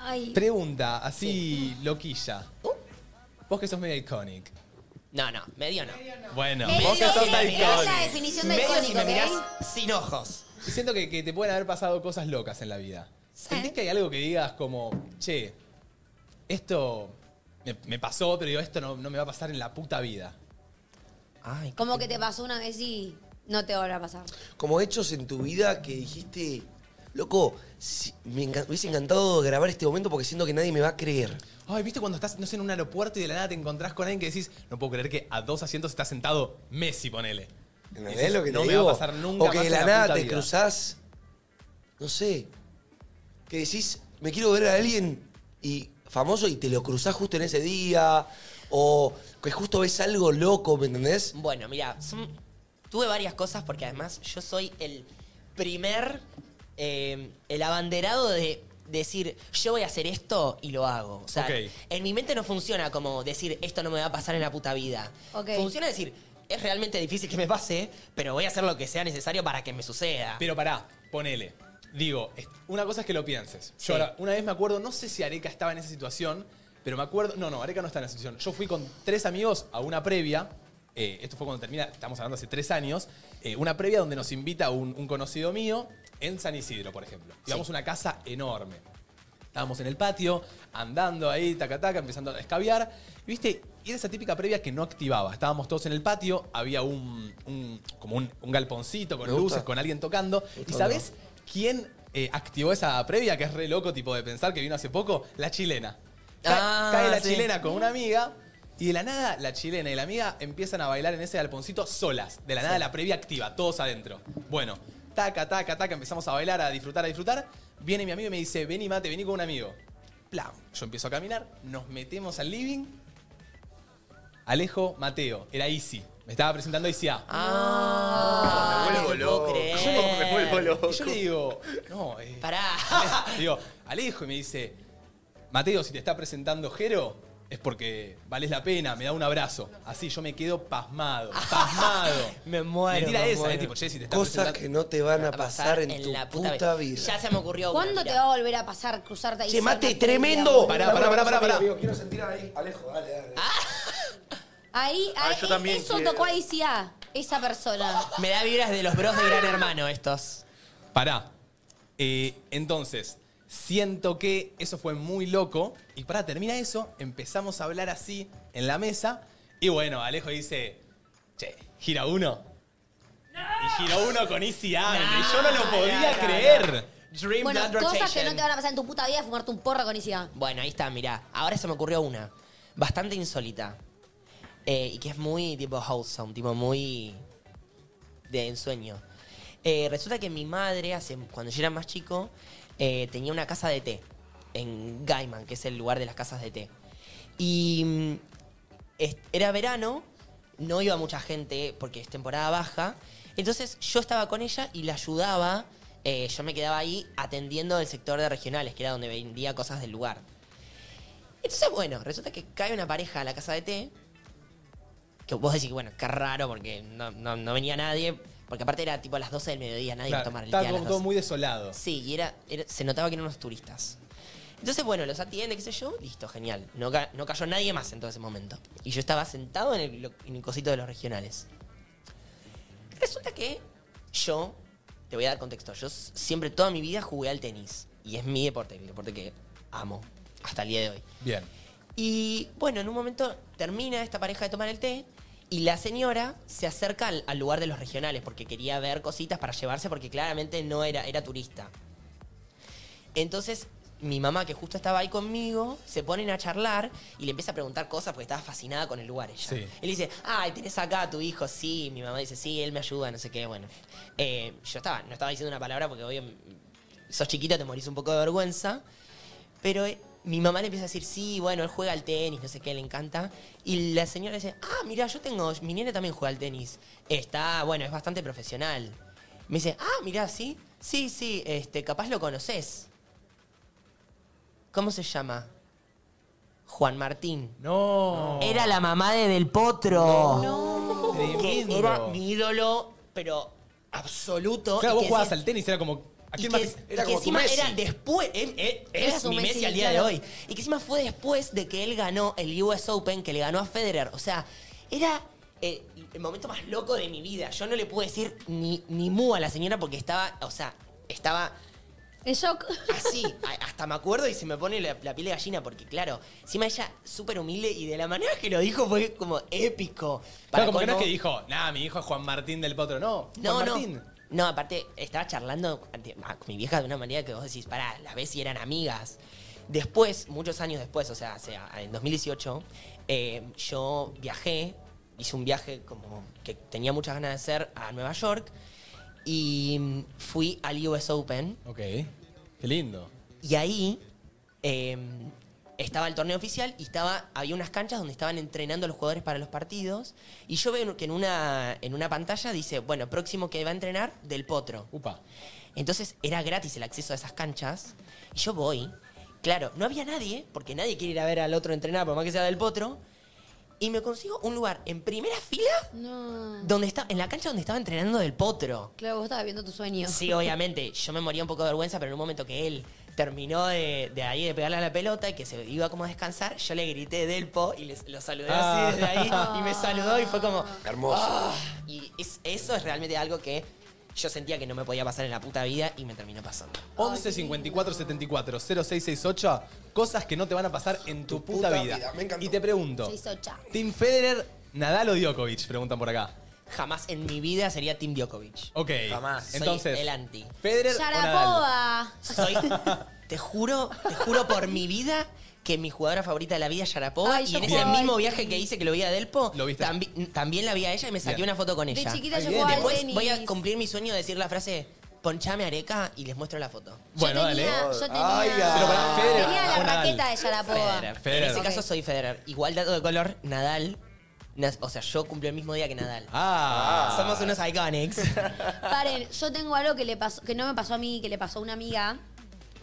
Ay.
pregunta así loquilla. Vos que sos medio iconic.
Uh. No, no, medio no.
Bueno,
Medio
vos que sos
si me mirás la
iconic.
definición de
Medio si
icónico,
me mirás
¿ok?
sin ojos.
Y Siento que, que te pueden haber pasado cosas locas en la vida. ¿Sentís que hay algo que digas como, che, esto me, me pasó, pero digo, esto no, no me va a pasar en la puta vida?
Como que te pasó una vez y no te volverá a pasar.
Como hechos en tu vida que dijiste, loco, si- me enca- hubiese encantado grabar este momento porque siento que nadie me va a creer.
Ay, ¿viste cuando estás, no sé, en un aeropuerto y de la nada te encontrás con alguien que decís, no puedo creer que a dos asientos está sentado Messi, ponele?
¿Entendés
Decís,
lo que te
no
digo?
me va a pasar nunca
O que
más
de
en
la,
la
nada
puta
te
vida.
cruzás, no sé, que decís, me quiero ver a alguien y famoso y te lo cruzás justo en ese día, o que justo ves algo loco, ¿me entendés?
Bueno, mira, son- tuve varias cosas porque además yo soy el primer, eh, el abanderado de decir, yo voy a hacer esto y lo hago. O sea,
Ok.
en mi mente no funciona como decir, esto no me va a pasar en la puta vida.
Ok.
Funciona decir, es realmente difícil que me pase, pero voy a hacer lo que sea necesario para que me suceda.
Pero pará, ponele. Digo, est- una cosa es que lo pienses.
Sí.
Yo ahora, una vez me acuerdo, no sé si Areca estaba en esa situación, pero me acuerdo. No, no, Areca no está en esa situación. Yo fui con tres amigos a una previa. eh, esto fue cuando termina, estamos hablando hace tres años. eh, una previa donde nos invita un, un conocido mío en San Isidro, por ejemplo. Íbamos a una casa enorme. Estábamos en el patio, andando ahí, taca, taca, empezando a escabiar. Y viste, y era esa típica previa que no activaba. Estábamos todos en el patio, había un, un- como un, un galponcito con
Me gusta.
luces, con alguien tocando. ¿Y sabes quién eh, activó esa previa, que es re loco, tipo de pensar que vino hace poco? La chilena.
Ah,
Ca- cae la
sí.
chilena con una amiga. Y de la nada, la chilena y la amiga empiezan a bailar en ese galponcito solas. De la nada,
Sí.
la previa activa, todos adentro. Bueno, taca, taca, taca, empezamos a bailar, a disfrutar, a disfrutar. Viene mi amigo y me dice, vení, mate, vení con un amigo. Plau. Yo empiezo a caminar, nos metemos al living. Alejo Mateo, era Easy. Me estaba presentando a Easy A.
Ah,
me vuelvo loco. Me vuelvo loco.
Y yo le digo, no, eh,
Pará.
le digo, Alejo, y me dice, Mateo, si te está presentando Jero, es porque vales la pena, me da un abrazo. Así yo me quedo pasmado, pasmado.
me muero.
Mentira
me
esa,
muero.
eh, tipo, Jessy, te está
Cosas que no te van a pasar en, tu
la puta
puta,
vida.
vida.
Ya se me ocurrió una,
¿Cuándo te va a volver a pasar cruzarte ahí?
Che, mate,
cerca?
tremendo.
Pará, pará, pará, pará, pará.
Amigo, quiero sentir ahí, Alejo, dale, dale.
Ahí,
Ah,
ahí
yo también
eso
quiero.
tocó a ICA, esa persona.
Me da vibras de los bros de Gran Hermano estos.
Pará. Eh, entonces, siento que eso fue muy loco. Y pará, termina eso, empezamos a hablar así en la mesa. Y bueno, Alejo dice, che, gira uno. Y gira uno con Easy A. y yo no lo podía
no, no,
creer.
Dream
Bueno,
Blood
cosas que
Rotation.
no te van a pasar en tu puta vida es fumarte un porro con ICA.
Bueno, ahí está, mirá. Ahora se me ocurrió una. Bastante insólita. Eh, y que es muy tipo wholesome, tipo muy de ensueño. Eh, resulta que mi madre, hace, cuando yo era más chico, eh, tenía una casa de té en Gaiman, que es el lugar de las casas de té. Y mm, es- era verano, no iba mucha gente porque es temporada baja. Entonces yo estaba con ella y la ayudaba. eh, yo me quedaba ahí atendiendo el sector de regionales, que era donde vendía cosas del lugar. Entonces, bueno, resulta que cae una pareja a la casa de té. Que vos decís, bueno, qué raro porque no, no- no venía nadie. Porque aparte era tipo a las 12 del mediodía, nadie iba a
Claro,
tomar el té a
estaba
las
como todo
12.
muy desolado.
Sí, y era, era- se notaba que eran unos turistas. Entonces, bueno, los atiende, qué sé yo, listo, genial. No, ca- no cayó nadie más en todo ese momento. Y yo estaba sentado en el, lo- en el cosito de los regionales. Resulta que yo, te voy a dar contexto, yo s- siempre toda mi vida jugué al tenis. Y es mi deporte, el deporte que amo hasta el día de hoy.
Bien.
Y bueno, en un momento termina esta pareja de tomar el té y la señora se acerca al, al lugar de los regionales porque quería ver cositas para llevarse porque claramente no era, era turista. Entonces mi mamá, que justo estaba ahí conmigo, se ponen a charlar y le empieza a preguntar cosas porque estaba fascinada con el lugar ella.
Sí.
Él dice, ay, tenés acá a tu hijo, sí. Mi mamá dice, sí, él me ayuda, no sé qué. Bueno, Eh, yo estaba, no estaba diciendo una palabra porque obvio, sos chiquito, te morís un poco de vergüenza. Pero eh, mi mamá le empieza a decir, sí, bueno, él juega al tenis, no sé qué, le encanta. Y la señora dice, ah, mira, yo tengo, mi nene también juega al tenis. Está, bueno, es bastante profesional. Me dice, ah, mira, sí, sí, sí, este, capaz lo conoces. ¿Cómo se llama? Juan Martín.
No.
Era la mamá de Del Potro. Que
Tremendo.
era mi ídolo, pero absoluto. Y
Claro, vos
que
jugabas
decías-
al tenis, era como. ¿Eh? ¿A
y
quién
que,
más?
y que encima era después, él- él-
Era
es
su
mi
Messi,
Messi, al día
claro.
de hoy. Y que encima fue después de que él ganó el US Open, que le ganó a Federer. O sea, era eh, el momento más loco de mi vida. Yo no le pude decir ni, ni mu a la señora porque estaba, o sea, estaba
En shock.
así. A- Hasta me acuerdo y se me pone la, la piel de gallina porque, claro, encima ella súper humilde y de la manera que lo dijo fue como épico. Para
Claro, como que no es
colmo-
que dijo, nah, mi hijo es Juan Martín del Potro. No,
no,
Juan
no.
Martín.
No, aparte, estaba charlando ante- ah, con mi vieja de una manera que vos decís, pará, las ves y eran amigas. Después, muchos años después, o sea, hace- ah, en 2018, eh, yo viajé, hice un viaje como que tenía muchas ganas de hacer a Nueva York y mm, fui al US Open.
Ok. Qué lindo.
Y ahí eh, estaba el torneo oficial y estaba, había unas canchas donde estaban entrenando a los jugadores para los partidos. Y yo veo que en una, en una pantalla dice, bueno, próximo que va a entrenar, Del Potro.
Upa.
Entonces era gratis el acceso a esas canchas. Y yo voy. Claro, no había nadie, porque nadie quiere ir a ver al otro entrenar, por más que sea Del Potro. Y me consigo un lugar en primera fila
No.
donde está, en la cancha donde estaba entrenando Del Potro.
Claro, vos estabas viendo tu sueño.
Sí, obviamente. Yo me moría un poco de vergüenza, pero en un momento que él terminó de, de ahí de pegarle a la pelota y que se iba como a descansar, yo le grité Delpo y les- lo saludé
Ah.
así desde ahí y me saludó y fue como.
Hermoso.
"Ah". Y es- eso es realmente algo que yo sentía que no me podía pasar en la puta vida y me terminó pasando.
11 54 74 0668 Cosas que no te van a pasar en tu, puta,
puta
vida.
vida, me encantó.
y te pregunto,
Se hizo cha.
¿Team Federer, Nadal o Djokovic? Preguntan por acá.
Jamás en mi vida sería Tim Djokovic.
Ok.
Jamás.
Soy
Entonces,
el anti.
Federer o Nadal.
Sharapova.
Soy. Te juro, te juro por mi vida que mi jugadora favorita de la vida es Sharapova.
Ay,
y
yo
en ese
jugaba
mismo
al
viaje que
tenis.
hice que lo vi a Delpo,
Lo viste.
tambi- también la vi a ella y me saqué
Bien.
una foto con
De
ella.
chiquita
Ahí
yo
viene.
jugaba al
Después
tenis.
voy a cumplir mi sueño de decir la frase: ponchame areca y les muestro la foto.
Bueno,
yo
dale.
tenía, Yo tenía,
Ay, ay. Pero
para Federer
tenía
o
la
Nadal.
raqueta de Sharapova.
Federer.
En ese
Ok.
caso soy Federer. Igual dato de color, Nadal Nas- O sea, yo cumplo el mismo día que Nadal.
Ah.
Somos unos iconics.
Paren, yo tengo algo que, le pasó, que no me pasó a mí, que le pasó a una amiga.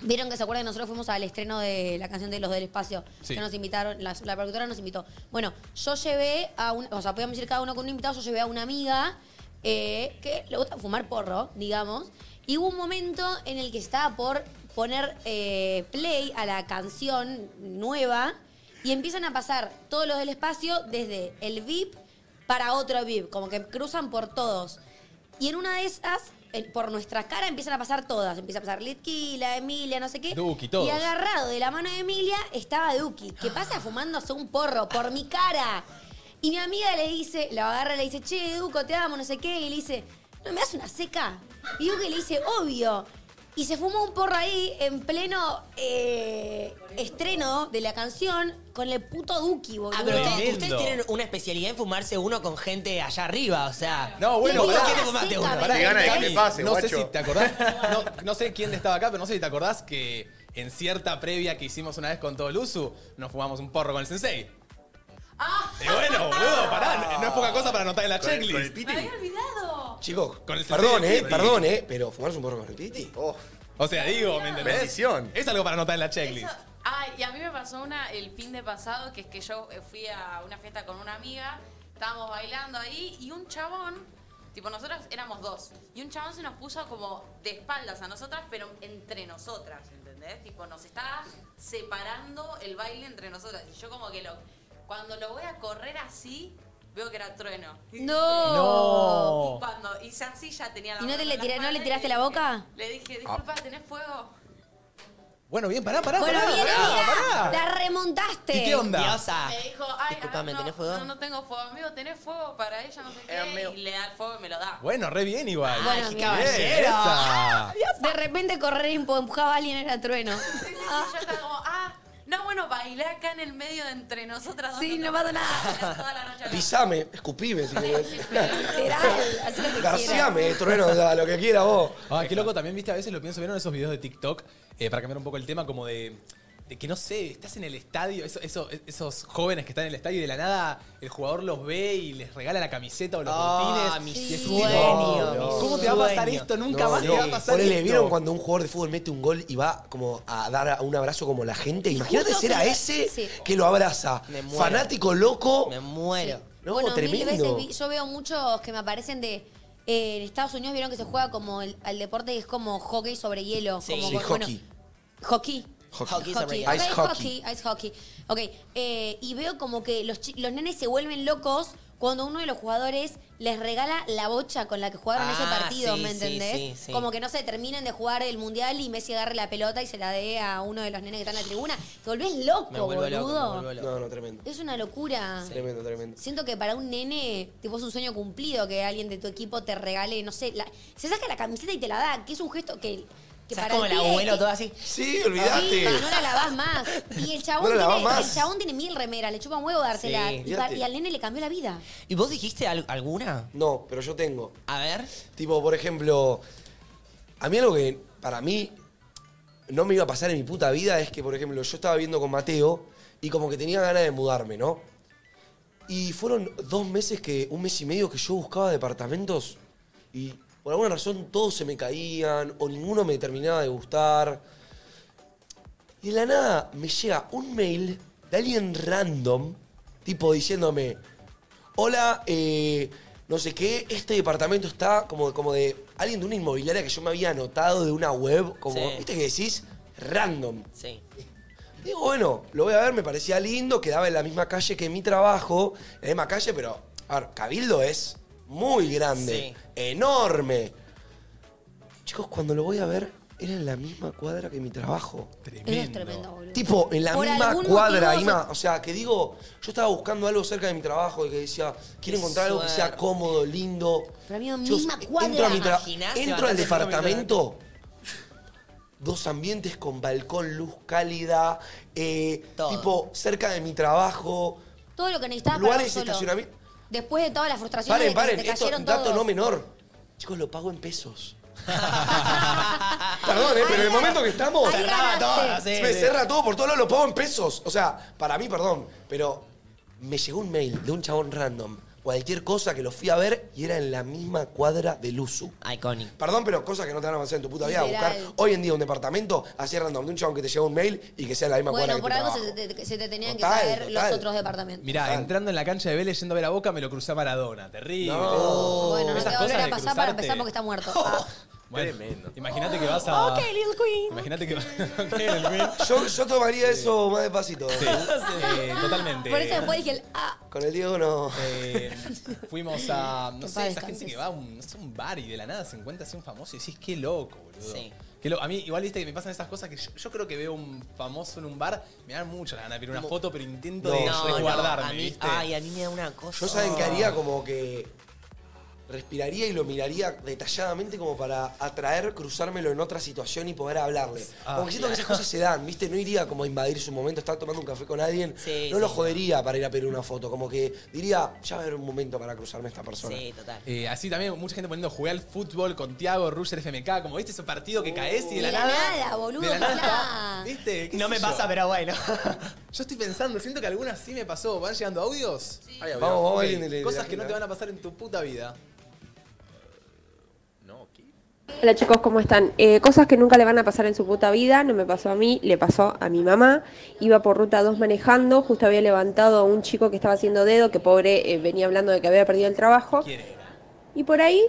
Vieron que se acuerdan que nosotros fuimos al estreno de la canción de Los del Espacio,
Sí.
que nos invitaron, la, la productora nos invitó. Bueno, yo llevé a un, o sea, podíamos ir cada uno con un invitado, yo llevé a una amiga eh, que le gusta fumar porro, digamos, y hubo un momento en el que estaba por poner eh, play a la canción nueva y empiezan a pasar todos los del espacio desde el VIP para otro VIP, como que cruzan por todos. Y en una de esas, en- por nuestra cara, empiezan a pasar todas. Empieza a pasar Litquila, Emilia, no sé qué.
Duki, todos. Ah.
Y agarrado de la mano de Emilia estaba Duki, que pasa fumándose un porro por mi cara. Y mi amiga le dice, la agarra y le dice, che, Duco, te amo, no sé qué. Y le dice, ¿no me das una seca? Y Duki le dice, obvio. Y se fumó un porro ahí en pleno eh, estreno de la canción con el puto Duki, boludo.
Ah, pero ustedes,
Tremendo.
ustedes tienen una especialidad en fumarse uno con gente allá arriba, o sea.
No, bueno,
¿Vos
pará.
quién te fumaste uno?
Pará, Cami, No sé si
guacho.
te acordás, no, no sé quién estaba acá, pero no sé si te acordás que en cierta previa que hicimos una vez con todo el uso, nos fumamos un porro con el sensei. Y bueno, boludo, pará, no es poca cosa para anotar en la
Con el- con el
checklist.
¡Me había olvidado!
Chicos,
Con el
perdón,
sensei
eh,
del Piti.
perdón, eh, pero fumarse un porro con el Piti.
O sea, digo, ¿me entendés?
Bendición.
Es algo para anotar en la checklist.
Ah, y a mí me pasó una el fin de pasado, que es que yo eh, fui a una fiesta con una amiga, estábamos bailando ahí y un chabón, tipo nosotros éramos dos, y un chabón se nos puso como de espaldas a nosotras, pero entre nosotras, ¿entendés? Tipo nos estaba separando el baile entre nosotras. Y yo como que lo cuando lo voy a correr así, veo que era trueno.
No.
Y cuando hice así ya tenía la
¿Y no, te
mano
le,
en la
tiré- no
espalda
le
y
tiraste
dije-
la boca?
Le dije, disculpa, ¿tenés fuego?
Bueno, bien, pará, pará,
Bueno,
pará,
bien,
pará, pará.
Emilia, la remontaste.
¿Y qué onda?
Diosa.
Me dijo, ay,
Disculpame,
ah, no,
¿tenés fuego?
No, no tengo fuego, amigo, tenés fuego para ella, no sé qué. y le da el fuego y me lo da.
Bueno, re bien igual.
Bueno,
Bien,
qué caballero.
Ah.
esa.
De repente correr impu- empujaba a alguien era trueno.
Sí, sí, sí, yo estaba como, ah, no, bueno, bailé acá en el medio de entre nosotras.
Sí, no
pasa
pasa nada.
Pisame, escupime si querés.
Literal, así lo que quieras.
Garciame, trueno, da, lo que quiera vos.
Ah, qué loco también, viste, a veces lo pienso, vieron esos videos de TikTok, Eh, para cambiar un poco el tema, como de, de que no sé, estás en el estadio, eso- eso- esos jóvenes que están en el estadio y de la nada el jugador los ve y les regala la camiseta o los
Ah,
botines.
mi
Y es
sueño,
tipo, "Oh,
mi
¿Cómo te va a pasar
sueño.
esto? Nunca más te va a pasar
Ponele,
esto.
¿vieron cuando un jugador de fútbol mete un gol y va como a dar a- un abrazo como la gente? Imagínate
Justo
ser a
que-
ese
sí.
que lo abraza.
Me muero.
Fanático loco.
Me muero.
No,
bueno, mil veces
tremendo.
vi- yo veo muchos que me aparecen de. eh, en Estados Unidos vieron que se juega como el, al deporte que es como hockey sobre hielo.
Sí.
como,
Sí,
bueno,
hockey.
hockey.
Hockey. Hockey sobre
hockey.
hielo. Ice
Ok,
hockey.
Ice hockey. Ok. eh, y veo como que los, chi- los nenes se vuelven locos cuando uno de los jugadores les regala la bocha con la que jugaron
Ah,
ese partido,
sí,
¿me
sí,
entendés?
sí, sí.
Como que no se terminen de jugar el mundial y Messi agarre la pelota y se la dé a uno de los nenes que están en la tribuna. Te volvés loco,
Me vuelvo
boludo.
loco, me vuelvo loco.
No, no, tremendo.
Es una
Ah.
locura.
Tremendo, tremendo.
Siento que para un nene, tipo, es un sueño cumplido que alguien de tu equipo te regale, no sé, la- se saca la camiseta y te la da, que es un gesto que, que
O sea,
para
es como el
pibe
abuelo
que-
todo así.
Sí,
Sí,
olvidate.
no la lavas más. Y el
No
chabón,
la lavás
tiene,
más.
el chabón tiene mil remeras, le chupa un huevo dársela.
Sí.
y, pa-
Olvídate.
y al nene le cambió la vida.
¿Y vos dijiste al- alguna?
No, pero yo tengo.
A ver.
Tipo, por ejemplo, a mí algo que para mí no me iba a pasar en mi puta vida es que, por ejemplo, yo estaba viendo con Mateo y como que tenía ganas de mudarme, ¿no? Y fueron dos meses que, un mes y medio que yo buscaba departamentos y por alguna razón todos se me caían o ninguno me terminaba de gustar. Y de la nada me llega un mail de alguien random, tipo diciéndome, hola, eh, no sé qué, este departamento está como, como de alguien de una inmobiliaria que yo me había anotado de una web, como,
Sí.
¿viste que decís? Random.
Sí.
Digo, bueno, lo voy a ver, me parecía lindo, quedaba en la misma calle que mi trabajo, en la misma calle, pero, a ver, Cabildo es muy grande, enorme. Chicos, cuando lo voy a ver, era en la misma cuadra que mi trabajo.
Eso es tremendo, boludo.
Tipo, en la
Por
misma
algún
cuadra,
motivo,
Ima. O sea, que digo, yo estaba buscando algo cerca de mi trabajo y que decía, quiero
Qué
encontrar algo que sea
suerte.
cómodo, lindo.
Para mí,
Chicos,
misma
entro, a
cuadra.
mi tra-
Imaginás
entro al
levantarte cinco
departamento, dos ambientes con balcón, luz cálida, eh,
Todo.
tipo, cerca de mi trabajo,
Todo lo que necesitaba para
lugares
vos
de
solo.
estacionamiento.
Después de todas las
Paren,
frustraciones de que
paren,
te
esto es
cayeron
un dato
todos.
no menor. Chicos, lo pago en pesos. Perdón, eh,
Ahí
pero en el
gana-
momento que estamos.
Ah,
ahí Cerraba ganaste. todo,
Se me
sí.
cerra todo por todos lados, lo pago en pesos. O sea, para mí, perdón, pero me llegó un mail de un chabón random, cualquier cosa que lo fui a ver y era en la misma cuadra del uso.
Iconic.
Perdón, pero cosas que no te van a avanzar en tu puta vida a buscar.
Literal.
Hoy en día un departamento así random de un chabón que te llega un mail y que sea en la misma
Bueno, por
cuadra que
algo
tu
se te, se te tenían
Total,
que caer
total.
los otros departamentos.
Mirá,
Ah.
entrando en la cancha de Vélez yendo a ver a Boca, me lo crucé a Maradona. Terrible.
No.
Bueno, no te
Esas
va
cosas
a volver a
de
pasar para
cruzarte.
empezar porque está muerto. Ah.
Bueno, Imagínate que vas a.
Ok, Lil Queen.
Imagínate que vas. ok, Lil Queen.
Yo, yo tomaría eso más despacito.
Sí, sí, totalmente. Eh,
Por eso después dije el ah.
Con el Diego no.
Fuimos a. No
Que
sé,
paz
esa gente
descanses.
que va a un, no sé, un bar y de la nada se encuentra así un famoso y decís, qué loco, boludo.
Sí.
Qué lo- a mí, igual viste que me pasan esas cosas que yo, yo creo que veo un famoso en un bar, me dan muchas ganas de pedir una
Mo-
foto, pero intento de resguardarme,
a mí,
¿viste?
Ay, a mí me da una cosa.
Yo saben que haría como que respiraría y lo miraría detalladamente como para atraer, cruzármelo en otra situación y poder hablarle.
Ah,
Porque siento que esas
claro.
cosas se dan, ¿viste? No iría como a invadir su momento, estar tomando un café con alguien.
Sí,
no lo
sí.
jodería para ir a pedir una foto, como que diría, ya va a haber un momento para cruzarme a esta persona.
Sí, total.
Eh, así también mucha gente poniendo jugué al fútbol con Tiago, Ruger FMK, como viste ese partido que caes este y de la,
de la nada, boludo,
de la nada
pará.
está, ¿viste? ¿Qué
No
sé
me
yo?
pasa, pero bueno.
Yo estoy pensando, siento que algunas sí me pasó. ¿Van llegando audios?
Vamos,
Ay, audio.
vamos,
Ok,
alguien de- de
Cosas
la
que no
gente.
te van a pasar en tu puta vida.
No, ¿qué?
Hola chicos, ¿cómo están? Eh, cosas que nunca le van a pasar en su puta vida, no me pasó a mí, le pasó a mi mamá. Iba por ruta 2 manejando, justo había levantado a un chico que estaba haciendo dedo, que pobre eh, venía hablando de que había perdido el trabajo. Y por ahí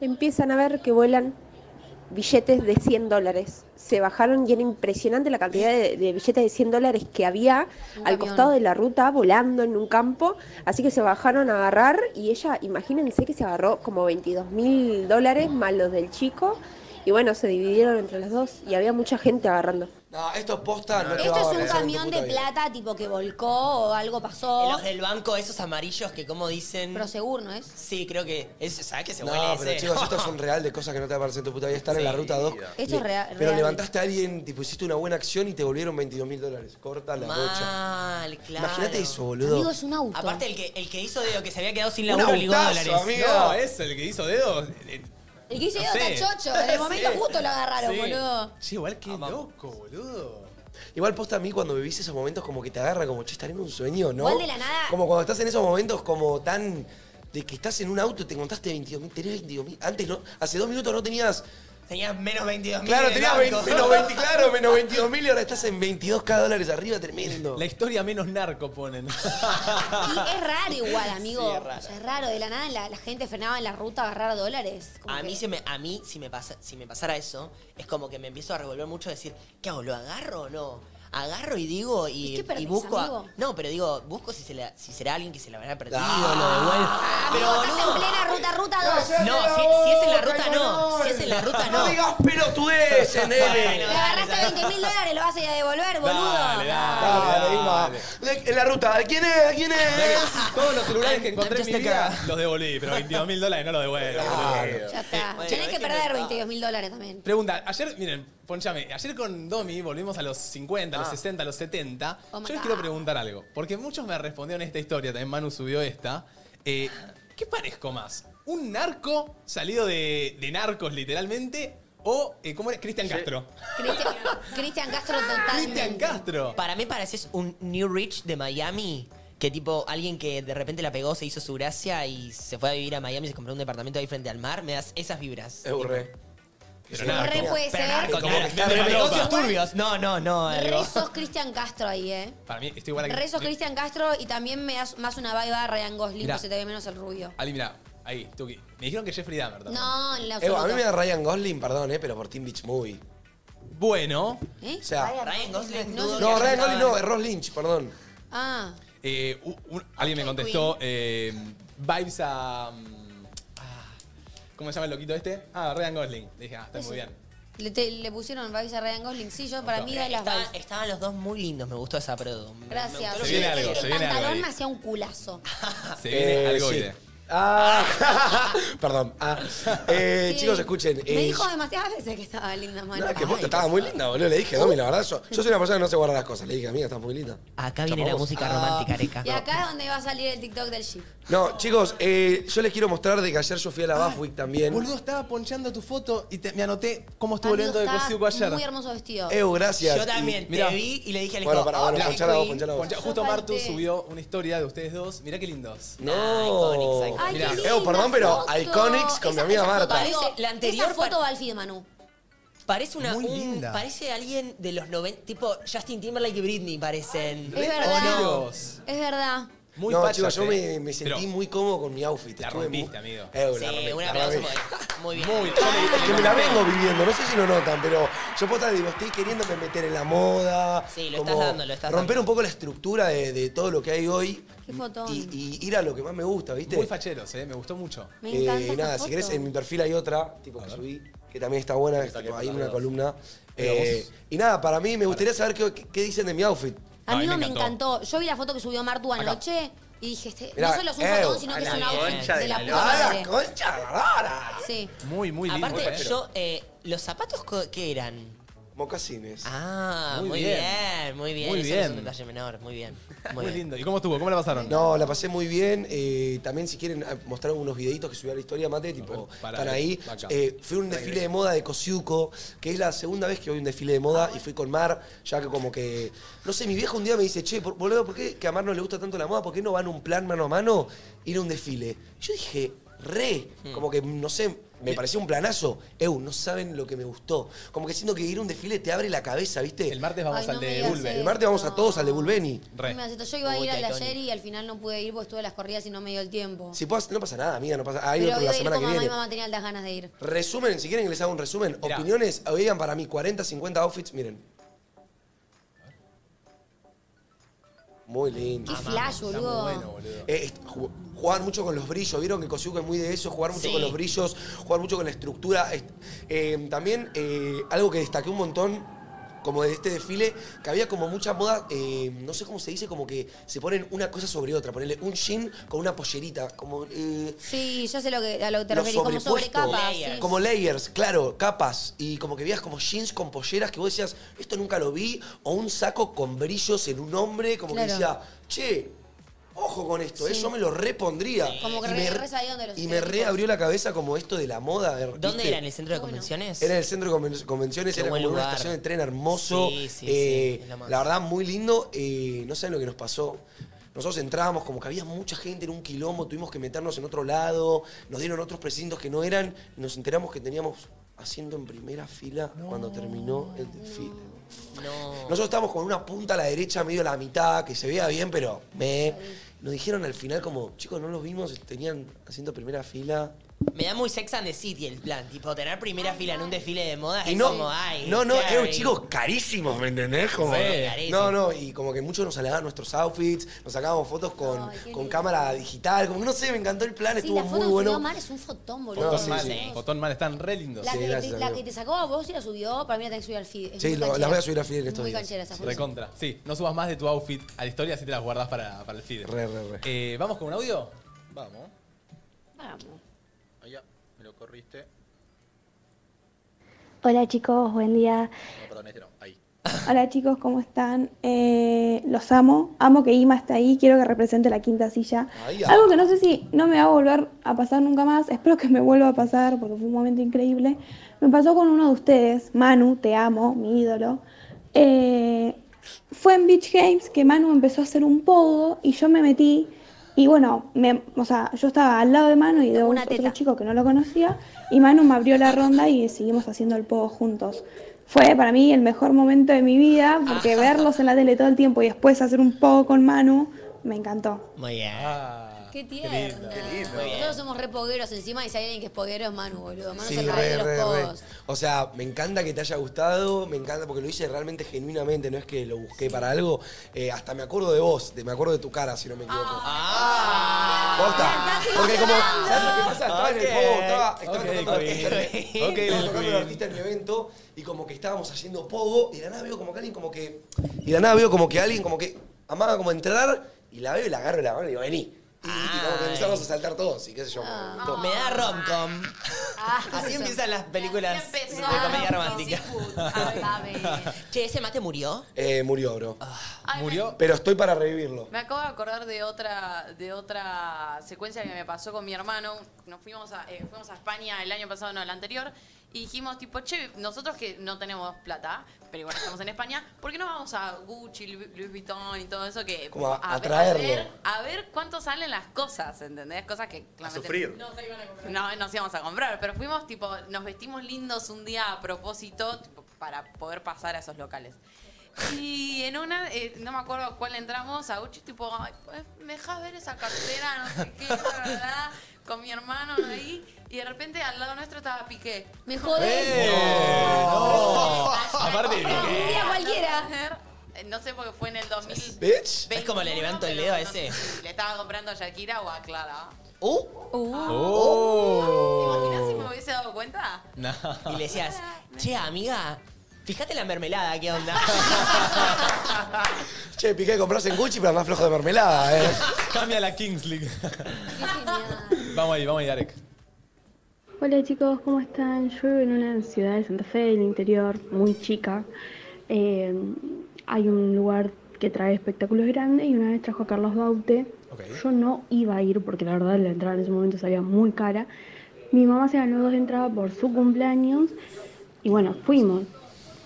empiezan a ver que vuelan billetes de 100 dólares. Se bajaron y era impresionante la cantidad de, de billetes de 100 dólares que había
Un
al
camión.
costado de la ruta, volando en un campo. Así que se bajaron a agarrar y ella, imagínense que se agarró como 22 mil dólares más los del chico. Y bueno, se dividieron entre los dos y había mucha gente agarrando.
No, esto es posta, no, te va a
Esto es
pasar
un
en tu
camión
puta
de
vida.
plata tipo que volcó o algo
Y
pasó.
Los del banco, esos amarillos que como dicen...
Prosegur, ¿no es?
Sí, creo que... Es, ¿Sabes que se huele
No,
ese?
pero chicos, esto es un real de cosas que no te van a pasar en tu puta vida. Estar en la
Sí.
ruta 2.
Esto es rea-
Pero
real.
levantaste a alguien, tipo, hiciste una buena acción y te volvieron 22 mil dólares. Corta la bocha.
Mal, claro.
Imagínate eso, boludo.
Amigo, es un auto.
Aparte, el que, el que hizo dedo, que se había quedado sin
Un
laburo, le ligó
autazo,
dólares.
amigo.
No, eso, el que hizo dedos. eh,
El que hizo
No
dedo
sé.
está chocho. En el momento
Sí.
justo lo agarraron,
Sí.
boludo.
Che, igual qué loco, boludo.
Igual posta a mí cuando vivís esos momentos como que te agarra como, che, estaré en un sueño, ¿no?
Igual de la nada-
Como cuando estás en esos momentos como tan... De que estás en un auto, te contaste 22 mil, tenés 22 mil. Antes, no, hace dos minutos no tenías...
Tenías menos 22 mil
Claro,
en el
tenías
banco.
20 menos 20, claro, menos 22 mil y ahora estás en 22k dólares arriba, tremendo.
La historia menos narco ponen.
Y es raro igual, amigo.
Sí, es
O sea,
raro.
es, raro. De la nada la, la gente frenaba en la ruta a agarrar dólares. Como
A
que-
mí, se me, a mí si, me pasa, si me pasara eso, es como que me empiezo a revolver mucho a decir, ¿qué hago? ¿Lo agarro o no? Agarro y digo y,
¿Y qué perdés,
y busco a-
amigo?
No, pero digo, busco si, se la- si será alguien que se la habrá perdido,
Ah,
lo
amigo,
devuelvo.
estás en plena ruta, ruta 2.
No, si, si es en la ruta no. Si es en la ruta no.
No digas pelotudeces, nene.
Te agarraste 20 mil dólares, lo vas a ir a devolver, boludo.
Dale,
Dale,
dale,
Ima.
dale.
De- En la ruta, ¿quién es? ¿Quién es?
Todos los celulares que encontré en
I'm
mi
just a
vida
girl.
los devolví, pero 22 mil dólares no los devuelvo. boludo.
Ya está.
Bueno,
Tenés que
déjenme
perder
estar.
22 mil dólares también.
Pregunta, ayer, miren, ponchame, ayer con Domi volvimos a los 50, a los 60, a los 70.
Ah. Oh my
Yo les
God.
quiero preguntar algo, porque muchos me respondieron esta historia, también Manu subió esta. Eh, ¿Qué parezco más? ¿Un narco salido de, de narcos, literalmente? ¿O, eh, cómo era? Cristian Castro.
Cristian- Cristian Castro totalmente.
Cristian Castro.
Para mí pareces un New Rich de Miami. Que tipo, alguien que de repente la pegó, se hizo su gracia y se fue a vivir a Miami y se compró un departamento ahí frente al mar. Me das esas vibras.
Es burré.
Pero
Re
narco.
puede
Pero
ser.
narco,
Como
claro.
que está
Pero
re
negocios
loca.
turbios.
Ah,
No, no, no. algo.
Re sos Cristian Castro ahí, eh.
Para mí, estoy igual a
Re sos Cristian Castro y también me das más una vibe a Ryan Gosling,
Mirá.
que se te ve menos el rubio.
Ali, mirá, ahí, Tuki. Me dijeron que Jeffrey Dahmer también.
No, en la
Evo, a mí me da Ryan Gosling, perdón, eh, pero por Team Beach Movie.
Bueno,
¿Eh?
O sea,
Ryan Gosling.
No,
dudo
no,
que-
Ryan Gosling no, es Ross Lynch, perdón.
Ah,
eh, u- un- alguien me contestó eh, vibes a... mm, ah, ¿Cómo se llama el loquito este? Ah, Ryan Gosling. Le dije, ah, está muy
Ese.
bien.
le, te- le pusieron vibes a Ryan Gosling. Sí, yo para mí da las
Estaban-
vibes.
estaban los dos muy lindos, me gustó esa produ. Me- me
Gracias.
gustó lo
Se
que
viene
hice.
algo,
el
se viene algo
pantalón
ahí.
me hacía un culazo.
Se viene
Eh,
algo
sí.
de-
Ah, perdón. Ah. Eh, Chicos, escuchen.
Me
eh,
dijo demasiadas veces que estaba linda, mano.
nada, que vos te estabas muy linda, boludo. Le dije, Domi, la verdad, yo, yo soy una persona que no se guarda las cosas. Le dije, amiga, estás muy linda. Ah.
Acá viene la música romántica, areca.
Y acá es donde va a salir el TikTok del Jeep.
No, chicos, eh, yo les quiero mostrar de que ayer yo fui a la Bafwick también.
Boludo, estaba ponchando tu foto y te- me anoté cómo estuvo
Amigo,
lento de
estabas
Cosiuco ayer.
Muy hermoso vestido.
Eu, gracias.
Yo también, te vi
y le dije
al "Ah,
Bueno, para, para, ponchar a vos, ponchar a vos.
Justo
Yo
Martu
falté.
subió una historia de ustedes dos. Mirá qué lindos.
No.
Ay, qué linda
Evo, perdón, pero
foto.
Iconics con mi
Esa-
amiga
esa foto,
Marta.
amigo,
La anterior
Esa foto va al feed de Manu.
Parece una.
Muy
un-
linda.
Parece alguien de los 90. Tipo Justin Timberlake y Britney parecen.
Es verdad. Es verdad.
Muy
no,
facha,
chicos, yo
eh.
me, me sentí muy cómodo con mi outfit.
La
Estuve
rompiste,
muy-
amigo.
Evo, la
Sí,
rompí,
un
la
aplauso
rompí.
Muy bien.
Es que me la vengo viviendo, no sé si lo notan, pero yo posta, digo, estoy queriéndome meter en la moda.
Sí, lo estás dando, lo estás
Romper un poco la estructura de, de todo lo que hay hoy
Qué fotón.
y, y ir a lo que más me gusta, ¿viste?
Muy facheros, eh. Me gustó mucho.
Me encanta esta
y nada,
foto.
si querés, en mi perfil hay otra, tipo que subí, que también está buena, tipo, ahí en una columna. Eh, y nada, para mí me gustaría saber qué, qué- qué dicen de mi outfit.
Amigo, me encantó. Yo vi la foto que subió Martu anoche y dije, este,
Mirá,
no solo es un
eh,
fotón, sino que es un outfit
concha
de
de
la
la
puta
lora.
madre.
Ah,
concha rara!
Sí.
Muy, muy lindo.
Aparte,
muy
yo. eh, ¿Los zapatos co- qué eran?
Mocasines.
Ah,
Muy
muy,
bien.
bien. Muy bien.
Muy
Eso
bien.
es un detalle menor. Muy bien. Muy,
Muy
bien.
lindo. ¿Y cómo estuvo? ¿Cómo la pasaron?
No, la pasé muy bien. eh, también si quieren eh, mostrar unos videitos que subí a la historia, Mate, tipo,
para,
están ahí.
acá.
Eh, fui a un desfile de moda de Cosiuco, que es la segunda vez que voy a un desfile de moda y fui con Mar, ya que como que, no sé, mi viejo un día me dice, che, por- boludo, ¿por qué que a Mar no le gusta tanto la moda? ¿Por qué no van a un plan mano a mano ir a un desfile? Yo dije, re,
Hmm.
como que, no sé, me pareció un planazo. Eu, no saben lo que me gustó. Como que siento que ir a un desfile te abre la cabeza, ¿viste? El
martes vamos Ay, no al de me digas Bulbeni.
El martes vamos a todos al de Bulbeni.
No me acepto. Yo iba a
Uy,
ir al de
Titanic.
ayer y al final no pude ir porque estuve en las corridas y no me dio el tiempo.
Si puedo, no pasa nada, amiga, no pasa Hay
Pero
otro la
iba a ir
semana
con
que
mamá y
viene.
mamá tenía altas ganas de ir.
Resumen, si quieren que les haga un resumen. Opiniones, oigan para mí 40, 50 outfits, miren. Muy lindo.
Qué flash, boludo.
Eh, est- ju- jugar mucho con los brillos, vieron que Kosiuko es muy de eso, jugar mucho
Sí.
con los brillos, jugar mucho con la estructura. Est- eh, también eh, algo que destaqué un montón, como de este desfile, que había como mucha moda, eh, no sé cómo se dice, como que se ponen una cosa sobre otra, ponerle un jean con una pollerita, como... eh,
Sí, yo sé lo que, a lo que te
los
referís, como
sobrepuestos.
sobrecapa. sí.
Como layers, claro, capas. Y como que veías como jeans con polleras que vos decías, esto nunca lo vi. O un saco con brillos en un hombre, como
Claro.
que decía, che, ojo con esto,
Sí.
eh, yo me lo repondría.
Como que
y me,
re, re sabía dónde los
y me reabrió la cabeza como esto de la moda. de-
¿Dónde
¿viste?
era? ¿En el centro de convenciones?
Era el centro de conven- convenciones,
Qué
era
buen
como una
lugar.
estación de tren hermoso.
Sí, sí,
eh,
sí, es lo más.
la verdad, muy lindo. eh, no saben lo que nos pasó. Nosotros entrábamos, como que había mucha gente en un quilombo, tuvimos que meternos en otro lado, nos dieron otros precintos que no eran, y nos enteramos que teníamos asiento en primera fila cuando terminó el desfile. Nosotros estábamos con una punta a la derecha, medio a la mitad, que se veía bien, pero me. Nos dijeron al final, como, chicos, no los vimos, tenían asiento en primera fila.
Me da muy Sex and the City el plan. Tipo, tener primera fila en un desfile de moda
Y
es
no,
como, ay.
no, no,
claro.
eran chicos carísimos, ¿me entendés? Como,
Sí, carísimo.
no, no, y como que muchos nos halagaban nuestros outfits, nos sacábamos fotos con, con cámara digital, como que no sé, me encantó el plan,
Sí,
estuvo
la foto
muy
que subió
bueno.
Mar es un fotón, boludo.
Fotón
sí,
mal,
sí.
eh. Fotón mal, están re lindos.
La, que, te, la que te sacó a vos y la subió, para mí la tenés que subir al feed. Es
Sí,
muy
lo-
canchera.
las voy a subir a feed en estos
Muy
días.
canchera esa foto.
Recontra. Sí, no subas más de tu outfit a la historia, así te las guardas para, para el feed.
Re, re, re.
Eh, ¿Vamos con un audio?
Vamos.
Vamos.
Allá, me lo corriste.
Hola chicos, buen día.
No, perdón, este no. Ahí.
Hola chicos, ¿cómo están? Eh, los amo. Amo que Ima está ahí. Quiero que represente la quinta silla.
Ahí, ah.
Algo que no sé si no me va a volver a pasar nunca más. Espero que me vuelva a pasar porque fue un momento increíble. Me pasó con uno de ustedes, Manu, te amo, mi ídolo. Eh, fue en Beach Games que Manu empezó a hacer un pogo y yo me metí. Y bueno, me, o sea, yo estaba al lado de Manu y de un, otro chico que no lo conocía. Y Manu me abrió la ronda y seguimos haciendo el pogo juntos. Fue para mí el mejor momento de mi vida, porque verlos en la tele todo el tiempo y después hacer un pogo con Manu, me encantó.
Muy bien.
Qué
Qué lindo.
tierna.
Ah, Qué lindo. Muy bien.
Nosotros somos re pogueros encima y si hay alguien que es poguero es Manu, boludo. Manu
Sí,
se
re,
re de los
re, re.
pogos.
O sea, me encanta que te haya gustado, me encanta porque lo hice realmente genuinamente, no es que lo busqué para algo. Eh, hasta me acuerdo de vos, de- me acuerdo de tu cara, si no me equivoco.
Ah.
Ah.
Posta. Porque como, ¿sabes lo que pasa? Estaba en el
Ok.
juego, estaba, estaba
Ok,
tocando
Queen.
el artista, en-
Ok,
estaba tocando el
Queen.
artista en mi evento y como que estábamos haciendo pogo y de la nada veo como que alguien como que... Y de la nada veo como que alguien como que amaba como entrar y la veo y la agarro de la mano y digo, vení. Y, y vamos, empezamos a saltar todos y qué sé yo.
Ah. Me da rom-com. Así empiezan las películas de comedia romántica.
Ah,
che, ¿ese mate murió?
Eh, murió, bro.
Ay,
¿Murió? Pero estoy para revivirlo.
Me acabo de acordar de otra, de otra secuencia que me pasó con mi hermano. Nos fuimos a, eh, fuimos a España el año pasado, no, el anterior. Y dijimos, tipo, che, nosotros que no tenemos plata, pero igual estamos en España, ¿por qué no vamos a Gucci, Lu- Louis Vuitton y todo eso? Que,
Como a- a
ver-
traerlo.
ver- A ver cuánto salen las cosas, ¿entendés? Cosas que claramente
sufrir.
No, no nos íbamos a comprar, pero fuimos, tipo, nos vestimos lindos un día a propósito tipo, para poder pasar a esos locales. Y en una, eh, no me acuerdo a cuál entramos, a Gucci, tipo, "Ay, pues, ¿me dejas ver esa cartera? No sé qué, la verdad, con mi hermano ahí. Y de repente al lado nuestro estaba Piqué.
Me
jodé.
No. ¡Eh! Aparte, eh,
Día
cualquiera.
eh, No sé porque fue en el 2000.
Bitch.
Es como le levanto el dedo a ese.
Le estaba comprando a Shakira o a Clara.
Uh.
¿Te imaginas si me hubiese dado cuenta?
No. Y le decías, che, amiga, fíjate la mermelada, ¿qué onda?
Che, Piqué, compras en Gucci, pero más flojo de mermelada, eh.
Cambia la Kings League. vamos ahí, vamos ahí, Arek.
Hola chicos, ¿cómo están? Yo vivo en una ciudad de Santa Fe, del interior, muy chica. Eh, hay un lugar que trae espectáculos grandes y una vez trajo a Carlos Baute. Yo no iba a ir porque la verdad la entrada en ese momento salía muy cara. Mi mamá se ganó dos entradas por su cumpleaños y bueno, fuimos.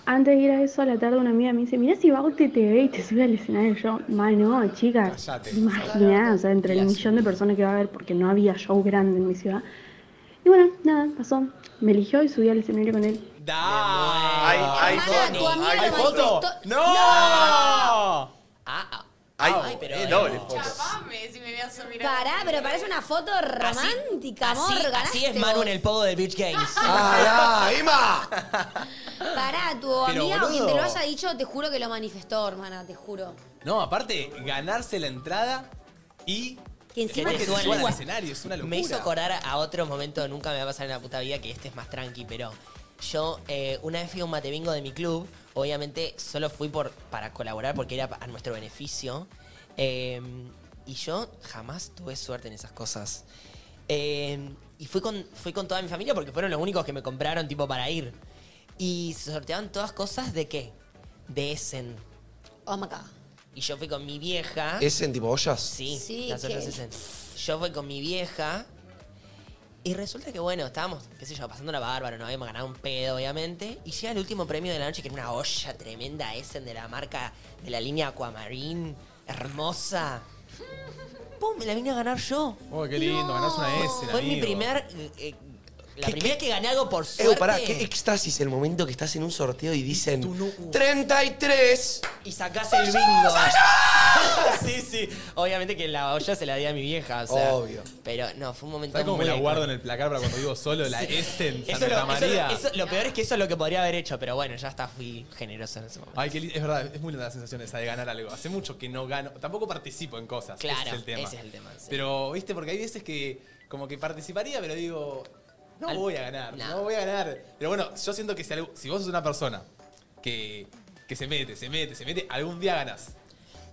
Antes de ir a eso, a la tarde una amiga me dice, mirá si Baute te ve y te sube al escenario. Yo, ma, no, chica,
Cállate.
imaginá, o sea, entre el millón de personas que va a haber porque no había show grande en mi ciudad. Y bueno, nada, pasó. Me eligió y subí al escenario con él.
Hay, hay foto.
¿Hay foto? ¡No!
Hay
Ay, pero-
doble foto.
Chapame si me voy a asumir.
Pará, pero parece una foto romántica, amor.
Así, así
ganaste
es Manu
vos.
en el pogo del Beach Games.
¡Ah,
Pará, tu
Pero,
amiga o quien te
boludo.
lo haya dicho, te juro que lo manifestó, hermana, te juro.
No, aparte, ganarse la entrada y.
Que encima
que te
te
suban al
suba.
escenario, es una locura.
Me hizo acordar a otro momento, nunca me va a pasar en la puta vida que este es más tranqui, pero yo eh, una vez fui a un mate bingo de mi club, obviamente solo fui por, para colaborar porque era a nuestro beneficio. eh, y yo jamás tuve suerte en esas cosas. Eh, y fui con, fui con toda mi familia porque fueron los únicos que me compraron tipo para ir. Y se sorteaban todas cosas de qué? De Essen.
Oh my god.
Y yo fui con mi vieja.
¿Es en tipo ollas?
¿Ah? Sí,
Sí,
las ollas
que-
Essen. Yo fui con mi vieja y resulta que, bueno, estábamos, qué sé yo, pasando la bárbaro, no habíamos ganado un pedo, obviamente. Y llega el último premio de la noche, que era una olla tremenda Essen de la marca, de la línea Aquamarine, hermosa. ¡Pum! Me la vine a ganar yo.
Oh, qué lindo, ganás una Essen,
Fue mi
amigo.
primer... eh, la primera que gané algo por suerte.
Evo, pará, qué éxtasis el momento que estás en un sorteo y dicen 33
y sacás el bingo. sí, sí. Obviamente que la olla se la di a mi vieja, o sea.
Obvio.
Pero no, fue un momento
¿Sabes cómo me
muy
la
icónico.
guardo en el placar para cuando vivo solo? La Essen,
Eso
Santa
lo, eso lo-
María.
eso- lo peor es que eso es lo que podría haber hecho, pero bueno, ya está, fui generoso en ese momento.
Ay, qué lindo. Es verdad, es muy linda la sensación esa de ganar algo. Hace mucho que no gano. Tampoco participo en cosas.
Claro,
ese es el tema.
ese es el tema, sí.
Pero, viste, porque hay veces que como que participaría, pero digo, no
Al-
voy a ganar,
no.
no. voy a ganar. Pero bueno, yo siento que si, algo- si vos sos una persona que, que se mete, se mete, se mete, algún día ganás.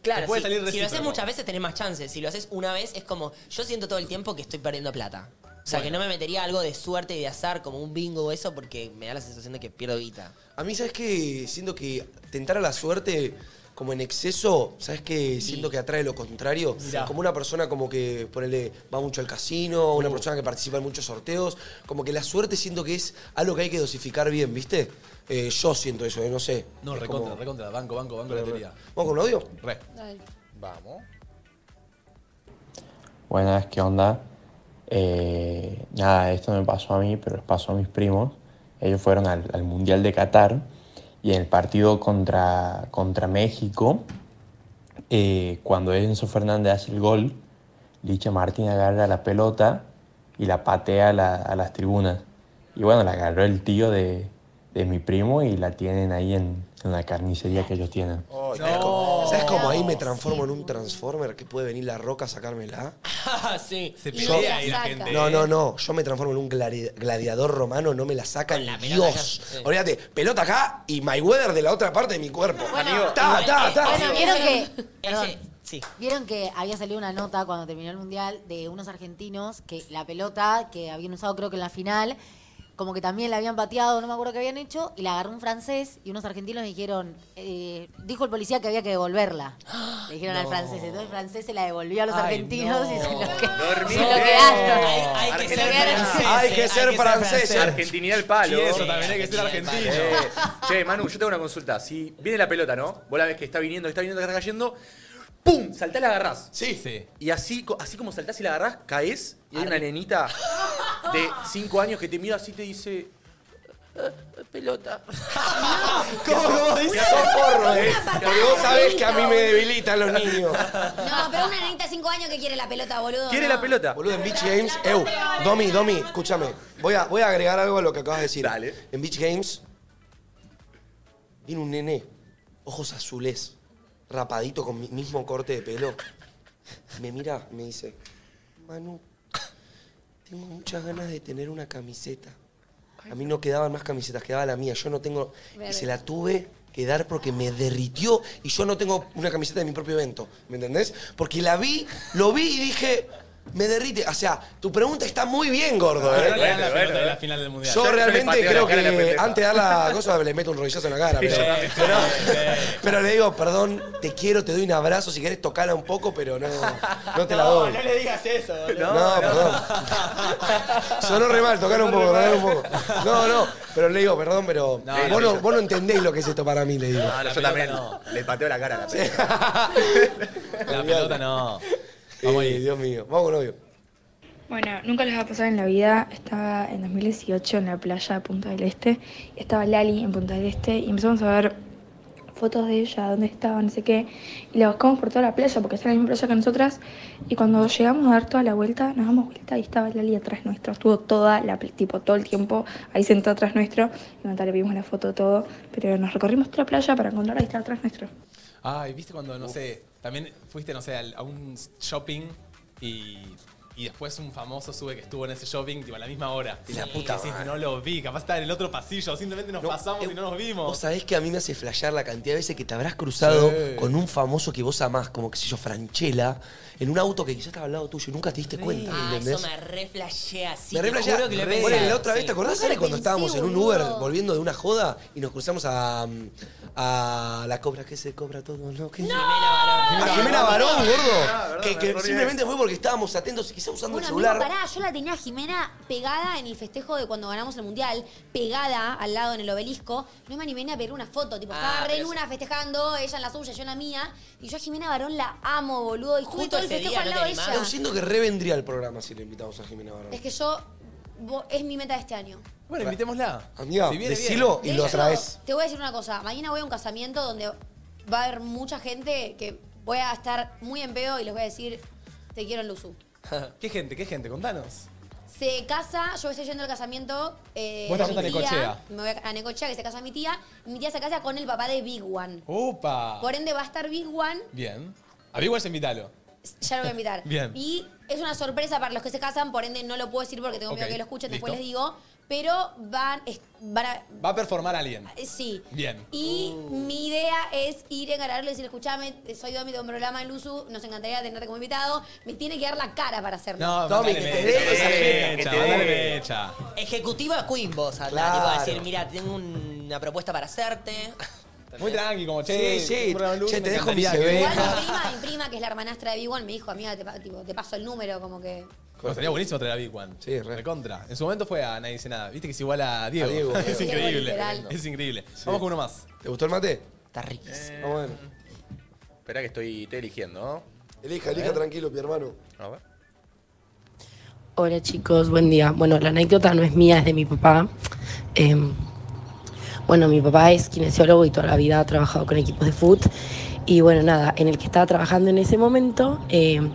Claro,
Te puede
si,
salir
si lo haces
recíproco.
muchas veces tenés más chances. Si lo haces una vez es como, yo siento todo el tiempo que estoy perdiendo plata. O sea, que no me metería algo de suerte y de azar, como un bingo o eso, porque me da la sensación de que pierdo guita.
A mí, ¿sabes qué? Siento que tentar a la suerte como en exceso, ¿sabes qué? Siento que atrae lo contrario.
Mirá.
Como una persona como que, ponele, va mucho al casino, una persona que participa en muchos sorteos. Como que la suerte siento que es algo que hay que dosificar bien, ¿viste? Eh, yo siento eso, eh, no sé.
No,
Es
recontra,
como-
recontra. Banco, banco, banco,
Re,
la
re.
teoría.
¿Vamos con un audio?
Re.
Vamos.
Buenas, ¿qué onda? Eh, nada, esto me pasó a mí, pero les pasó a mis primos. Ellos fueron al, al Mundial de Qatar y en el partido contra, contra México, eh, cuando Enzo Fernández hace el gol, Licha Martín agarra la pelota y la patea a, la- a las tribunas. Y bueno, la agarró el tío de, de mi primo y la tienen ahí en, en la carnicería que ellos tienen.
¿Sabes cómo- ¿Sabes cómo ahí me transformo en un transformer que puede venir la roca a sacármela?
sí.
Se
Yo-
pelea ahí la gente.
No,
¿eh?
no, no. Yo me transformo en un gladi- gladiador romano, no me la saca ni
pelota
Dios.
acá, sí.
Olvídate, pelota acá y my weather de la otra parte de mi cuerpo.
Bueno,
ta,
igual,
ta,
eh,
ta.
bueno,
Vieron que
Ese- Sí.
Vieron que había salido una nota cuando terminó el mundial de unos argentinos que la pelota que habían usado creo que en la final, como que también la habían pateado, no me acuerdo qué habían hecho, y la agarró un francés y unos argentinos dijeron, eh, dijo el policía que había que devolverla. Le dijeron al francés, entonces el francés se la devolvió a los argentinos y se lo, que- se lo quedaron.
Hay,
que ser franceses,
Hay
que ser franceses.
Argentinidad al palo.
Sí, eso también, hay que ser argentino.
Eh, Che, Manu, yo tengo una consulta. Si viene la pelota, ¿no? Vos la ves que está viniendo, que está viniendo, que está cayendo. ¡Pum! Saltá y la agarrás.
Sí.
Y así, co- así como saltás y la agarrás, caes y hay una nenita de 5 años que te mira así y te dice. Pelota.
¿Cómo, cómo dice? porro, eh. Porque vos sabés que a mí me debilitan los niños.
No, pero una nenita de 5 años que quiere la pelota, boludo. no.
pelota?
Boludo, en Beach Games. Eu, Domi, Domi, escúchame. Voy a, voy a agregar algo a lo que acabas de decir. Dale. En Beach Games. Viene un nene, ojos azules, rapadito con mi mismo corte de pelo. Me mira, me dice: Manu, tengo muchas ganas de tener una camiseta. A mí no quedaban más camisetas, quedaba la mía. Yo no tengo. Y se la tuve que dar porque me derritió y yo no tengo una camiseta de mi propio evento. ¿Me entendés? Porque la vi, lo vi y dije. Me derrite. O sea, tu pregunta está muy bien, gordo, ¿eh?
Pero no le dan la pelota de la final del mundial.
Yo realmente creo que
pendeja.
antes de dar la cosa le meto un rodillazo en la cara.
Sí,
Pero,
yo también.
pero- pero le digo, perdón, te quiero, te doy un abrazo si querés tocarla un poco, pero no, no te la doy.
No, no le digas eso.
No,
boludo.
perdón. Sonó re mal, tocar un poco, tocar un poco. No, no, pero le digo, perdón, pero
No,
vos,
no,
no, vos no entendéis lo que es esto para mí, le digo.
No, no, yo también le pateo la cara a la pelota.
La pelota no.
Vamos Dios mío. Vamos con novio.
Bueno, nunca les va a pasar en la vida. Estaba en 2018 en la playa de Punta del Este. y Estaba Lali en Punta del Este y empezamos a ver fotos de ella, dónde estaba, no sé qué. Y la buscamos por toda la playa porque está en la misma playa que nosotras. Y cuando llegamos a dar toda la vuelta, nos damos vuelta y estaba Lali atrás nuestro. Estuvo toda la pl- tipo todo el tiempo ahí sentada atrás nuestro. Y nada, le vimos la foto todo. Pero nos recorrimos toda la playa para encontrarla y estaba atrás nuestro.
Ay, Ah, viste cuando, no sé, también fuiste, no sé, al- a un shopping y, y después un famoso sube que estuvo en ese shopping tipo, a la misma hora.
Y la puta
decís,
madre. eh,
no lo vi, capaz estaba en el otro pasillo, simplemente nos pasamos y no nos vimos.
Vos sabés que a mí me hace flashear la cantidad de veces que te habrás cruzado
Sí.
con un famoso que vos amás, como que sé yo, Franchella, en un auto que quizás estaba al lado tuyo y nunca te diste cuenta,
Ah,
¿entendés?
eso me reflashea así.
me re flashea. Re- Bueno, la otra vez, ¿te acordás, Ale, cuando estábamos en un Uber volviendo de una joda y nos cruzamos a, a la cobra que se cobra todo, ¿no? ¿Qué? A Jimena Barón, gordo. que que simplemente fue porque estábamos atentos y quizás usando
Bueno,
el
amigo,
celular.
pará, yo la tenía a Jimena pegada en el festejo de cuando ganamos el mundial, pegada al lado en el obelisco. No me animé ni a pedir una foto, tipo,
Ah,
estaba re
pero
luna festejando, ella en la suya, yo en la mía. Y yo a Jimena Barón la amo, boludo. Y justo todo el
ese
festejo
día
al
no
lado de
te
ella.
Yo siento que revendría el programa si le invitamos a Jimena Barón.
Es que yo, vo- es mi meta de este año.
Bueno, invitémosla.
Amiga,
Si viene,
decilo
viene.
y lo
De hecho,
atraes.
Te voy a decir una cosa, mañana voy a un casamiento donde va a haber mucha gente que voy a estar muy en pedo y les voy a decir, te quiero en Luzu.
¿Qué gente? ¿Qué gente? Contanos.
Se casa, yo estoy yendo al casamiento. Eh,
Vos estás
de
yendo a
mi tía.
Necochea.
Me voy a, a Necochea, que se casa mi tía. y Mi tía se casa con el papá de Big One.
¡Opa!
Por e- ende, va a estar Big One,
Bien. A Big Wars invítalo.
ya lo voy a invitar.
Bien.
Y es una sorpresa para los que se casan, por ende, no lo puedo decir porque tengo miedo
Ok,
que lo escuchen, después
listo.
les digo. Pero van, es- van a.
Va a performar alguien.
eh, Sí.
Bien.
Y mi idea es ir a encararlo y decir, escuchame, soy Domi de un programa en Luzu, nos encantaría tenerte como invitado. Me tiene que dar la cara para hacerlo.
No,
Tommy,
mandale
que te
mecha,
dé esa
mandale
agenda,
mecha,
que te
mandale
dé.
mecha.
Ejecutiva Queen vos, Andá,
Claro.
Te va a decir, mira, tengo una propuesta para hacerte.
Muy tranqui, como che.
Sí, sí.
un programa de luz,
Che,
me
te dejo mi
encantaría que
CV.
vengas.
Mi prima, mi prima, que es la hermanastra de Big One, me dijo, amiga, te, pa- tipo, te paso el número, como que...
No, estaría buenísimo traer a Big One. Sí, Recontra. En su momento fue a Nadie Dice Nada. Viste que es igual a Diego.
A Diego.
es
Diego,
increíble.
literal.
es increíble. Vamos con uno más.
¿Te gustó el mate?
Está riquísimo.
bueno.
Espera Eh, que estoy te eligiendo, ¿no?
Elija,
A
elija
ver.
tranquilo, mi hermano.
A ver.
Hola chicos, buen día. Bueno, la anécdota no es mía, es de mi papá. Em, bueno, mi papá es kinesiólogo y toda la vida ha trabajado con equipos de fútbol. Y bueno, nada, en el que estaba trabajando en ese momento, em,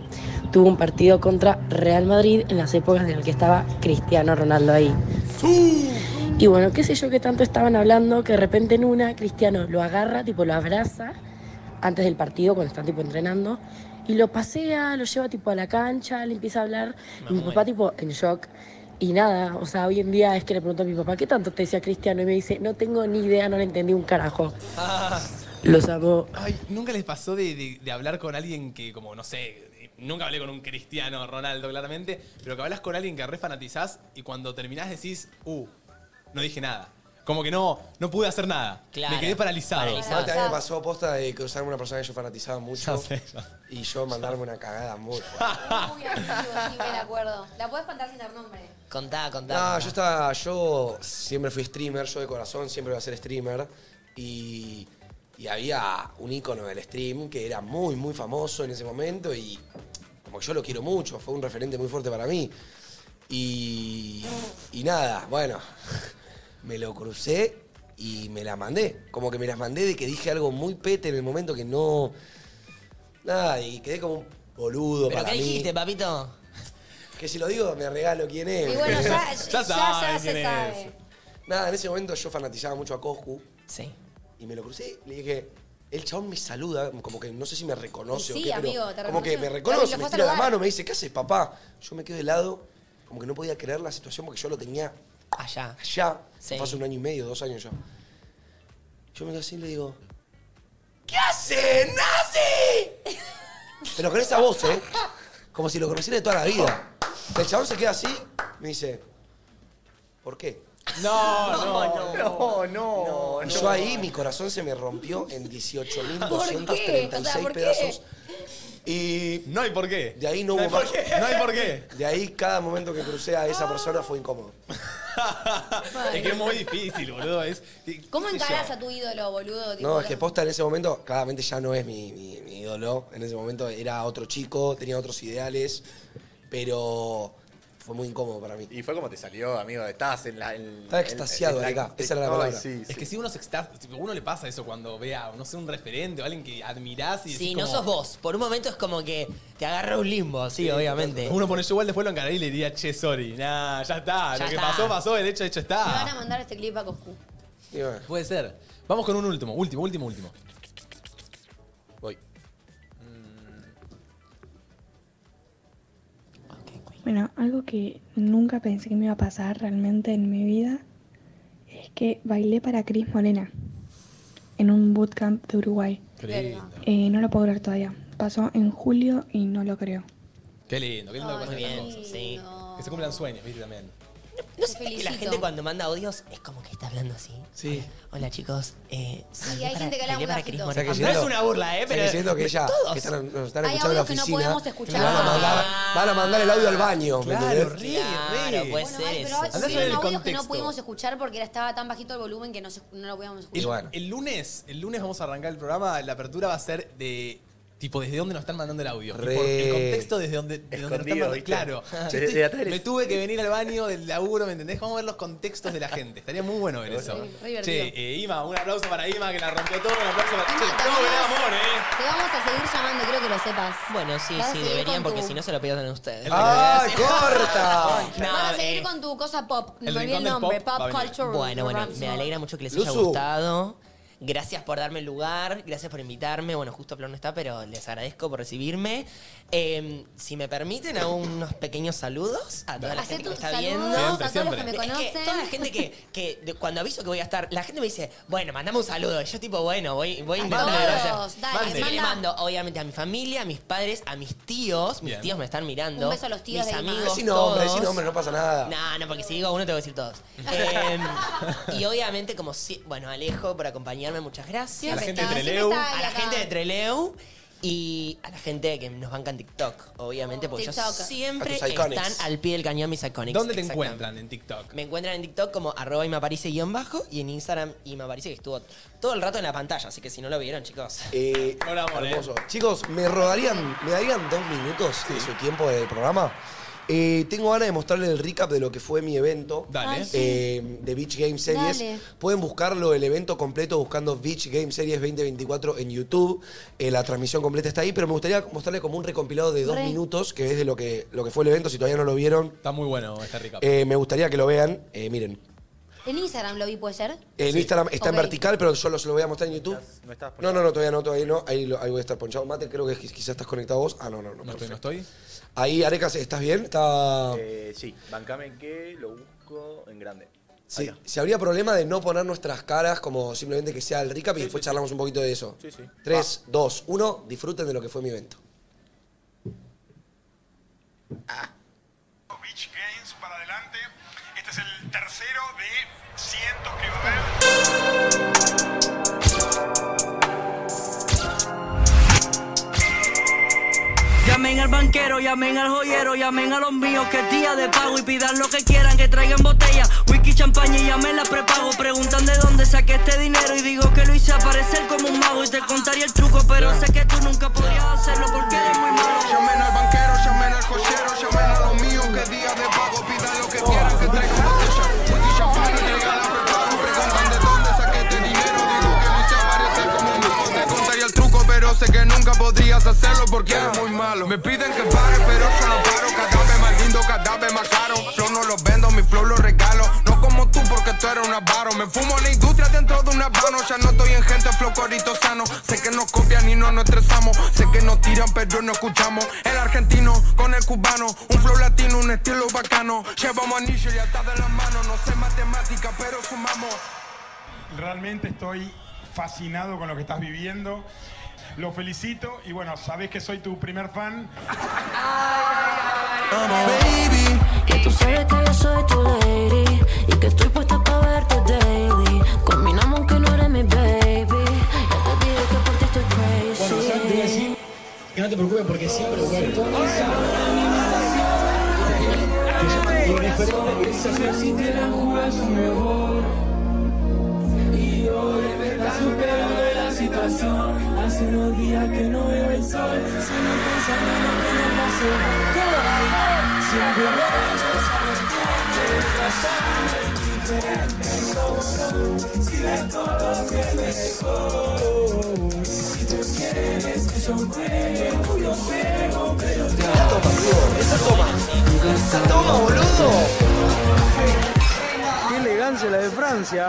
tuvo un partido contra Real Madrid en las épocas en las que estaba Cristiano Ronaldo ahí. Y bueno, qué sé yo qué tanto estaban hablando, que de repente en una Cristiano lo agarra, tipo lo abraza antes del partido cuando están tipo entrenando y lo pasea, lo lleva tipo a la cancha, le empieza a hablar y mi papá tipo en shock y nada, o sea, hoy en día es que le pregunto a mi papá, ¿qué tanto te decía Cristiano? Y me dice, no tengo ni idea, no le entendí un carajo. Los amo.
Ay, ¿nunca les pasó de, de- de hablar con alguien que, como, no sé, nunca hablé con un cristiano Ronaldo, claramente, pero que hablas con alguien que re fanatizás y cuando terminás decís, uh, no dije nada. Como que no, no pude hacer nada. Me quedé paralizado.
Aparte, a mí me pasó posta de cruzarme una persona que yo fanatizaba mucho y yo mandarme una cagada muy fuerte.
Sí, me la acuerdo. La puedes contar sin dar nombre.
Contá, contá.
No,
contá.
yo estaba. Yo siempre fui streamer, yo de corazón siempre voy a ser streamer. Y, y había un icono del stream que era muy, muy famoso en ese momento y como que yo lo quiero mucho, fue un referente muy fuerte para mí. Y, y nada, bueno, me lo crucé y me la mandé. Como que me las mandé de que dije algo muy pete en el momento que no. Nada, y quedé como un boludo
¿Pero
para
qué
mí.
dijiste, papito?
Que si lo digo, me regalo quién es.
Y bueno, ya- Ya ya- ya saben
se quién es. sabe.
Nada, en ese momento yo fanatizaba mucho a Coscu.
Sí.
Y me lo crucé y le dije, el chabón me saluda, como que no sé si me reconoce
Y sí,
o qué,
amigo,
pero
te
como que
reconoció.
me
Lo fue
reconoce,
a
me tira la
saludar.
mano, me dice, ¿qué haces, papá? Yo me quedo de lado, como que no podía creer la situación porque yo lo tenía
allá.
Allá. Fue hace un año y medio, dos años ya. Yo me quedo así y le digo, ¿qué haces, nazi? Pero con esa voz, ¿eh? Como si lo conociera de toda la vida. El chabón se queda así, me dice, ¿por qué?
no, no, no, no, no.
Yo ahí mi corazón se me rompió en
¿Por qué? O sea,
18.236
¿por qué?
pedazos. Y
no hay por qué.
De ahí no,
No hay
hubo
por qué. No hay por qué.
De ahí cada momento que crucé a esa persona fue incómodo.
Es que es muy difícil, boludo. Es,
¿Cómo
qué sé
encarás
yo?
a tu ídolo, boludo? Tipo,
No, es que posta en ese momento, claramente ya no es mi, mi- mi ídolo. En ese momento era otro chico, tenía otros ideales, pero fue muy incómodo para mí.
Y fue como te salió, amigo. Estabas en la. en-
Estaba extasiado,
en- en
acá. Esa era la palabra.
Ay, sí,
Es que si uno se exta- tipo, uno le pasa eso cuando ve a, no sé, un referente o alguien que admirás
Si
y decís
no
como-
sos vos, por un momento es como que te agarra un limbo, sí, obviamente.
Uno pone yo igual después lo encaré y le diría, che, sorry. Nah, ya está.
Ya
lo que
está.
pasó, pasó, el hecho, hecho
Le
está.
van a mandar este clip a Coscu.
Puede ser. Vamos con un último, último, último, último.
Bueno, algo que nunca pensé que me iba a pasar realmente en mi vida es que bailé para Cris Morena en un bootcamp de Uruguay. Eh, no lo puedo creer todavía. Pasó en julio y no lo creo.
Qué lindo, qué lindo.
Ay,
que
qué
pasen
lindo.
estas cosas. Que se cumplan sueños, viste, también.
No sé que la
felicito.
gente cuando manda audios es como que está hablando así.
Sí.
Hola chicos, eh,
hay gente que habla muy
para
bajito.
Cris
O sea,
Morena.
que
No es
siento-
una burla, eh,
o sea,
pero
que siento que ella,
todos.
que están- nos están
Hay
escuchando en la
audios que no
oficina.
podemos escuchar.
Van, a mandar, van a mandar el audio al baño. ¿me
Claro,
entendés?
re, re.
puede ser eso.
Pero
en
hay
el
un audio que no
contexto.
pudimos escuchar porque era- estaba tan bajito el volumen que no, se- no lo podíamos escuchar.
El, el lunes, el lunes vamos a arrancar el programa. La apertura va a ser de. Tipo, desde dónde nos están mandando el audio.
Re.
Tipo, el contexto desde donde, de donde nos están
Escondido,
mandando.
¿viste?
Claro.
Ah.
Yo
Desde
estoy-
atrás.
me tuve que venir al baño del laburo, ¿me entendés? Vamos a ver los contextos de la gente. Estaría muy bueno ver eso.
bueno. Re divertido.
Che, eh, Ima, un aplauso para Ima que la rompió todo. Un aplauso para.
Ima,
Che,
te
todo
amamos.
gran amor, eh.
Te vamos a seguir llamando, creo que lo sepas.
Bueno, sí,
Vas a
sí,
seguir
deberían
con
porque
tu-
si no se lo pegan a ustedes.
¡Ay,
Sí.
Ah, corta!
Vas
No,
a seguir
eh,
con tu cosa pop. Me
el
olvidé el
rincón del
nombre.
pop
Pop,
va a venir.
culture.
Bueno, bueno,
Ramsey.
me alegra mucho que les haya
Luzu.
gustado. Gracias por darme el lugar, gracias por invitarme. Bueno, justo Flor no está, pero les agradezco por recibirme. Eh, si me permiten, hago unos pequeños saludos a toda la
Hacé
gente que me
tus
está
saludos
viendo.
a todos los Siempre, que me
Es
conocen.
toda la gente que, que de- cuando aviso que voy a estar, la gente me dice, bueno, mandame un saludo. Y yo tipo, bueno, voy, voy a
A
intentar.
todos,
gracias.
dale,
Mande.
manda.
Le mando, obviamente, a mi familia, a mis padres, a mis tíos. Mis
Bien.
tíos me están mirando.
Un beso a los tíos
Mis
de Ima.
amigos,
Decí nombre, decí
todos.
nombre, no pasa nada.
No, no, porque si digo uno tengo que decir todos. Eh, y obviamente, como si, bueno, Alejo por acompañarme, muchas gracias.
A la gente de Siempre está, Treleu. siempre está
A la
acá.
gente de Treleu y a la gente que nos banca en TikTok, obviamente, porque
TikTok.
yo
A
siempre
tus iconics.
están al pie del cañón mis iconics.
¿Dónde te
Exactamente.
encuentran en TikTok?
Me encuentran en TikTok como arroba y me aparece guión bajo y en Instagram y me aparece que estuvo todo el rato en la pantalla, así que si no lo vieron, chicos.
Eh, hermoso. Chicos, ¿me rodarían, me darían dos minutos de su tiempo del programa? Eh, tengo ganas de mostrarles el recap de lo que fue mi evento
Dale. Ay, sí.
eh, de Beach Game Series.
Dale.
Pueden buscarlo, el evento completo, buscando Beach Game Series 2024 en YouTube. Eh, la transmisión completa está ahí, pero me gustaría mostrarles como un recompilado de dos
Re.
minutos, que es de lo que, lo que fue el evento. Si todavía no lo vieron,
Está muy bueno este recap.
eh, me gustaría que lo vean. Eh, miren,
En Instagram lo vi, ¿puede ser?
el Instagram está
Ok.
en vertical, pero yo lo- se lo voy a mostrar en YouTube.
No estás
No, no, no, todavía no, todavía no. Ahí, lo- ahí voy a estar ponchado. Mate, creo que quizás estás conectado vos. Ah, no, no, no.
No estoy,
perfecto.
no estoy.
Ahí, Arecas, ¿estás bien? Está...
Eh, sí, bancame en qué, lo busco en grande.
Si, si habría problema de no poner nuestras caras como simplemente que sea el recap y después charlamos un poquito de eso.
Sí, sí.
3, 2, 1, disfruten de lo que fue mi evento.
Beach Games para adelante. Este es el tercero de cientos que va a
Llamen al banquero, llamen al joyero, llamen a los míos que es día de pago y pidan lo que quieran, que traigan botella, whisky, champaña y llamen la prepago. Preguntan de dónde saqué este dinero y digo que lo hice aparecer como un mago y te contaría el truco, pero sé que tú nunca podrías hacerlo porque eres muy malo. Llamen al banquero, llamen al joyero, llamen a los míos que día de pago, pidan lo que quieran, que traigan
este Te contaría el truco, pero sé que nunca podrías hacerlo porque eres muy malo. Me piden que pare, pero yo no paro. Cada vez más lindo, cada vez más caro. Flow no los vendo, mi flow los regalo. No como tú porque tú eres un avaro. Me fumo la industria dentro de un habano. Ya no estoy en gente flow corito sano. Sé que nos copian y no nos estresamos. Sé que nos tiran, pero no escuchamos. El argentino con el cubano. Un flow latino, un estilo bacano. Llevamos anillo y atada en las manos. No sé matemática, pero sumamos. Realmente estoy fascinado con lo que estás viviendo. Lo felicito y bueno, sabés que soy tu primer fan.
Baby, que tú sabes que yo soy tu lady y que estoy puesta para verte daily. Combinamos que no eres mi baby. Ya te dije que por ti estoy
Bueno, Sam,
crazy.
te voy a decir que no te preocupes porque siempre vuelvo.
Y hoy me está superando la situación. Hace unos días que no veo el sol. Solo pensando en lo que me pasó. Todavía siempre borracho, sabes que te desplazas. Diferente como tú, si de todo me dejó. Si tú quieres que yo juegue, yo juego, pero te toma, esa toma. Esa toma, boludo.
Qué elegancia la de Francia.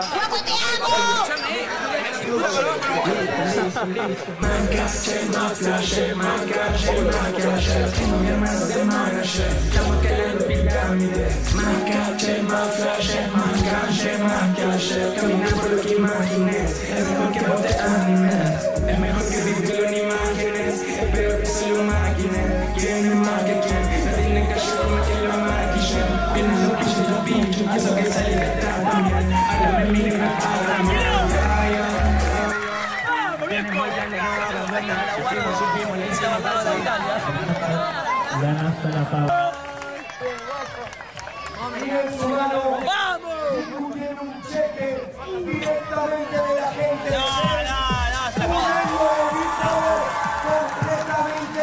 ¡Vamos! un cheque directamente de la gente. No, no, no. Un año de dictador completamente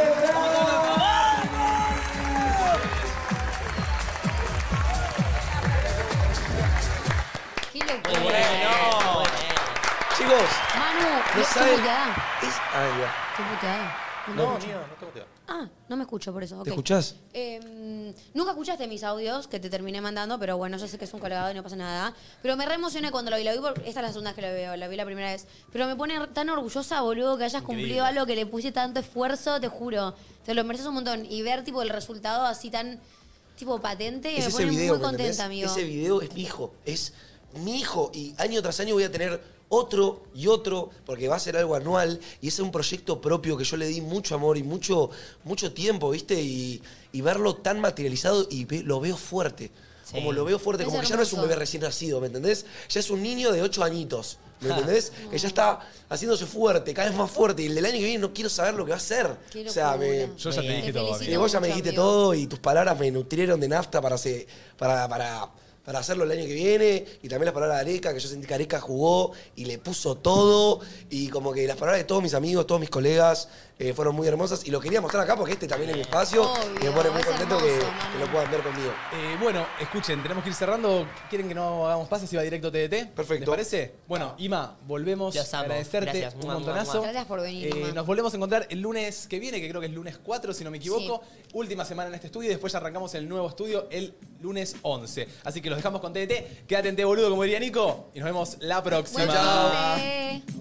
Chicos,
Manu,
no
¿es
saben.
puteada?
Ahí va.
¿Qué puteada?
No,
me escucho.
mía, no te puteaba.
Ah, no me escucho por eso. ok.
¿Te escuchás?
Eh, nunca escuchaste mis audios que te terminé mandando, pero bueno, yo sé que es un colgado y no pasa nada. Pero me reemocioné cuando lo vi. Lo vi por, esta es la segunda vez que lo veo, la vi la primera vez. Pero me pone tan orgullosa, boludo, que hayas
Increíble.
cumplido algo que le puse tanto esfuerzo, te juro. Te lo mereces un montón. Y ver tipo el resultado así tan tipo patente,
Es
me
ese
pone
video,
muy
¿me entendés?
contenta, amigo.
Ese video es mi hijo, es mi hijo y año tras año voy a tener otro y otro porque va a ser algo anual y ese es un proyecto propio que yo le di mucho amor y mucho, mucho tiempo, ¿viste? Y, y verlo tan materializado y ve- lo veo fuerte.
Sí.
Como lo veo fuerte,
Es
como que ya no es un
hermoso.
bebé recién nacido, ¿me entendés? Ya es un niño de ocho añitos, ¿me
Ah.
Ja.
entendés? Que ya está haciéndose fuerte, cada vez más fuerte. Y el del año que viene no quiero saber lo que va a ser.
Qué
O sea, me-
locura. Yo ya te Te dije todo, felicito
Y vos ya me
mucho,
dijiste
amigo.
todo y tus palabras me nutrieron de nafta para, hacer- para, para, para hacerlo el año que viene. Y también las palabras de Areca, que yo sentí que Areca jugó y le puso todo. Y como que las palabras de todos mis amigos, todos mis colegas eh, fueron muy hermosas. Y lo quería mostrar acá porque este también es mi espacio. y me pone muy contento que, que lo puedan ver conmigo.
Eh, bueno, escuchen, tenemos que ir cerrando. ¿Quieren que no hagamos pases y va directo TDT? Perfecto. ¿Les parece? Bueno, Ima, volvemos
Los
a
amo.
agradecerte
Gracias.
un
Mua, mua,
montonazo. Eh,
mua. Gracias por venir, Ima.
nos volvemos a encontrar el lunes que viene, que creo que es lunes 4, si no me equivoco. Última semana en este estudio y después ya arrancamos el nuevo estudio el lunes 11. Así que los dejamos con TDT. Quédate en T, boludo, como diría Nico. Y nos vemos la próxima.
Buen fin de.